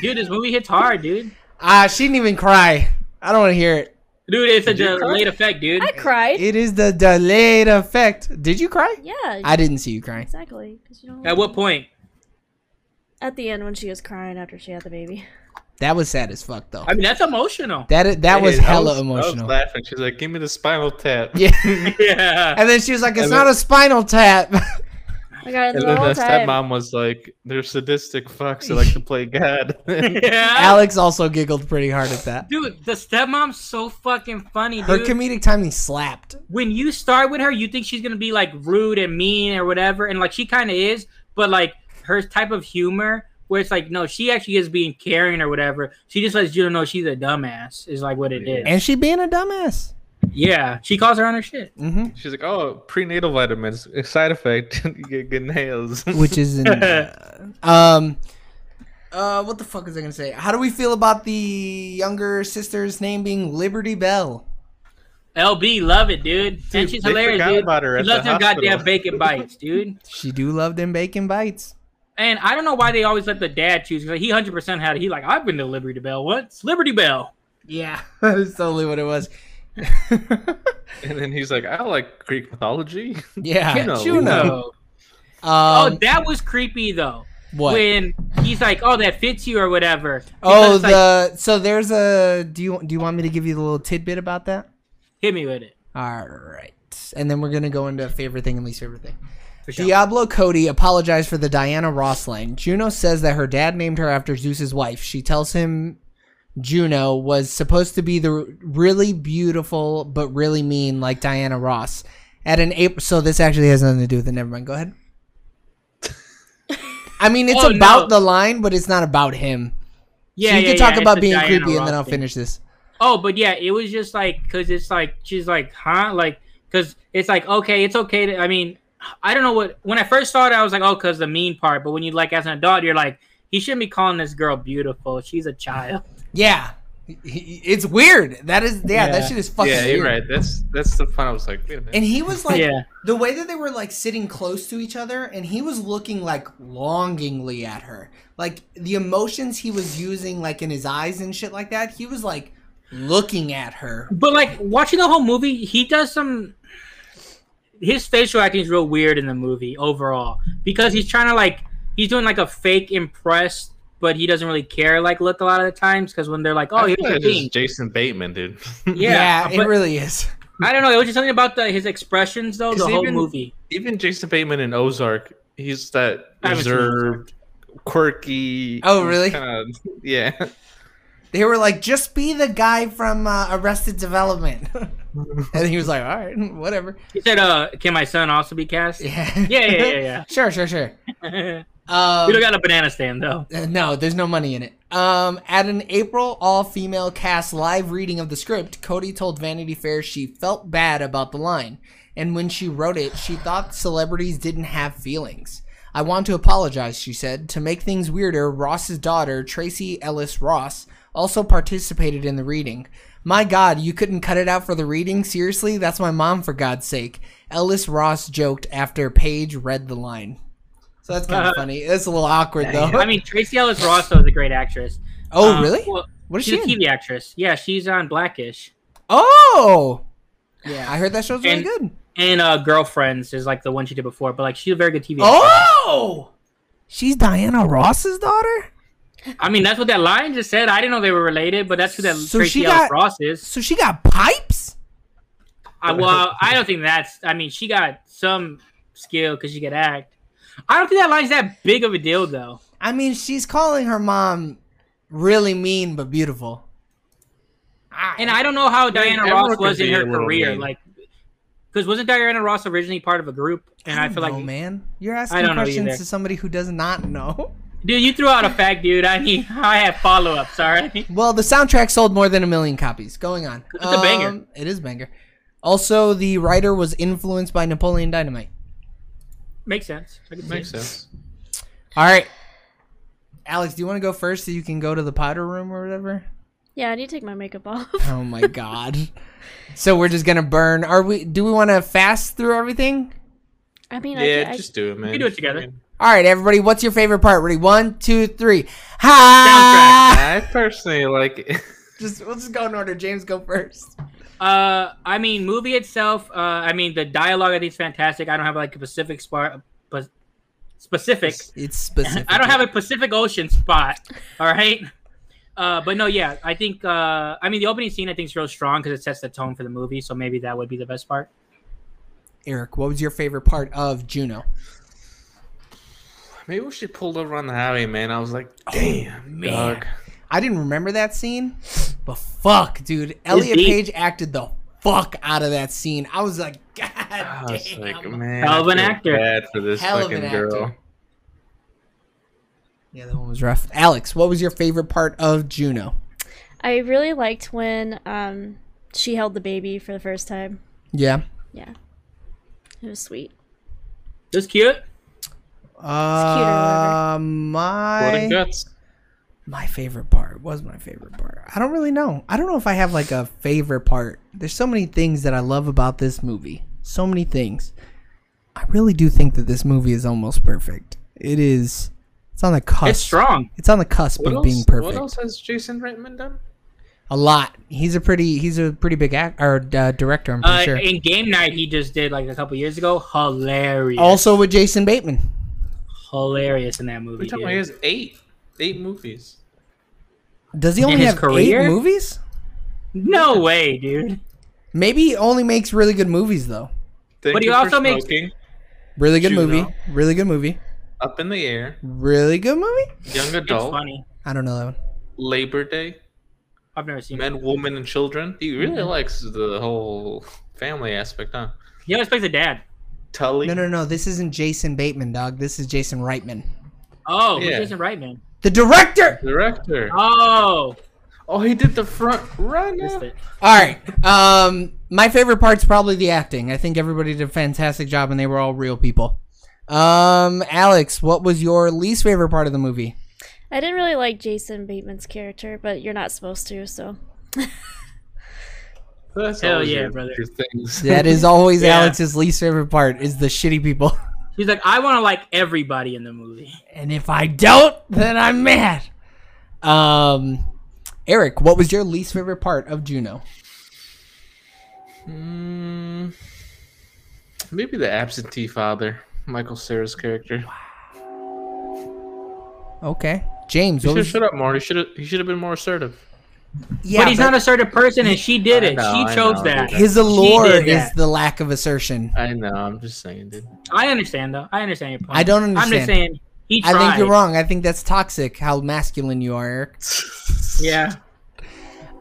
[SPEAKER 3] Dude, this movie hits hard, dude.
[SPEAKER 1] Ah, she didn't even cry. I don't want to hear it.
[SPEAKER 3] Dude, it's a
[SPEAKER 2] Did you cry?
[SPEAKER 3] delayed effect, dude.
[SPEAKER 4] I cried.
[SPEAKER 1] It is the delayed effect. Did you cry?
[SPEAKER 4] yeah.
[SPEAKER 1] I didn't see you crying.
[SPEAKER 4] exactly. 'cause you don't
[SPEAKER 3] At what point?
[SPEAKER 4] At the end when she was crying after she had the baby.
[SPEAKER 1] That was sad as fuck though.
[SPEAKER 3] I mean, that's emotional.
[SPEAKER 1] That that was
[SPEAKER 2] Hey, I
[SPEAKER 1] hella
[SPEAKER 2] I
[SPEAKER 1] emotional.
[SPEAKER 2] laughing. She's like, "Give me the spinal tap."
[SPEAKER 1] yeah.
[SPEAKER 3] yeah.
[SPEAKER 1] And then she was like, "It's
[SPEAKER 2] And
[SPEAKER 1] not
[SPEAKER 2] then-
[SPEAKER 1] a spinal tap."
[SPEAKER 4] I got it
[SPEAKER 2] And
[SPEAKER 4] the
[SPEAKER 2] then
[SPEAKER 4] whole
[SPEAKER 2] the
[SPEAKER 4] time.
[SPEAKER 2] stepmom was like, "They're sadistic fucks that like to play God."
[SPEAKER 3] yeah.
[SPEAKER 1] Alex also giggled pretty hard at that.
[SPEAKER 3] Dude, the stepmom's so fucking funny,
[SPEAKER 1] Her
[SPEAKER 3] dude.
[SPEAKER 1] comedic timing slapped.
[SPEAKER 3] when you start with her, you think she's gonna be like rude and mean or whatever, and like she kind of is, but like her type of humor, where it's like, no, she actually is being caring or whatever. She just lets you know she's a dumbass. Is like what it is.
[SPEAKER 1] And she being a dumbass.
[SPEAKER 3] Yeah, she calls her on her shit.
[SPEAKER 1] hmm
[SPEAKER 2] She's like, "Oh, prenatal vitamins. Side effect: you get good nails."
[SPEAKER 1] Which is in, uh, um uh what the fuck is I going to say? How do we feel about the younger sister's name being Liberty Bell?
[SPEAKER 3] LB, love it, dude. and
[SPEAKER 2] Dude,
[SPEAKER 3] she's
[SPEAKER 2] they
[SPEAKER 3] hilarious,
[SPEAKER 2] forgot
[SPEAKER 3] dude.
[SPEAKER 2] about her
[SPEAKER 3] she
[SPEAKER 2] at
[SPEAKER 3] loves
[SPEAKER 2] the
[SPEAKER 3] them goddamn
[SPEAKER 2] hospital.
[SPEAKER 3] bacon bites, dude.
[SPEAKER 1] She do love them bacon bites.
[SPEAKER 3] And I don't know why they always let the dad choose. 'cause he hundred percent had. it. He like I've been to Liberty Bell once. Liberty Bell.
[SPEAKER 1] Yeah, that's totally what it was.
[SPEAKER 2] and then he's like, "I like Greek mythology."
[SPEAKER 1] yeah,
[SPEAKER 2] Juno.
[SPEAKER 1] Juno.
[SPEAKER 3] So-
[SPEAKER 1] Um,
[SPEAKER 3] oh, that was creepy though.
[SPEAKER 1] what?
[SPEAKER 3] When he's like, "Oh, that fits you" or whatever.
[SPEAKER 1] oh,
[SPEAKER 3] Because, like,
[SPEAKER 1] the so there's a. Do you do you want me to give you the little tidbit about that?
[SPEAKER 3] hit me with it.
[SPEAKER 1] All right, and then we're gonna go into favorite thing and least favorite thing.
[SPEAKER 3] For sure.
[SPEAKER 1] Diablo Cody apologized for the Diana Ross line. Juno says that her dad named her after Zeus's wife. She tells him Juno was supposed to be the r- really beautiful but really mean like Diana Ross. At an April, so this actually has nothing to do with it. Never mind. Go ahead. I mean, it's
[SPEAKER 3] Oh, no.
[SPEAKER 1] about the line, but it's not about him.
[SPEAKER 3] yeah,
[SPEAKER 1] so you
[SPEAKER 3] yeah,
[SPEAKER 1] can
[SPEAKER 3] yeah,
[SPEAKER 1] talk
[SPEAKER 3] it's
[SPEAKER 1] about
[SPEAKER 3] the
[SPEAKER 1] being
[SPEAKER 3] Diana
[SPEAKER 1] creepy, and
[SPEAKER 3] Ross
[SPEAKER 1] then I'll
[SPEAKER 3] thing.
[SPEAKER 1] finish this.
[SPEAKER 3] Oh, but yeah, it was just like because it's like she's like, huh, like because it's like okay, it's okay. To, I mean, I don't know what when I first saw it, I was like, oh, because the mean part. But when you like as an adult, you're like, he shouldn't be calling this girl beautiful. She's a child.
[SPEAKER 1] Yeah, It's weird. That is, yeah, that
[SPEAKER 3] Yeah.
[SPEAKER 1] shit is fucking
[SPEAKER 2] yeah,
[SPEAKER 1] weird.
[SPEAKER 2] you're right. That's that's the fun. I was like, wait a minute.
[SPEAKER 1] And he was like,
[SPEAKER 3] yeah.
[SPEAKER 1] the way that they were like sitting close to each other, and he was looking like longingly at her. Like the emotions he was using, like in his eyes and shit like that, he was like looking at her.
[SPEAKER 3] But like watching the whole movie, he does some. His facial acting is real weird in the movie overall because he's trying to like he's doing like a fake impressed, but he doesn't really care like look a lot of the times because when they're like, oh,
[SPEAKER 2] I
[SPEAKER 3] here's
[SPEAKER 2] feel like
[SPEAKER 3] the
[SPEAKER 2] it's just
[SPEAKER 3] thing,
[SPEAKER 2] Jason Bateman, dude.
[SPEAKER 3] yeah,
[SPEAKER 1] it
[SPEAKER 3] but
[SPEAKER 1] really is.
[SPEAKER 3] I don't know. It was just something about the, his expressions though.
[SPEAKER 2] Is
[SPEAKER 3] The
[SPEAKER 2] he
[SPEAKER 3] whole
[SPEAKER 2] even-
[SPEAKER 3] movie,
[SPEAKER 2] Even Jason Bateman in Ozark, he's that
[SPEAKER 3] I haven't seen
[SPEAKER 2] reserved, quirky.
[SPEAKER 1] Oh, really?
[SPEAKER 2] kinda- yeah.
[SPEAKER 1] They were like, just be the guy from uh, Arrested Development. and he was like, all right, whatever.
[SPEAKER 3] he said, "Uh, can my son also be cast?" Yeah,
[SPEAKER 1] Yeah.
[SPEAKER 3] yeah, yeah,
[SPEAKER 1] sure, sure, sure.
[SPEAKER 3] yeah. we
[SPEAKER 1] Um,
[SPEAKER 3] don't got a banana stand though.
[SPEAKER 1] Uh, No, there's no money in it. Um, at an April all-female cast live reading of the script, Cody told Vanity Fair she felt bad about the line, and when she wrote it, she thought celebrities didn't have feelings. I want to apologize, she said. To make things weirder, Ross's daughter, Tracy Ellis Ross, also participated in the reading. My God, you couldn't cut it out for the reading? Seriously? That's my mom, for God's sake. Ellis Ross joked after Paige read the line. So that's kind of funny. That's a little awkward, though.
[SPEAKER 3] I mean, Tracy Ellis Ross though is a great actress.
[SPEAKER 1] Oh,
[SPEAKER 3] Um,
[SPEAKER 1] really?
[SPEAKER 3] well,
[SPEAKER 1] What is
[SPEAKER 3] she's
[SPEAKER 1] she
[SPEAKER 3] a
[SPEAKER 1] in?
[SPEAKER 3] TV actress. Yeah, she's on Blackish.
[SPEAKER 1] Oh,
[SPEAKER 3] Yeah.
[SPEAKER 1] I heard that show's really
[SPEAKER 3] And-
[SPEAKER 1] good.
[SPEAKER 3] And uh, Girlfriends is like the one she did before, but like she's a very good TV actress.
[SPEAKER 1] Oh, she's Diana Ross's daughter.
[SPEAKER 3] I mean, that's what that line just said. I didn't know they were related, but that's who that
[SPEAKER 1] So
[SPEAKER 3] Tracy
[SPEAKER 1] she
[SPEAKER 3] Ellis
[SPEAKER 1] got-
[SPEAKER 3] Ross is.
[SPEAKER 1] So she got pipes.
[SPEAKER 3] I, well, I don't think that's. I mean, she got some skill because she could act. I don't think that line's that big of a deal though.
[SPEAKER 1] I mean, she's calling her mom really mean but beautiful.
[SPEAKER 3] And I don't know how Diana
[SPEAKER 2] everyone
[SPEAKER 3] Ross
[SPEAKER 2] can
[SPEAKER 3] was in
[SPEAKER 2] be a
[SPEAKER 3] her
[SPEAKER 2] little
[SPEAKER 3] career,
[SPEAKER 2] mean.
[SPEAKER 3] like because wasn't Diana Ross originally part of a group? And I,
[SPEAKER 1] don't
[SPEAKER 3] feel
[SPEAKER 1] know,
[SPEAKER 3] like,
[SPEAKER 1] man, you're asking
[SPEAKER 3] don't know
[SPEAKER 1] questions
[SPEAKER 3] either.
[SPEAKER 1] to somebody who does not know.
[SPEAKER 3] dude, you threw out a fact, dude. I need. I have follow ups. All right.
[SPEAKER 1] Well, the soundtrack sold more than a million copies. Going on, Um,
[SPEAKER 3] It's a banger.
[SPEAKER 1] It is a banger. Also, the writer was influenced by Napoleon Dynamite.
[SPEAKER 3] Makes sense. I can see
[SPEAKER 2] Makes
[SPEAKER 3] it.
[SPEAKER 2] sense.
[SPEAKER 1] All right. Alex, do you want to go first so you can go to the powder room or whatever?
[SPEAKER 4] Yeah, I need to take my makeup off.
[SPEAKER 1] Oh my god. so we're just gonna burn. Are we? Do we want to fast through everything?
[SPEAKER 4] I mean, I,
[SPEAKER 2] Yeah,
[SPEAKER 4] can- I,
[SPEAKER 2] just do it, man.
[SPEAKER 3] do it together.
[SPEAKER 1] All right, everybody. What's your favorite part? Ready? One, two, three. Ha!
[SPEAKER 2] I personally like.
[SPEAKER 1] Just we'll just go in order. James, go first.
[SPEAKER 3] Uh, I mean, movie itself. Uh, I mean, the dialogue I think is fantastic. I don't have like a Pacific spot, but specific.
[SPEAKER 1] It's specific.
[SPEAKER 3] I don't have a Pacific Ocean spot. All right. Uh, but no, yeah, I think. Uh, I mean, the opening scene I think is real strong because it sets the tone for the movie. So maybe that would be the best part.
[SPEAKER 1] Eric, what was your favorite part of Juno?
[SPEAKER 2] Maybe we should pull over on the highway, man. I was like, damn,
[SPEAKER 1] man.
[SPEAKER 2] dog.
[SPEAKER 1] I didn't remember that scene, but fuck, dude, Elliot
[SPEAKER 3] deep.
[SPEAKER 1] Page acted the fuck out of that scene. I was like, god
[SPEAKER 2] I
[SPEAKER 1] damn.
[SPEAKER 2] was like, man,
[SPEAKER 3] Hell of
[SPEAKER 2] I
[SPEAKER 3] an
[SPEAKER 2] feel
[SPEAKER 3] actor.
[SPEAKER 2] Bad for this
[SPEAKER 1] Hell of
[SPEAKER 2] fucking
[SPEAKER 1] an
[SPEAKER 2] girl.
[SPEAKER 1] actor. Yeah, that one was rough. Alex, what was your favorite part of Juno?
[SPEAKER 4] really liked when um she held the baby for the first time.
[SPEAKER 1] Yeah.
[SPEAKER 4] Yeah, it was sweet.
[SPEAKER 3] That's cute.
[SPEAKER 1] Uh,
[SPEAKER 2] Blood and
[SPEAKER 1] my
[SPEAKER 2] guts.
[SPEAKER 1] my favorite part was my favorite part. I don't really know. I don't know if I have like a favorite part. There's so many things that I love about this movie. So many things. I really do think that this movie is almost perfect. It is. It's on the cusp.
[SPEAKER 3] It's strong.
[SPEAKER 1] It's on the cusp
[SPEAKER 2] What
[SPEAKER 1] of
[SPEAKER 2] else,
[SPEAKER 1] being
[SPEAKER 2] what
[SPEAKER 1] perfect.
[SPEAKER 2] else has Jason Reitman done?
[SPEAKER 1] A lot. He's a pretty. He's a pretty big act or uh, director. I'm pretty
[SPEAKER 3] Uh,
[SPEAKER 1] sure.
[SPEAKER 3] In game night, he just did like a couple years ago. Hilarious.
[SPEAKER 1] also with Jason Bateman.
[SPEAKER 3] hilarious in that
[SPEAKER 2] We're
[SPEAKER 3] movie.
[SPEAKER 2] talking about
[SPEAKER 3] dude.
[SPEAKER 2] he has eight, eight movies.
[SPEAKER 1] Does he only
[SPEAKER 3] his
[SPEAKER 1] have eight
[SPEAKER 3] career?
[SPEAKER 1] movies?
[SPEAKER 3] No way, dude.
[SPEAKER 1] Maybe he only makes really good movies though.
[SPEAKER 2] Thank
[SPEAKER 3] But he
[SPEAKER 2] you for
[SPEAKER 3] also makes-
[SPEAKER 2] smoking.
[SPEAKER 1] Really good
[SPEAKER 2] Juno.
[SPEAKER 1] movie. Really good movie.
[SPEAKER 2] up in the air,
[SPEAKER 1] Really good movie.
[SPEAKER 2] young
[SPEAKER 3] It's
[SPEAKER 2] adult,
[SPEAKER 3] funny.
[SPEAKER 1] I don't know that one.
[SPEAKER 2] Labor Day,
[SPEAKER 3] I've never seen it.
[SPEAKER 2] men, women, and children. He really
[SPEAKER 3] Mm-hmm.
[SPEAKER 2] likes the whole family aspect, huh?
[SPEAKER 3] He always plays a dad.
[SPEAKER 2] Tully.
[SPEAKER 1] No, no, no. This isn't Jason Bateman, dog. This is Jason Reitman,
[SPEAKER 3] Oh,
[SPEAKER 2] Yeah.
[SPEAKER 3] who's Jason Reitman?
[SPEAKER 1] the director.
[SPEAKER 2] Director.
[SPEAKER 3] Oh,
[SPEAKER 2] Oh, he did the front
[SPEAKER 3] missed
[SPEAKER 2] runner.
[SPEAKER 3] it.
[SPEAKER 1] All right. Um, my favorite part's probably the acting. I think everybody did a fantastic job, and they were all real people. Um, Alex, what was your least favorite part of the movie?
[SPEAKER 4] I didn't really like Jason Bateman's character, but you're not supposed to, so.
[SPEAKER 2] That's
[SPEAKER 3] Hell
[SPEAKER 2] always
[SPEAKER 3] yeah,
[SPEAKER 2] your-
[SPEAKER 3] brother.
[SPEAKER 2] your Things.
[SPEAKER 1] That is always
[SPEAKER 3] Yeah.
[SPEAKER 1] Alex's least favorite part is the shitty people.
[SPEAKER 3] He's like, I want to like everybody in the movie.
[SPEAKER 1] And if I don't, then I'm mad. Um, Eric, what was your least favorite part of Juno?
[SPEAKER 2] Mm, maybe the absentee father, Michael Sarah's character.
[SPEAKER 1] Okay, James.
[SPEAKER 2] You
[SPEAKER 1] What
[SPEAKER 2] should have
[SPEAKER 1] was,
[SPEAKER 2] shut up more. He should have. He should have been more assertive.
[SPEAKER 1] yeah,
[SPEAKER 3] but he's not a certain person, and she did
[SPEAKER 2] I
[SPEAKER 3] it.
[SPEAKER 2] know, I
[SPEAKER 3] she chose
[SPEAKER 2] know.
[SPEAKER 3] that.
[SPEAKER 1] his allure
[SPEAKER 3] did
[SPEAKER 1] is
[SPEAKER 3] that.
[SPEAKER 1] the lack of assertion.
[SPEAKER 2] I know. I'm just saying, dude.
[SPEAKER 3] I understand though. I understand your point.
[SPEAKER 1] I don't
[SPEAKER 3] I'm just
[SPEAKER 1] understand.
[SPEAKER 3] saying he
[SPEAKER 1] I
[SPEAKER 3] tried.
[SPEAKER 1] think you're wrong. I think that's toxic. How masculine you are, Eric.
[SPEAKER 3] Yeah.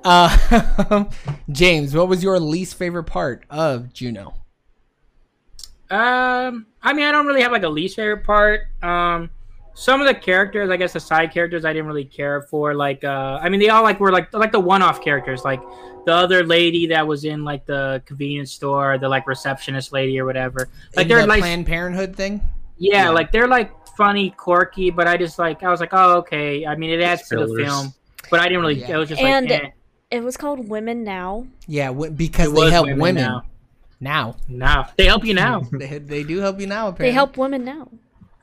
[SPEAKER 1] Uh, James, what was your least favorite part of Juno?
[SPEAKER 3] Um, I mean, I don't really have like a least favorite part. Um, some of the characters, I guess, the side characters, I didn't really care for. Like, uh, I mean, they all like were like like the one-off characters, like the other lady that was in like the convenience store, the like receptionist lady or whatever. Like,
[SPEAKER 1] In
[SPEAKER 3] they're
[SPEAKER 1] the
[SPEAKER 3] like,
[SPEAKER 1] Planned Parenthood thing.
[SPEAKER 3] yeah,
[SPEAKER 2] Yeah.
[SPEAKER 3] like they're like funny, quirky, but I just like I was like, oh, okay. I mean, it adds to the
[SPEAKER 2] Spillers.
[SPEAKER 3] film, but I didn't really.
[SPEAKER 1] Yeah.
[SPEAKER 3] It was just
[SPEAKER 4] And
[SPEAKER 3] like, eh,
[SPEAKER 4] It was called Women Now.
[SPEAKER 1] Yeah, w-
[SPEAKER 3] it
[SPEAKER 1] because they
[SPEAKER 3] was
[SPEAKER 1] help women,
[SPEAKER 3] now.
[SPEAKER 1] now.
[SPEAKER 3] Now they help you now,
[SPEAKER 1] they, they do help you now. Apparently,
[SPEAKER 4] They help women now.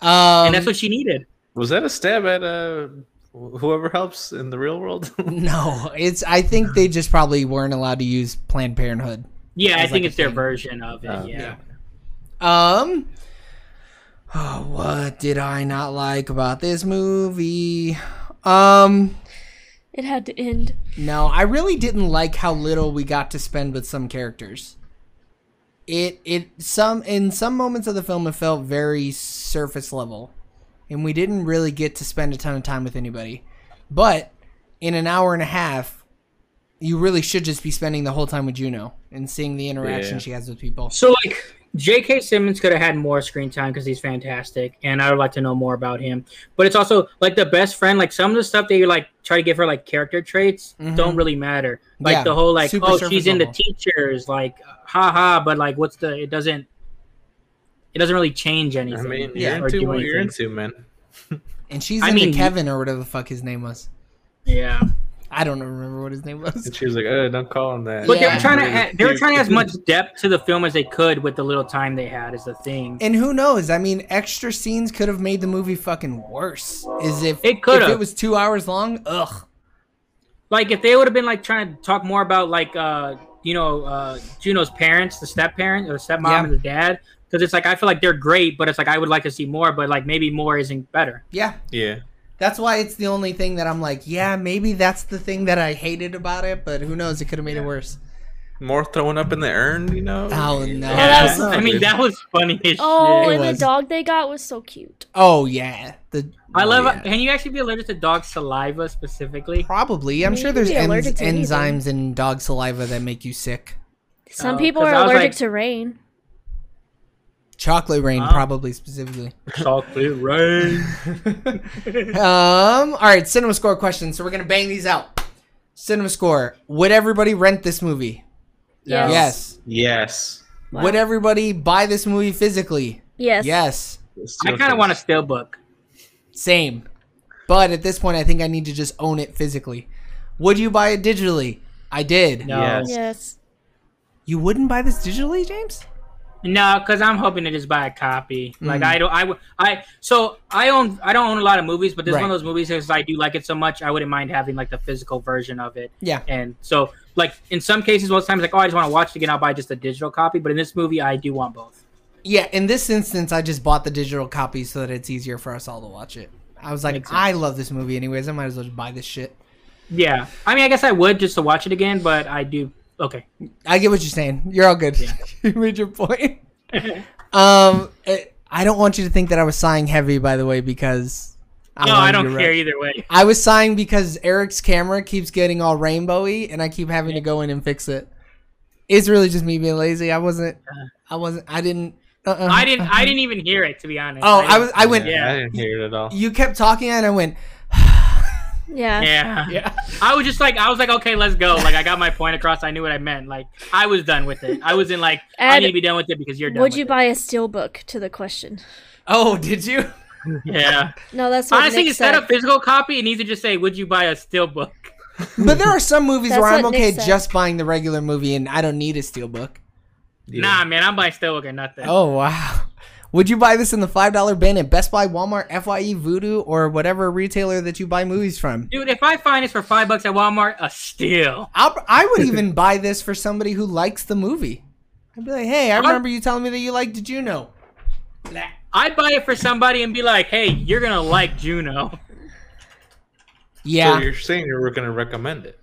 [SPEAKER 1] Um,
[SPEAKER 3] and that's what she needed.
[SPEAKER 2] Was that a stab at uh, wh- whoever helps in the real world?
[SPEAKER 1] No, it's. I think they just probably weren't allowed to use Planned Parenthood.
[SPEAKER 3] Yeah, I
[SPEAKER 1] was,
[SPEAKER 3] think
[SPEAKER 1] like, a
[SPEAKER 3] it's their
[SPEAKER 1] thing.
[SPEAKER 3] version of it.
[SPEAKER 2] Oh.
[SPEAKER 3] yeah.
[SPEAKER 1] Um. Oh, what did I not like about this movie? Um.
[SPEAKER 4] It had to end.
[SPEAKER 1] No, I really didn't like how little we got to spend with some characters. It it some in some moments of the film it felt very surface level, and we didn't really get to spend a ton of time with anybody. But in an hour and a half, you really should just be spending the whole time with Juno and seeing the interaction
[SPEAKER 2] Yeah.
[SPEAKER 1] she has with people.
[SPEAKER 3] So like J.K. Simmons could have had more screen time because he's fantastic, and I would like to know more about him. But it's also like the best friend. Like some of the stuff that you like try to give her like character traits
[SPEAKER 1] Mhm.
[SPEAKER 3] don't really matter. Like
[SPEAKER 1] Yeah,
[SPEAKER 3] the whole like
[SPEAKER 1] super
[SPEAKER 3] oh
[SPEAKER 1] surface
[SPEAKER 3] she's into
[SPEAKER 1] level.
[SPEAKER 3] teachers like haha, but like what's the it doesn't it doesn't really change
[SPEAKER 2] I
[SPEAKER 3] anything.
[SPEAKER 2] mean,
[SPEAKER 1] Yeah.
[SPEAKER 2] you're
[SPEAKER 3] Or
[SPEAKER 2] into
[SPEAKER 3] do
[SPEAKER 2] what you're
[SPEAKER 3] anything.
[SPEAKER 2] into, man.
[SPEAKER 1] And she's
[SPEAKER 3] I
[SPEAKER 1] into
[SPEAKER 3] mean-
[SPEAKER 1] Kevin or whatever the fuck his name was.
[SPEAKER 3] Yeah,
[SPEAKER 1] I don't remember what his name was.
[SPEAKER 2] And she was like, "Uh, don't call him that."
[SPEAKER 3] but they
[SPEAKER 1] Yeah.
[SPEAKER 3] were trying to add, they were trying to add as much depth to the film as they could with the little time they had is the thing.
[SPEAKER 1] And who knows? I mean, extra scenes could have made the movie fucking worse. Is if
[SPEAKER 3] It could
[SPEAKER 1] if
[SPEAKER 3] have.
[SPEAKER 1] it was two hours long. Ugh.
[SPEAKER 3] like if they would have been like trying to talk more about like uh you know uh Juno's parents, the step parent or the stepmom
[SPEAKER 1] Yeah.
[SPEAKER 3] and the dad, because it's like I feel like they're great, but it's like I would like to see more, but like maybe more isn't better.
[SPEAKER 1] Yeah,
[SPEAKER 2] Yeah,
[SPEAKER 1] that's why it's the only thing that I'm like, yeah, maybe that's the thing that I hated about it. But who knows? It could have made it worse.
[SPEAKER 2] more throwing up in the urn, you know.
[SPEAKER 1] Oh, no.
[SPEAKER 2] Yeah,
[SPEAKER 4] that was-
[SPEAKER 2] no,
[SPEAKER 3] I mean
[SPEAKER 2] dude.
[SPEAKER 3] that was funny as
[SPEAKER 1] It
[SPEAKER 4] Oh,
[SPEAKER 3] shit.
[SPEAKER 4] and
[SPEAKER 1] was.
[SPEAKER 4] the dog they got was so cute.
[SPEAKER 1] Oh yeah, the oh,
[SPEAKER 3] I love.
[SPEAKER 1] yeah.
[SPEAKER 3] Can you actually be allergic to dog saliva specifically?
[SPEAKER 1] Probably, I'm
[SPEAKER 4] Maybe
[SPEAKER 1] sure there's
[SPEAKER 4] you'd be
[SPEAKER 1] en-
[SPEAKER 4] allergic to anything.
[SPEAKER 1] enzymes in dog saliva that make you sick.
[SPEAKER 4] Some
[SPEAKER 3] Oh,
[SPEAKER 4] people
[SPEAKER 3] 'cause
[SPEAKER 4] are
[SPEAKER 3] I was
[SPEAKER 4] allergic
[SPEAKER 3] like-
[SPEAKER 4] to rain.
[SPEAKER 1] Chocolate rain,
[SPEAKER 3] Wow.
[SPEAKER 1] probably specifically.
[SPEAKER 3] Chocolate rain.
[SPEAKER 1] Um. All right, cinema score questions. So we're gonna bang these out. Cinema score. Would everybody rent this movie?
[SPEAKER 4] Yes.
[SPEAKER 1] Yes.
[SPEAKER 2] Yes.
[SPEAKER 4] Wow.
[SPEAKER 1] Would everybody buy this movie physically?
[SPEAKER 4] Yes.
[SPEAKER 1] Yes.
[SPEAKER 3] I kind of want a steelbook.
[SPEAKER 1] Same. But at this point, I think I need to just own it physically. Would you buy it digitally? I did.
[SPEAKER 3] No,
[SPEAKER 2] Yes.
[SPEAKER 4] Yes.
[SPEAKER 1] You wouldn't buy this digitally, James?
[SPEAKER 3] No, because I'm hoping to just buy a copy. Like
[SPEAKER 1] Mm.
[SPEAKER 3] I don't, I, w- I- so I own, I don't own a lot of movies, but this is
[SPEAKER 1] Right.
[SPEAKER 3] one of those movies because I do like it so much, I wouldn't mind having like the physical version of it.
[SPEAKER 1] Yeah.
[SPEAKER 3] And so, like in some cases, most times, like oh, I just want to watch it again, I'll buy just a digital copy. But in this movie, I do want both.
[SPEAKER 1] Yeah, in this instance, I just bought the digital copy so that it's easier for us all to watch it. I was like,
[SPEAKER 3] Makes sense.
[SPEAKER 1] I love this movie anyways. I might as well just buy this shit.
[SPEAKER 3] Yeah, I mean, I guess I would just to watch it again, but I do. Okay,
[SPEAKER 1] I get what you're saying. You're all good.
[SPEAKER 3] Yeah.
[SPEAKER 1] you made your point. um, eh, I don't want you to think that I was sighing heavy, by the way, because
[SPEAKER 3] no, I
[SPEAKER 1] wanted
[SPEAKER 3] don't
[SPEAKER 1] you to
[SPEAKER 3] care
[SPEAKER 1] re-
[SPEAKER 3] either way.
[SPEAKER 1] I was sighing because Eric's camera keeps getting all rainbowy, and I keep having to go in and fix it. It's really just me being lazy. I wasn't. I wasn't. I didn't. Uh-uh,
[SPEAKER 3] Uh-huh. I didn't, I didn't even hear it to be honest.
[SPEAKER 1] Oh, I was. I went.
[SPEAKER 2] Yeah,
[SPEAKER 3] Yeah.
[SPEAKER 2] I didn't hear it at all.
[SPEAKER 1] You kept talking, and I went.
[SPEAKER 4] Yeah.
[SPEAKER 3] Yeah,
[SPEAKER 1] Yeah.
[SPEAKER 3] I was just like, I was like, okay, let's go. Like, I got my point across. I knew what I meant. Like, I was done with it. I was in like, I
[SPEAKER 4] Ed,
[SPEAKER 3] need to be done with it because you're done.
[SPEAKER 4] Would
[SPEAKER 3] with
[SPEAKER 4] you
[SPEAKER 3] it.
[SPEAKER 4] buy a steelbook to the question?
[SPEAKER 1] Oh, did you?
[SPEAKER 3] Yeah.
[SPEAKER 4] No, that's what
[SPEAKER 3] Honestly,
[SPEAKER 4] Nick
[SPEAKER 3] instead
[SPEAKER 4] said.
[SPEAKER 3] of physical copy, it needs to just say, "Would you buy a still book?"
[SPEAKER 1] But there are some movies
[SPEAKER 4] That's
[SPEAKER 1] where I'm
[SPEAKER 4] what Nick
[SPEAKER 1] okay
[SPEAKER 4] said.
[SPEAKER 1] just buying the regular movie and I don't need a steelbook.
[SPEAKER 2] Yeah.
[SPEAKER 3] Nah, man, I'm buying still book or nothing.
[SPEAKER 1] Oh wow. Would you buy this in the five dollar bin at Best Buy, Walmart, FYE, Voodoo, or whatever retailer that you buy movies from?
[SPEAKER 3] Dude, if I find this for five bucks at Walmart, a steal.
[SPEAKER 1] I'll, I would even buy this for somebody who likes the movie. I'd be like, hey, I remember you telling me that you liked Juno.
[SPEAKER 3] I'd buy it for somebody and be like, "Hey, you're gonna like Juno."
[SPEAKER 1] Yeah.
[SPEAKER 2] So you're saying you were going to recommend it?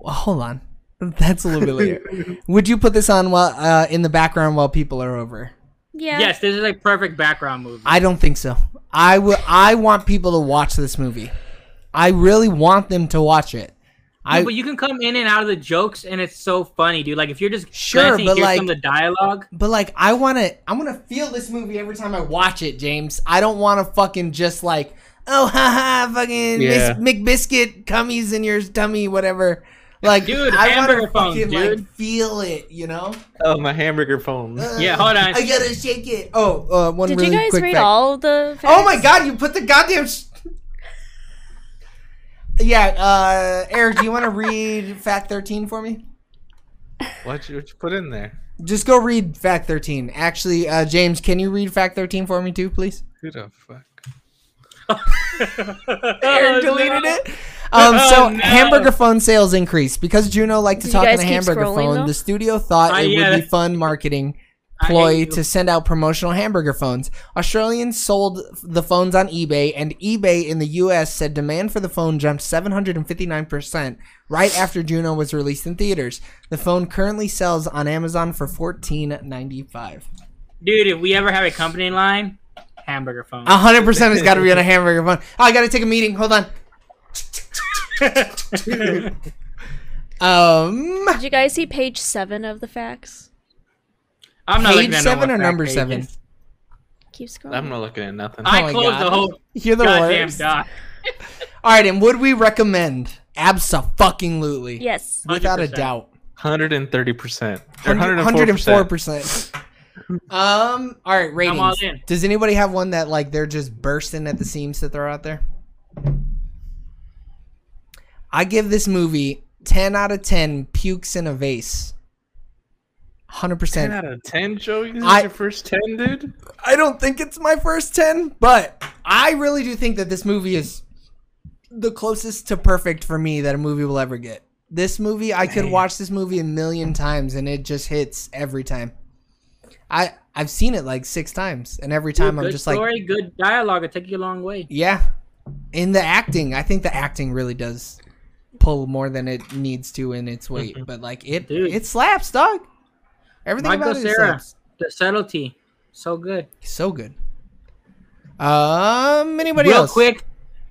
[SPEAKER 1] Well, hold on. That's a little bit later. would you put this on while uh, in the background while people are over?
[SPEAKER 4] yeah.
[SPEAKER 3] Yes, this is a perfect background movie.
[SPEAKER 1] I don't think so. I will. I want people to watch this movie. I really want them to watch it. I
[SPEAKER 3] Dude, but you can come in and out of the jokes, and it's so funny, dude. Like if you're just
[SPEAKER 1] Sure,
[SPEAKER 3] glancing,
[SPEAKER 1] but,
[SPEAKER 3] hear
[SPEAKER 1] like-
[SPEAKER 3] some of the dialogue.
[SPEAKER 1] But like, I want to, I want to feel this movie every time I watch it, James. I don't want to fucking just like, oh, haha, fucking
[SPEAKER 2] Yeah.
[SPEAKER 1] Miss, McBiscuit cummies in your tummy, whatever. Like,
[SPEAKER 3] Dude,
[SPEAKER 1] I wanna
[SPEAKER 3] hamburger phone, dude.
[SPEAKER 1] feel it, you know?
[SPEAKER 2] Oh, my hamburger phone.
[SPEAKER 3] Yeah, hold on.
[SPEAKER 1] I gotta shake it. Oh, uh, one
[SPEAKER 4] Did
[SPEAKER 1] really
[SPEAKER 4] you guys
[SPEAKER 1] quick
[SPEAKER 4] read
[SPEAKER 1] fact.
[SPEAKER 4] all of the?
[SPEAKER 1] Oh my
[SPEAKER 4] facts?
[SPEAKER 1] god, you put the goddamn. Sh- yeah, uh, Eric, do you want to read Fact 13 for me?
[SPEAKER 2] What you, what you put in there?
[SPEAKER 1] Just go read Fact 13. Actually, uh, James, can you read Fact 13 for me too, please?
[SPEAKER 2] Who the fuck?
[SPEAKER 1] Aaron deleted it. Um,
[SPEAKER 3] Oh,
[SPEAKER 1] so
[SPEAKER 3] no.
[SPEAKER 1] hamburger phone sales increased because Juno liked to
[SPEAKER 4] Do you
[SPEAKER 1] talk on
[SPEAKER 4] guys
[SPEAKER 1] a
[SPEAKER 4] keep
[SPEAKER 1] hamburger
[SPEAKER 4] scrolling,
[SPEAKER 1] phone.
[SPEAKER 4] though?
[SPEAKER 1] The studio thought
[SPEAKER 3] Uh,
[SPEAKER 1] it
[SPEAKER 3] yeah,
[SPEAKER 1] would be
[SPEAKER 3] that's-
[SPEAKER 1] fun marketing
[SPEAKER 3] I hate
[SPEAKER 1] ploy
[SPEAKER 3] you.
[SPEAKER 1] to send out promotional hamburger phones. Australians sold the phones on eBay, and eBay in the U.S. said demand for the phone jumped 759 percent right after Juno was released in theaters. The phone currently sells on Amazon for 14.95.
[SPEAKER 3] Dude, if we ever have a company line, hamburger phone.
[SPEAKER 1] A hundred percent has got to be on a hamburger phone. Oh, I got to take a meeting. Hold on. um,
[SPEAKER 4] Did you guys see page seven of the facts?
[SPEAKER 3] I'm not
[SPEAKER 1] page
[SPEAKER 3] looking at no more
[SPEAKER 1] seven or
[SPEAKER 3] fact
[SPEAKER 1] number
[SPEAKER 3] pages.
[SPEAKER 1] seven?
[SPEAKER 4] Keep scrolling.
[SPEAKER 2] I'm not looking at nothing.
[SPEAKER 1] Oh my
[SPEAKER 3] I closed
[SPEAKER 1] God.
[SPEAKER 3] the whole
[SPEAKER 1] You're the
[SPEAKER 3] goddamn
[SPEAKER 1] worst.
[SPEAKER 3] doc.
[SPEAKER 1] All right, and would we recommend? Absolutely,
[SPEAKER 4] yes.
[SPEAKER 1] without a
[SPEAKER 3] 100%.
[SPEAKER 1] doubt.
[SPEAKER 2] 130%. Or
[SPEAKER 1] 104
[SPEAKER 2] 104%.
[SPEAKER 1] percent. Um. All right, ratings.
[SPEAKER 3] all in.
[SPEAKER 1] Does anybody have one that like they're just bursting at the seams to throw out there? I give this movie 10 out of 10 pukes in a vase.
[SPEAKER 2] 10
[SPEAKER 1] 100%.
[SPEAKER 2] out of 10, Joey? This
[SPEAKER 1] I-
[SPEAKER 2] is your first 10, dude?
[SPEAKER 1] I don't think it's my first 10, but I really do think that this movie is the closest to perfect for me that a movie will ever get. This movie, I could watch this movie a million times and it just hits every time. I I've seen it like 6 times and every time
[SPEAKER 3] Good
[SPEAKER 1] I'm just like,
[SPEAKER 3] story, good dialogue. It'll take you a long way.
[SPEAKER 1] yeah. In the acting, I think the acting really does pull more than it needs to in its weight, but like it
[SPEAKER 3] Mm-hmm. Dude.
[SPEAKER 1] it slaps, dog. Everything
[SPEAKER 3] Michael
[SPEAKER 1] about it
[SPEAKER 3] Cera.
[SPEAKER 1] slaps.
[SPEAKER 3] The subtlety, so good.
[SPEAKER 1] So good. Um anybody
[SPEAKER 3] Real
[SPEAKER 1] else?
[SPEAKER 3] quick,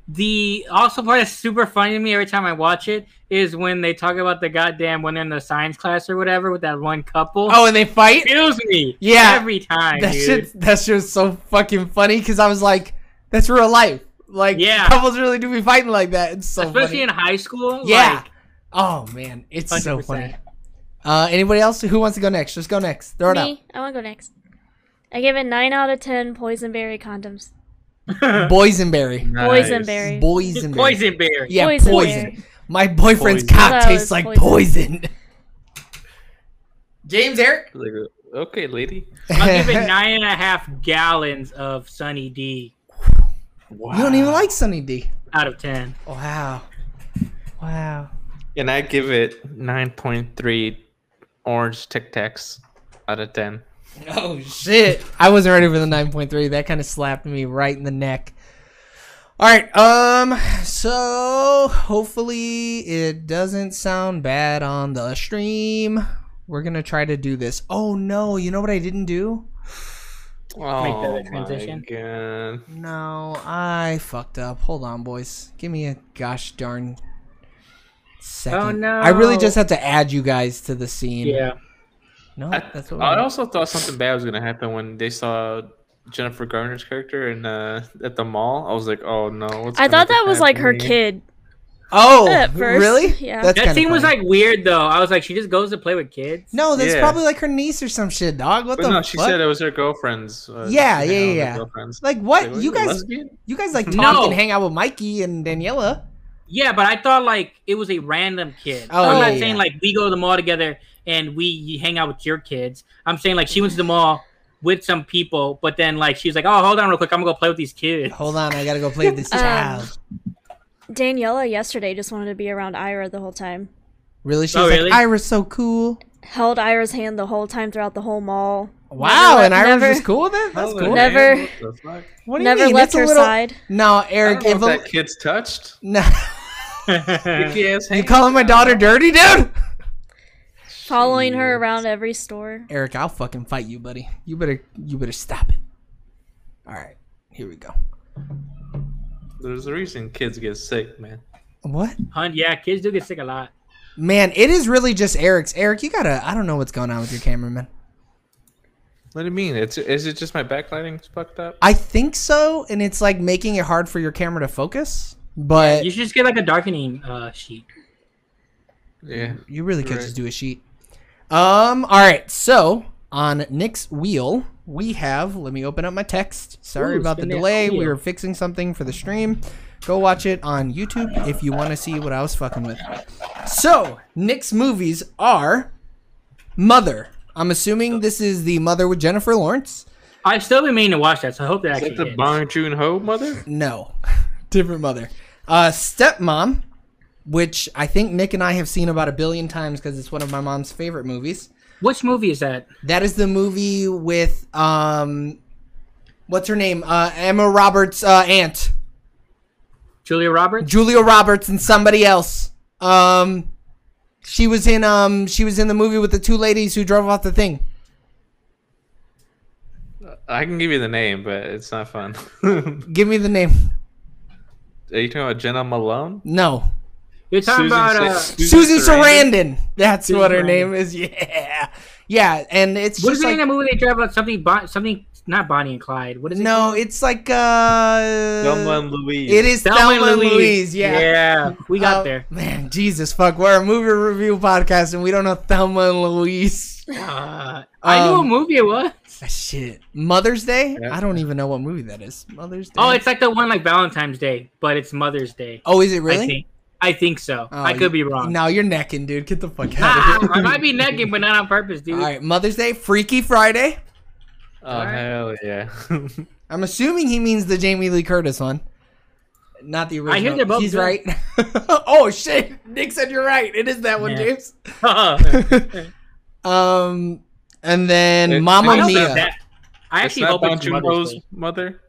[SPEAKER 3] the also part that's super funny to me every time I watch it is when they talk about the goddamn when they're in the science class or whatever with that one couple.
[SPEAKER 1] Oh, and they fight?
[SPEAKER 3] kills me.
[SPEAKER 1] Yeah.
[SPEAKER 3] every time,
[SPEAKER 1] That
[SPEAKER 3] dude.
[SPEAKER 1] shit that shit's so fucking funny because I was like, that's real life. Like
[SPEAKER 3] Yeah.
[SPEAKER 1] couples really do be fighting like that. It's so
[SPEAKER 3] Especially
[SPEAKER 1] funny.
[SPEAKER 3] in high school.
[SPEAKER 1] yeah.
[SPEAKER 3] like,
[SPEAKER 1] oh man, it's so
[SPEAKER 3] 100%.
[SPEAKER 1] funny. Uh anybody else? Who wants to go next? Just go next. Throw it
[SPEAKER 4] Me. I want to go next. I give it nine out of ten boysenberry condoms.
[SPEAKER 1] out. Boysenberry.
[SPEAKER 4] Boysenberry.
[SPEAKER 1] Boysenberry.
[SPEAKER 3] Poisonberry.
[SPEAKER 1] Yeah, poison.
[SPEAKER 4] Poison
[SPEAKER 1] My boyfriend's
[SPEAKER 2] Poison.
[SPEAKER 4] Thought
[SPEAKER 1] cock
[SPEAKER 4] it
[SPEAKER 1] tastes
[SPEAKER 4] was
[SPEAKER 1] like poison.
[SPEAKER 4] poison.
[SPEAKER 1] James Eric.
[SPEAKER 2] Like, okay, lady.
[SPEAKER 3] I'll give it nine and a half gallons of Sunny D
[SPEAKER 2] Wow.
[SPEAKER 1] you don't even like Sunny D.
[SPEAKER 3] out of ten.
[SPEAKER 1] Wow. Wow.
[SPEAKER 2] And I give it 9.3 orange Tic Tacs out of 10.
[SPEAKER 1] Oh shit! I wasn't ready for the 9.3. That kind of slapped me right in the neck. All right. Um. So hopefully it doesn't sound bad on the stream. We're gonna try to do this. Oh no! You know what I didn't do?
[SPEAKER 2] Oh
[SPEAKER 3] that a transition.
[SPEAKER 2] my god.
[SPEAKER 1] No, I fucked up. Hold on, boys. Give me a gosh darn second.
[SPEAKER 3] Oh, no.
[SPEAKER 1] I really just have to add you guys to the scene.
[SPEAKER 3] Yeah.
[SPEAKER 1] No,
[SPEAKER 2] I,
[SPEAKER 1] that's what.
[SPEAKER 2] I
[SPEAKER 1] we-
[SPEAKER 2] also thought something bad was gonna happen when they saw Jennifer Garner's character in uh, at the mall. I was like, oh no! What's
[SPEAKER 4] I
[SPEAKER 2] gonna
[SPEAKER 4] thought that was
[SPEAKER 2] happen
[SPEAKER 4] like her
[SPEAKER 2] to me?
[SPEAKER 4] kid.
[SPEAKER 1] Oh,
[SPEAKER 4] at first.
[SPEAKER 1] really?
[SPEAKER 4] Yeah.
[SPEAKER 1] That's
[SPEAKER 3] That
[SPEAKER 1] kinda
[SPEAKER 3] scene was
[SPEAKER 1] funny.
[SPEAKER 3] like weird though. I was like, she just goes to play with kids.
[SPEAKER 1] No, that's
[SPEAKER 2] Yeah.
[SPEAKER 1] probably like her niece or some shit, dog. What
[SPEAKER 2] But
[SPEAKER 1] the
[SPEAKER 2] no,
[SPEAKER 1] fuck?
[SPEAKER 2] she said it was her girlfriend's. Uh,
[SPEAKER 1] Yeah,
[SPEAKER 2] you
[SPEAKER 1] yeah,
[SPEAKER 2] know,
[SPEAKER 1] yeah,
[SPEAKER 2] her
[SPEAKER 1] yeah.
[SPEAKER 2] Girlfriend's.
[SPEAKER 1] like
[SPEAKER 2] Like,
[SPEAKER 1] what?
[SPEAKER 2] was
[SPEAKER 1] You
[SPEAKER 2] it a
[SPEAKER 1] guys,
[SPEAKER 2] lesbian?
[SPEAKER 1] you guys like
[SPEAKER 3] No.
[SPEAKER 1] talk and hang out with Mikey and Daniela.
[SPEAKER 3] Yeah, but I thought like it was a random kid.
[SPEAKER 1] Oh,
[SPEAKER 3] I'm
[SPEAKER 1] yeah,
[SPEAKER 3] not
[SPEAKER 1] yeah,
[SPEAKER 3] saying
[SPEAKER 1] yeah.
[SPEAKER 3] like we go to the mall together and we hang out with your kids. I'm saying like she went to the mall with some people, but then like she was like, "Oh, hold on real quick, I'm gonna go play with these kids."
[SPEAKER 1] Hold on, I gotta go play with this
[SPEAKER 4] Um,
[SPEAKER 1] child.
[SPEAKER 4] Daniela yesterday just wanted to be around Ira the whole time.
[SPEAKER 1] Really? She
[SPEAKER 3] Oh,
[SPEAKER 1] was
[SPEAKER 3] really?
[SPEAKER 1] like, Ira's so cool.
[SPEAKER 4] Held Ira's hand the whole time throughout the whole mall.
[SPEAKER 1] Wow,
[SPEAKER 4] let-
[SPEAKER 1] and Ira's
[SPEAKER 4] never-
[SPEAKER 1] just cool with it. That's
[SPEAKER 2] Hello,
[SPEAKER 1] cool.
[SPEAKER 4] Never-
[SPEAKER 2] man, what the fuck?
[SPEAKER 1] What do you
[SPEAKER 4] Never
[SPEAKER 1] mean?
[SPEAKER 4] left
[SPEAKER 1] It's a
[SPEAKER 4] her
[SPEAKER 1] little-
[SPEAKER 4] side.
[SPEAKER 1] No,
[SPEAKER 2] I
[SPEAKER 1] Eric.
[SPEAKER 2] don't know
[SPEAKER 1] If
[SPEAKER 2] if
[SPEAKER 1] a...
[SPEAKER 2] that kid's touched.
[SPEAKER 1] No,
[SPEAKER 2] Sticky ass
[SPEAKER 1] you
[SPEAKER 2] hand.
[SPEAKER 1] calling my daughter dirty, dude?
[SPEAKER 4] Following her around every store.
[SPEAKER 1] Eric, I'll fucking fight you, buddy. You better, you better stop it. All right, here we go.
[SPEAKER 2] There's a reason kids get sick, man.
[SPEAKER 1] What?
[SPEAKER 3] Hun, yeah, kids do get sick a lot.
[SPEAKER 1] Man, it is really just Eric's. Eric, you gotta. I don't know what's going on with your cameraman.
[SPEAKER 2] What do you mean? It's is it just my backlighting's fucked up?
[SPEAKER 1] I think so, and it's like making it hard for your camera to focus. But
[SPEAKER 3] You
[SPEAKER 1] you,
[SPEAKER 3] should just get like a darkening uh, sheet.
[SPEAKER 1] Mm-hmm.
[SPEAKER 2] Yeah.
[SPEAKER 1] really could
[SPEAKER 2] Right.
[SPEAKER 1] just do a sheet. Um. All right. So on Nick's wheel, we have. Let me open up my text. Sorry
[SPEAKER 3] Ooh,
[SPEAKER 1] about the
[SPEAKER 3] spin that
[SPEAKER 1] delay. We
[SPEAKER 3] wheel.
[SPEAKER 1] were fixing something for the stream. Go watch it on YouTube if you want to see what I was fucking with. So Nick's movies are Mother. I'm assuming this is the Mother with Jennifer Lawrence.
[SPEAKER 3] I still been meaning to watch that, so I hope that
[SPEAKER 2] Is that
[SPEAKER 3] actually.
[SPEAKER 2] the
[SPEAKER 3] hits.
[SPEAKER 2] Bong Joon Ho mother?
[SPEAKER 1] No, different mother. Uh, stepmom, which I think Nick and I have seen about a billion times because it's one of my mom's favorite movies.
[SPEAKER 3] Which movie is that?
[SPEAKER 1] That is the movie with um, what's her name? Uh, Emma Roberts' uh, aunt,
[SPEAKER 3] Julia Roberts.
[SPEAKER 1] Julia Roberts, and somebody else. Um, she was in um, she was in the movie with the two ladies who drove off the thing.
[SPEAKER 2] I can give you the name, but it's not fun. Are
[SPEAKER 1] Give me the name.
[SPEAKER 2] you talking about Jenna Malone?
[SPEAKER 1] No,
[SPEAKER 3] You're talking about
[SPEAKER 2] Sa-
[SPEAKER 3] uh,
[SPEAKER 1] Susan Sarandon. That's what her
[SPEAKER 3] Sarandon.
[SPEAKER 1] name is. Yeah, yeah, and it's
[SPEAKER 3] what is
[SPEAKER 1] just
[SPEAKER 3] it
[SPEAKER 1] like
[SPEAKER 3] in that movie? They drive about something, Bon- something not Bonnie and Clyde. What is it?
[SPEAKER 1] No, it's like uh
[SPEAKER 2] Thelma and Louise.
[SPEAKER 1] It is Thelma, and Louise. yeah.
[SPEAKER 3] yeah, we got
[SPEAKER 1] Uh,
[SPEAKER 3] there.
[SPEAKER 1] Man, Jesus fuck. We're a movie review podcast and we don't know Thelma and Louise.
[SPEAKER 3] Uh, I knew what
[SPEAKER 1] Um,
[SPEAKER 3] movie it was.
[SPEAKER 1] Shit. Mother's Day?
[SPEAKER 2] Yeah.
[SPEAKER 1] I don't even know what movie that is. Mother's Day.
[SPEAKER 3] Oh, it's like the one like Valentine's Day, but it's Mother's Day.
[SPEAKER 1] Oh, is it really?
[SPEAKER 3] I think. I think so.
[SPEAKER 1] Oh,
[SPEAKER 3] I could
[SPEAKER 1] you-
[SPEAKER 3] be wrong.
[SPEAKER 1] No, you're necking, dude. Get the fuck
[SPEAKER 3] Ah,
[SPEAKER 1] out of here.
[SPEAKER 3] I might be naked, but not on purpose, dude.
[SPEAKER 1] All right, Mother's Day, Freaky Friday.
[SPEAKER 2] Oh hell yeah.
[SPEAKER 1] I'm assuming he means the Jamie Lee Curtis one. Not the original.
[SPEAKER 3] hear they're both
[SPEAKER 1] He's
[SPEAKER 3] good.
[SPEAKER 1] right. oh shit. Nick said you're right. It is that one,
[SPEAKER 3] Yeah.
[SPEAKER 1] James.
[SPEAKER 3] I
[SPEAKER 1] um, and then
[SPEAKER 2] It-
[SPEAKER 1] Mamma
[SPEAKER 2] it's
[SPEAKER 3] hope
[SPEAKER 1] Mia.
[SPEAKER 3] that. I
[SPEAKER 2] it's
[SPEAKER 3] actually
[SPEAKER 2] not
[SPEAKER 3] hope
[SPEAKER 2] Bong
[SPEAKER 3] it's
[SPEAKER 2] Joon
[SPEAKER 3] Mother's
[SPEAKER 2] Ho's
[SPEAKER 3] Day.
[SPEAKER 2] mother.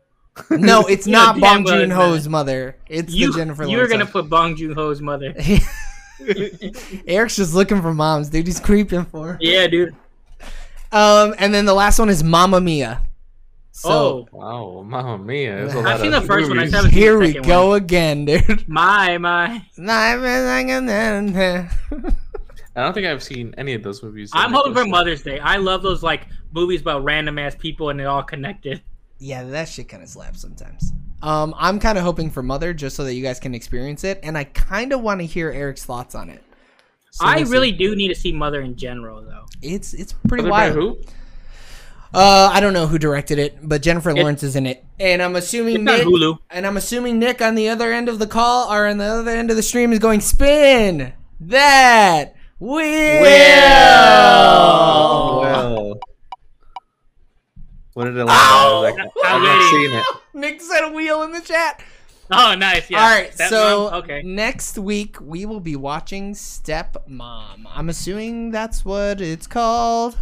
[SPEAKER 1] No, it's
[SPEAKER 3] Yeah,
[SPEAKER 1] not Bong
[SPEAKER 3] damn well,
[SPEAKER 1] Joon
[SPEAKER 3] it's not.
[SPEAKER 1] Ho's mother. It's
[SPEAKER 3] You,
[SPEAKER 1] the Jennifer.
[SPEAKER 3] you were gonna
[SPEAKER 1] Lawrence
[SPEAKER 3] put Bong Joon Ho's mother.
[SPEAKER 1] one. Eric's just looking for moms, dude. He's creeping for. her.
[SPEAKER 3] Yeah, dude.
[SPEAKER 1] Um, and then the last one is Mamma Mia. So
[SPEAKER 3] oh,
[SPEAKER 2] Wow, Mamma Mia. there's a
[SPEAKER 1] I've
[SPEAKER 2] lot
[SPEAKER 3] seen
[SPEAKER 2] of
[SPEAKER 3] the first one, I
[SPEAKER 2] movies.
[SPEAKER 3] haven't-
[SPEAKER 1] here
[SPEAKER 3] the
[SPEAKER 1] we
[SPEAKER 3] second
[SPEAKER 1] go again, dude.
[SPEAKER 3] my my.
[SPEAKER 2] I don't think I've seen any of those movies.
[SPEAKER 3] I'm hoping for
[SPEAKER 2] Mother.
[SPEAKER 3] Mother's Day. I love those like movies about random ass people and it all connected.
[SPEAKER 1] yeah, that shit kind of slaps sometimes. Um, I'm kind of hoping for Mother just so that you guys can experience it, and I kind of want to hear Eric's thoughts on it. So
[SPEAKER 3] I
[SPEAKER 1] we'll see.
[SPEAKER 3] really do need to see Mother in general though.
[SPEAKER 1] it's it's pretty
[SPEAKER 2] Mother by who?
[SPEAKER 1] wild. Uh, I don't know who directed it, but Jennifer Lawrence is in it, and I'm assuming
[SPEAKER 3] It's on
[SPEAKER 1] Nick.
[SPEAKER 3] Hulu.
[SPEAKER 1] And I'm assuming Nick on the other end of the call or on the other end of the stream is going spin that wheel.
[SPEAKER 3] Wheel.
[SPEAKER 2] Well. Oh. What did it look
[SPEAKER 1] Oh.
[SPEAKER 2] like? I've not
[SPEAKER 3] Already.
[SPEAKER 2] seen it.
[SPEAKER 1] Nick said a wheel in the chat.
[SPEAKER 3] Oh, nice. Yeah.
[SPEAKER 1] All right,
[SPEAKER 3] Stepmom?
[SPEAKER 1] so
[SPEAKER 3] okay.
[SPEAKER 1] next week we will be watching Step Mom. I'm assuming that's what it's called.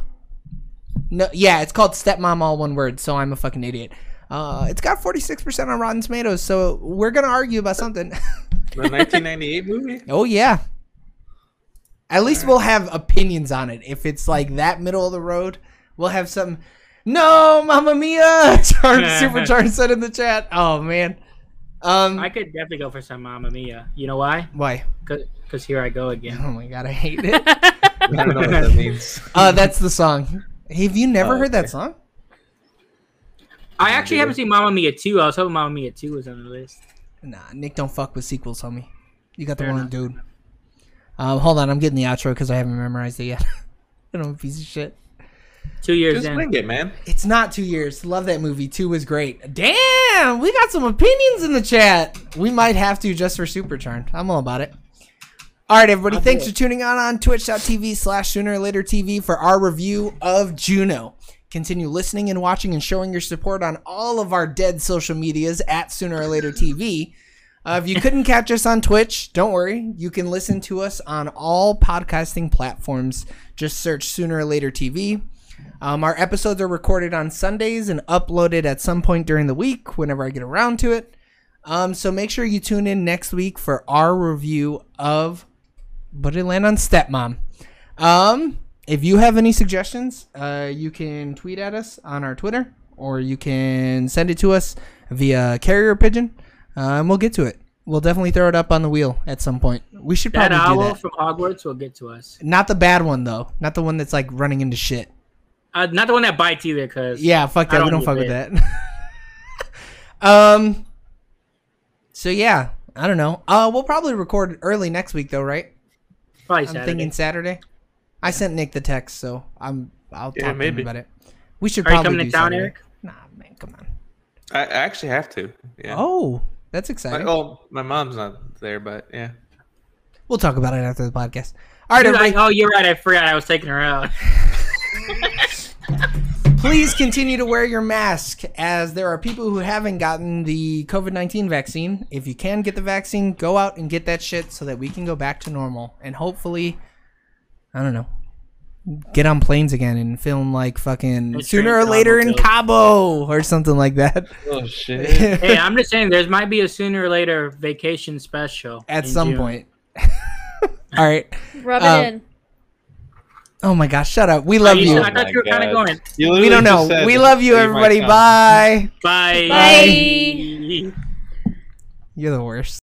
[SPEAKER 1] No, yeah, it's called Stepmom, all one word. So I'm a fucking idiot. Uh, it's got 46% on Rotten Tomatoes, so we're gonna argue about something.
[SPEAKER 2] The 1998 movie?
[SPEAKER 1] Oh yeah. At least we'll have opinions on it. If it's like that middle of the road, we'll have some. No, Mamma Mia! Charm, Super Charm said in the chat. Oh man. Um.
[SPEAKER 3] I could definitely go for some Mamma Mia. You know why?
[SPEAKER 1] why?
[SPEAKER 3] Because here I go again.
[SPEAKER 1] Oh my god, I hate it.
[SPEAKER 2] I don't know what that means.
[SPEAKER 1] uh, that's the song. Have you never
[SPEAKER 2] Oh,
[SPEAKER 1] heard that
[SPEAKER 2] okay.
[SPEAKER 1] song?
[SPEAKER 3] I actually haven't seen Mamma Mia 2. I was hoping Mamma Mia 2 was on the list.
[SPEAKER 1] Nah, Nick, don't fuck with sequels, homie. You got the
[SPEAKER 3] Fair
[SPEAKER 1] wrong
[SPEAKER 3] enough.
[SPEAKER 1] dude. Um, hold on, I'm getting the outro because I haven't memorized it yet. you know, piece of shit.
[SPEAKER 3] Two years
[SPEAKER 2] Just
[SPEAKER 3] in.
[SPEAKER 2] wing it, man.
[SPEAKER 1] It's not two years. Love that movie. Two was great. Damn, we got some opinions in the chat. We might have to just for Supercharmed. I'm all about it. All right, everybody. thanks for tuning on on twitch.tv slash sooner or later TV for our review of Juno. Continue listening and watching and showing your support on all of our dead social medias at sooner or later TV. Uh, if you couldn't catch us on Twitch, don't worry. You can listen to us on all podcasting platforms. Just search sooner or later TV. Um, our episodes are recorded on Sundays and uploaded at some point during the week whenever I get around to it. Um, so make sure you tune in next week for our review of But It Land on Stepmom. Um, if you have any suggestions, uh, you can tweet at us on our Twitter or you can send it to us via carrier pigeon uh, and we'll get to it. We'll definitely throw it up on the wheel at some point. We should
[SPEAKER 3] That
[SPEAKER 1] probably do
[SPEAKER 3] owl
[SPEAKER 1] that.
[SPEAKER 3] from Hogwarts will get to us.
[SPEAKER 1] Not the bad one though. Not the one that's like running into shit.
[SPEAKER 3] Uh, not the one that bites either, because
[SPEAKER 1] Yeah, fuck that.
[SPEAKER 3] I
[SPEAKER 1] we don't
[SPEAKER 3] don't
[SPEAKER 1] fuck with
[SPEAKER 3] give
[SPEAKER 1] that. um. So yeah, I don't know. Uh, we'll probably record early next week though, right?
[SPEAKER 3] probably
[SPEAKER 1] I'm
[SPEAKER 3] Saturday.
[SPEAKER 1] thinking Saturday. I sent Nick the text, so I'm. I'll
[SPEAKER 2] Yeah,
[SPEAKER 1] talk to him
[SPEAKER 2] maybe.
[SPEAKER 1] about it. We should
[SPEAKER 3] Are you
[SPEAKER 1] probably
[SPEAKER 3] coming to
[SPEAKER 1] do
[SPEAKER 3] town,
[SPEAKER 1] Saturday.
[SPEAKER 3] Eric?
[SPEAKER 1] Nah, man, come on.
[SPEAKER 2] I, I actually have to. Yeah.
[SPEAKER 1] Oh, that's
[SPEAKER 2] Like,
[SPEAKER 1] exciting.
[SPEAKER 2] oh, my mom's not there, but yeah.
[SPEAKER 1] We'll talk about it after the podcast. All right,
[SPEAKER 3] Dude, I-
[SPEAKER 1] everybody.
[SPEAKER 3] oh, you're right. I forgot I was taking her out.
[SPEAKER 1] please continue to wear your mask as there are people who haven't gotten the COVID 19 vaccine. If you can get the vaccine, go out and get that shit so that we can go back to normal and hopefully, I don't know, get on planes again and film like fucking
[SPEAKER 3] It's
[SPEAKER 1] sooner or
[SPEAKER 3] great
[SPEAKER 1] later in
[SPEAKER 3] Cabo,
[SPEAKER 1] Cabo or something like that.
[SPEAKER 2] Oh shit.
[SPEAKER 3] hey, I'm just saying, there might be a sooner or later vacation special
[SPEAKER 1] At
[SPEAKER 3] in
[SPEAKER 1] some
[SPEAKER 3] June.
[SPEAKER 1] point. All right.
[SPEAKER 4] Rub
[SPEAKER 1] Um,
[SPEAKER 4] it in.
[SPEAKER 1] Oh my gosh, shut up. We love
[SPEAKER 3] you
[SPEAKER 1] you.
[SPEAKER 3] should- I thought you were kinda going.
[SPEAKER 1] Oh We don't know. We love you, everybody. Bye.
[SPEAKER 3] Bye.
[SPEAKER 4] Bye.
[SPEAKER 1] You're the worst.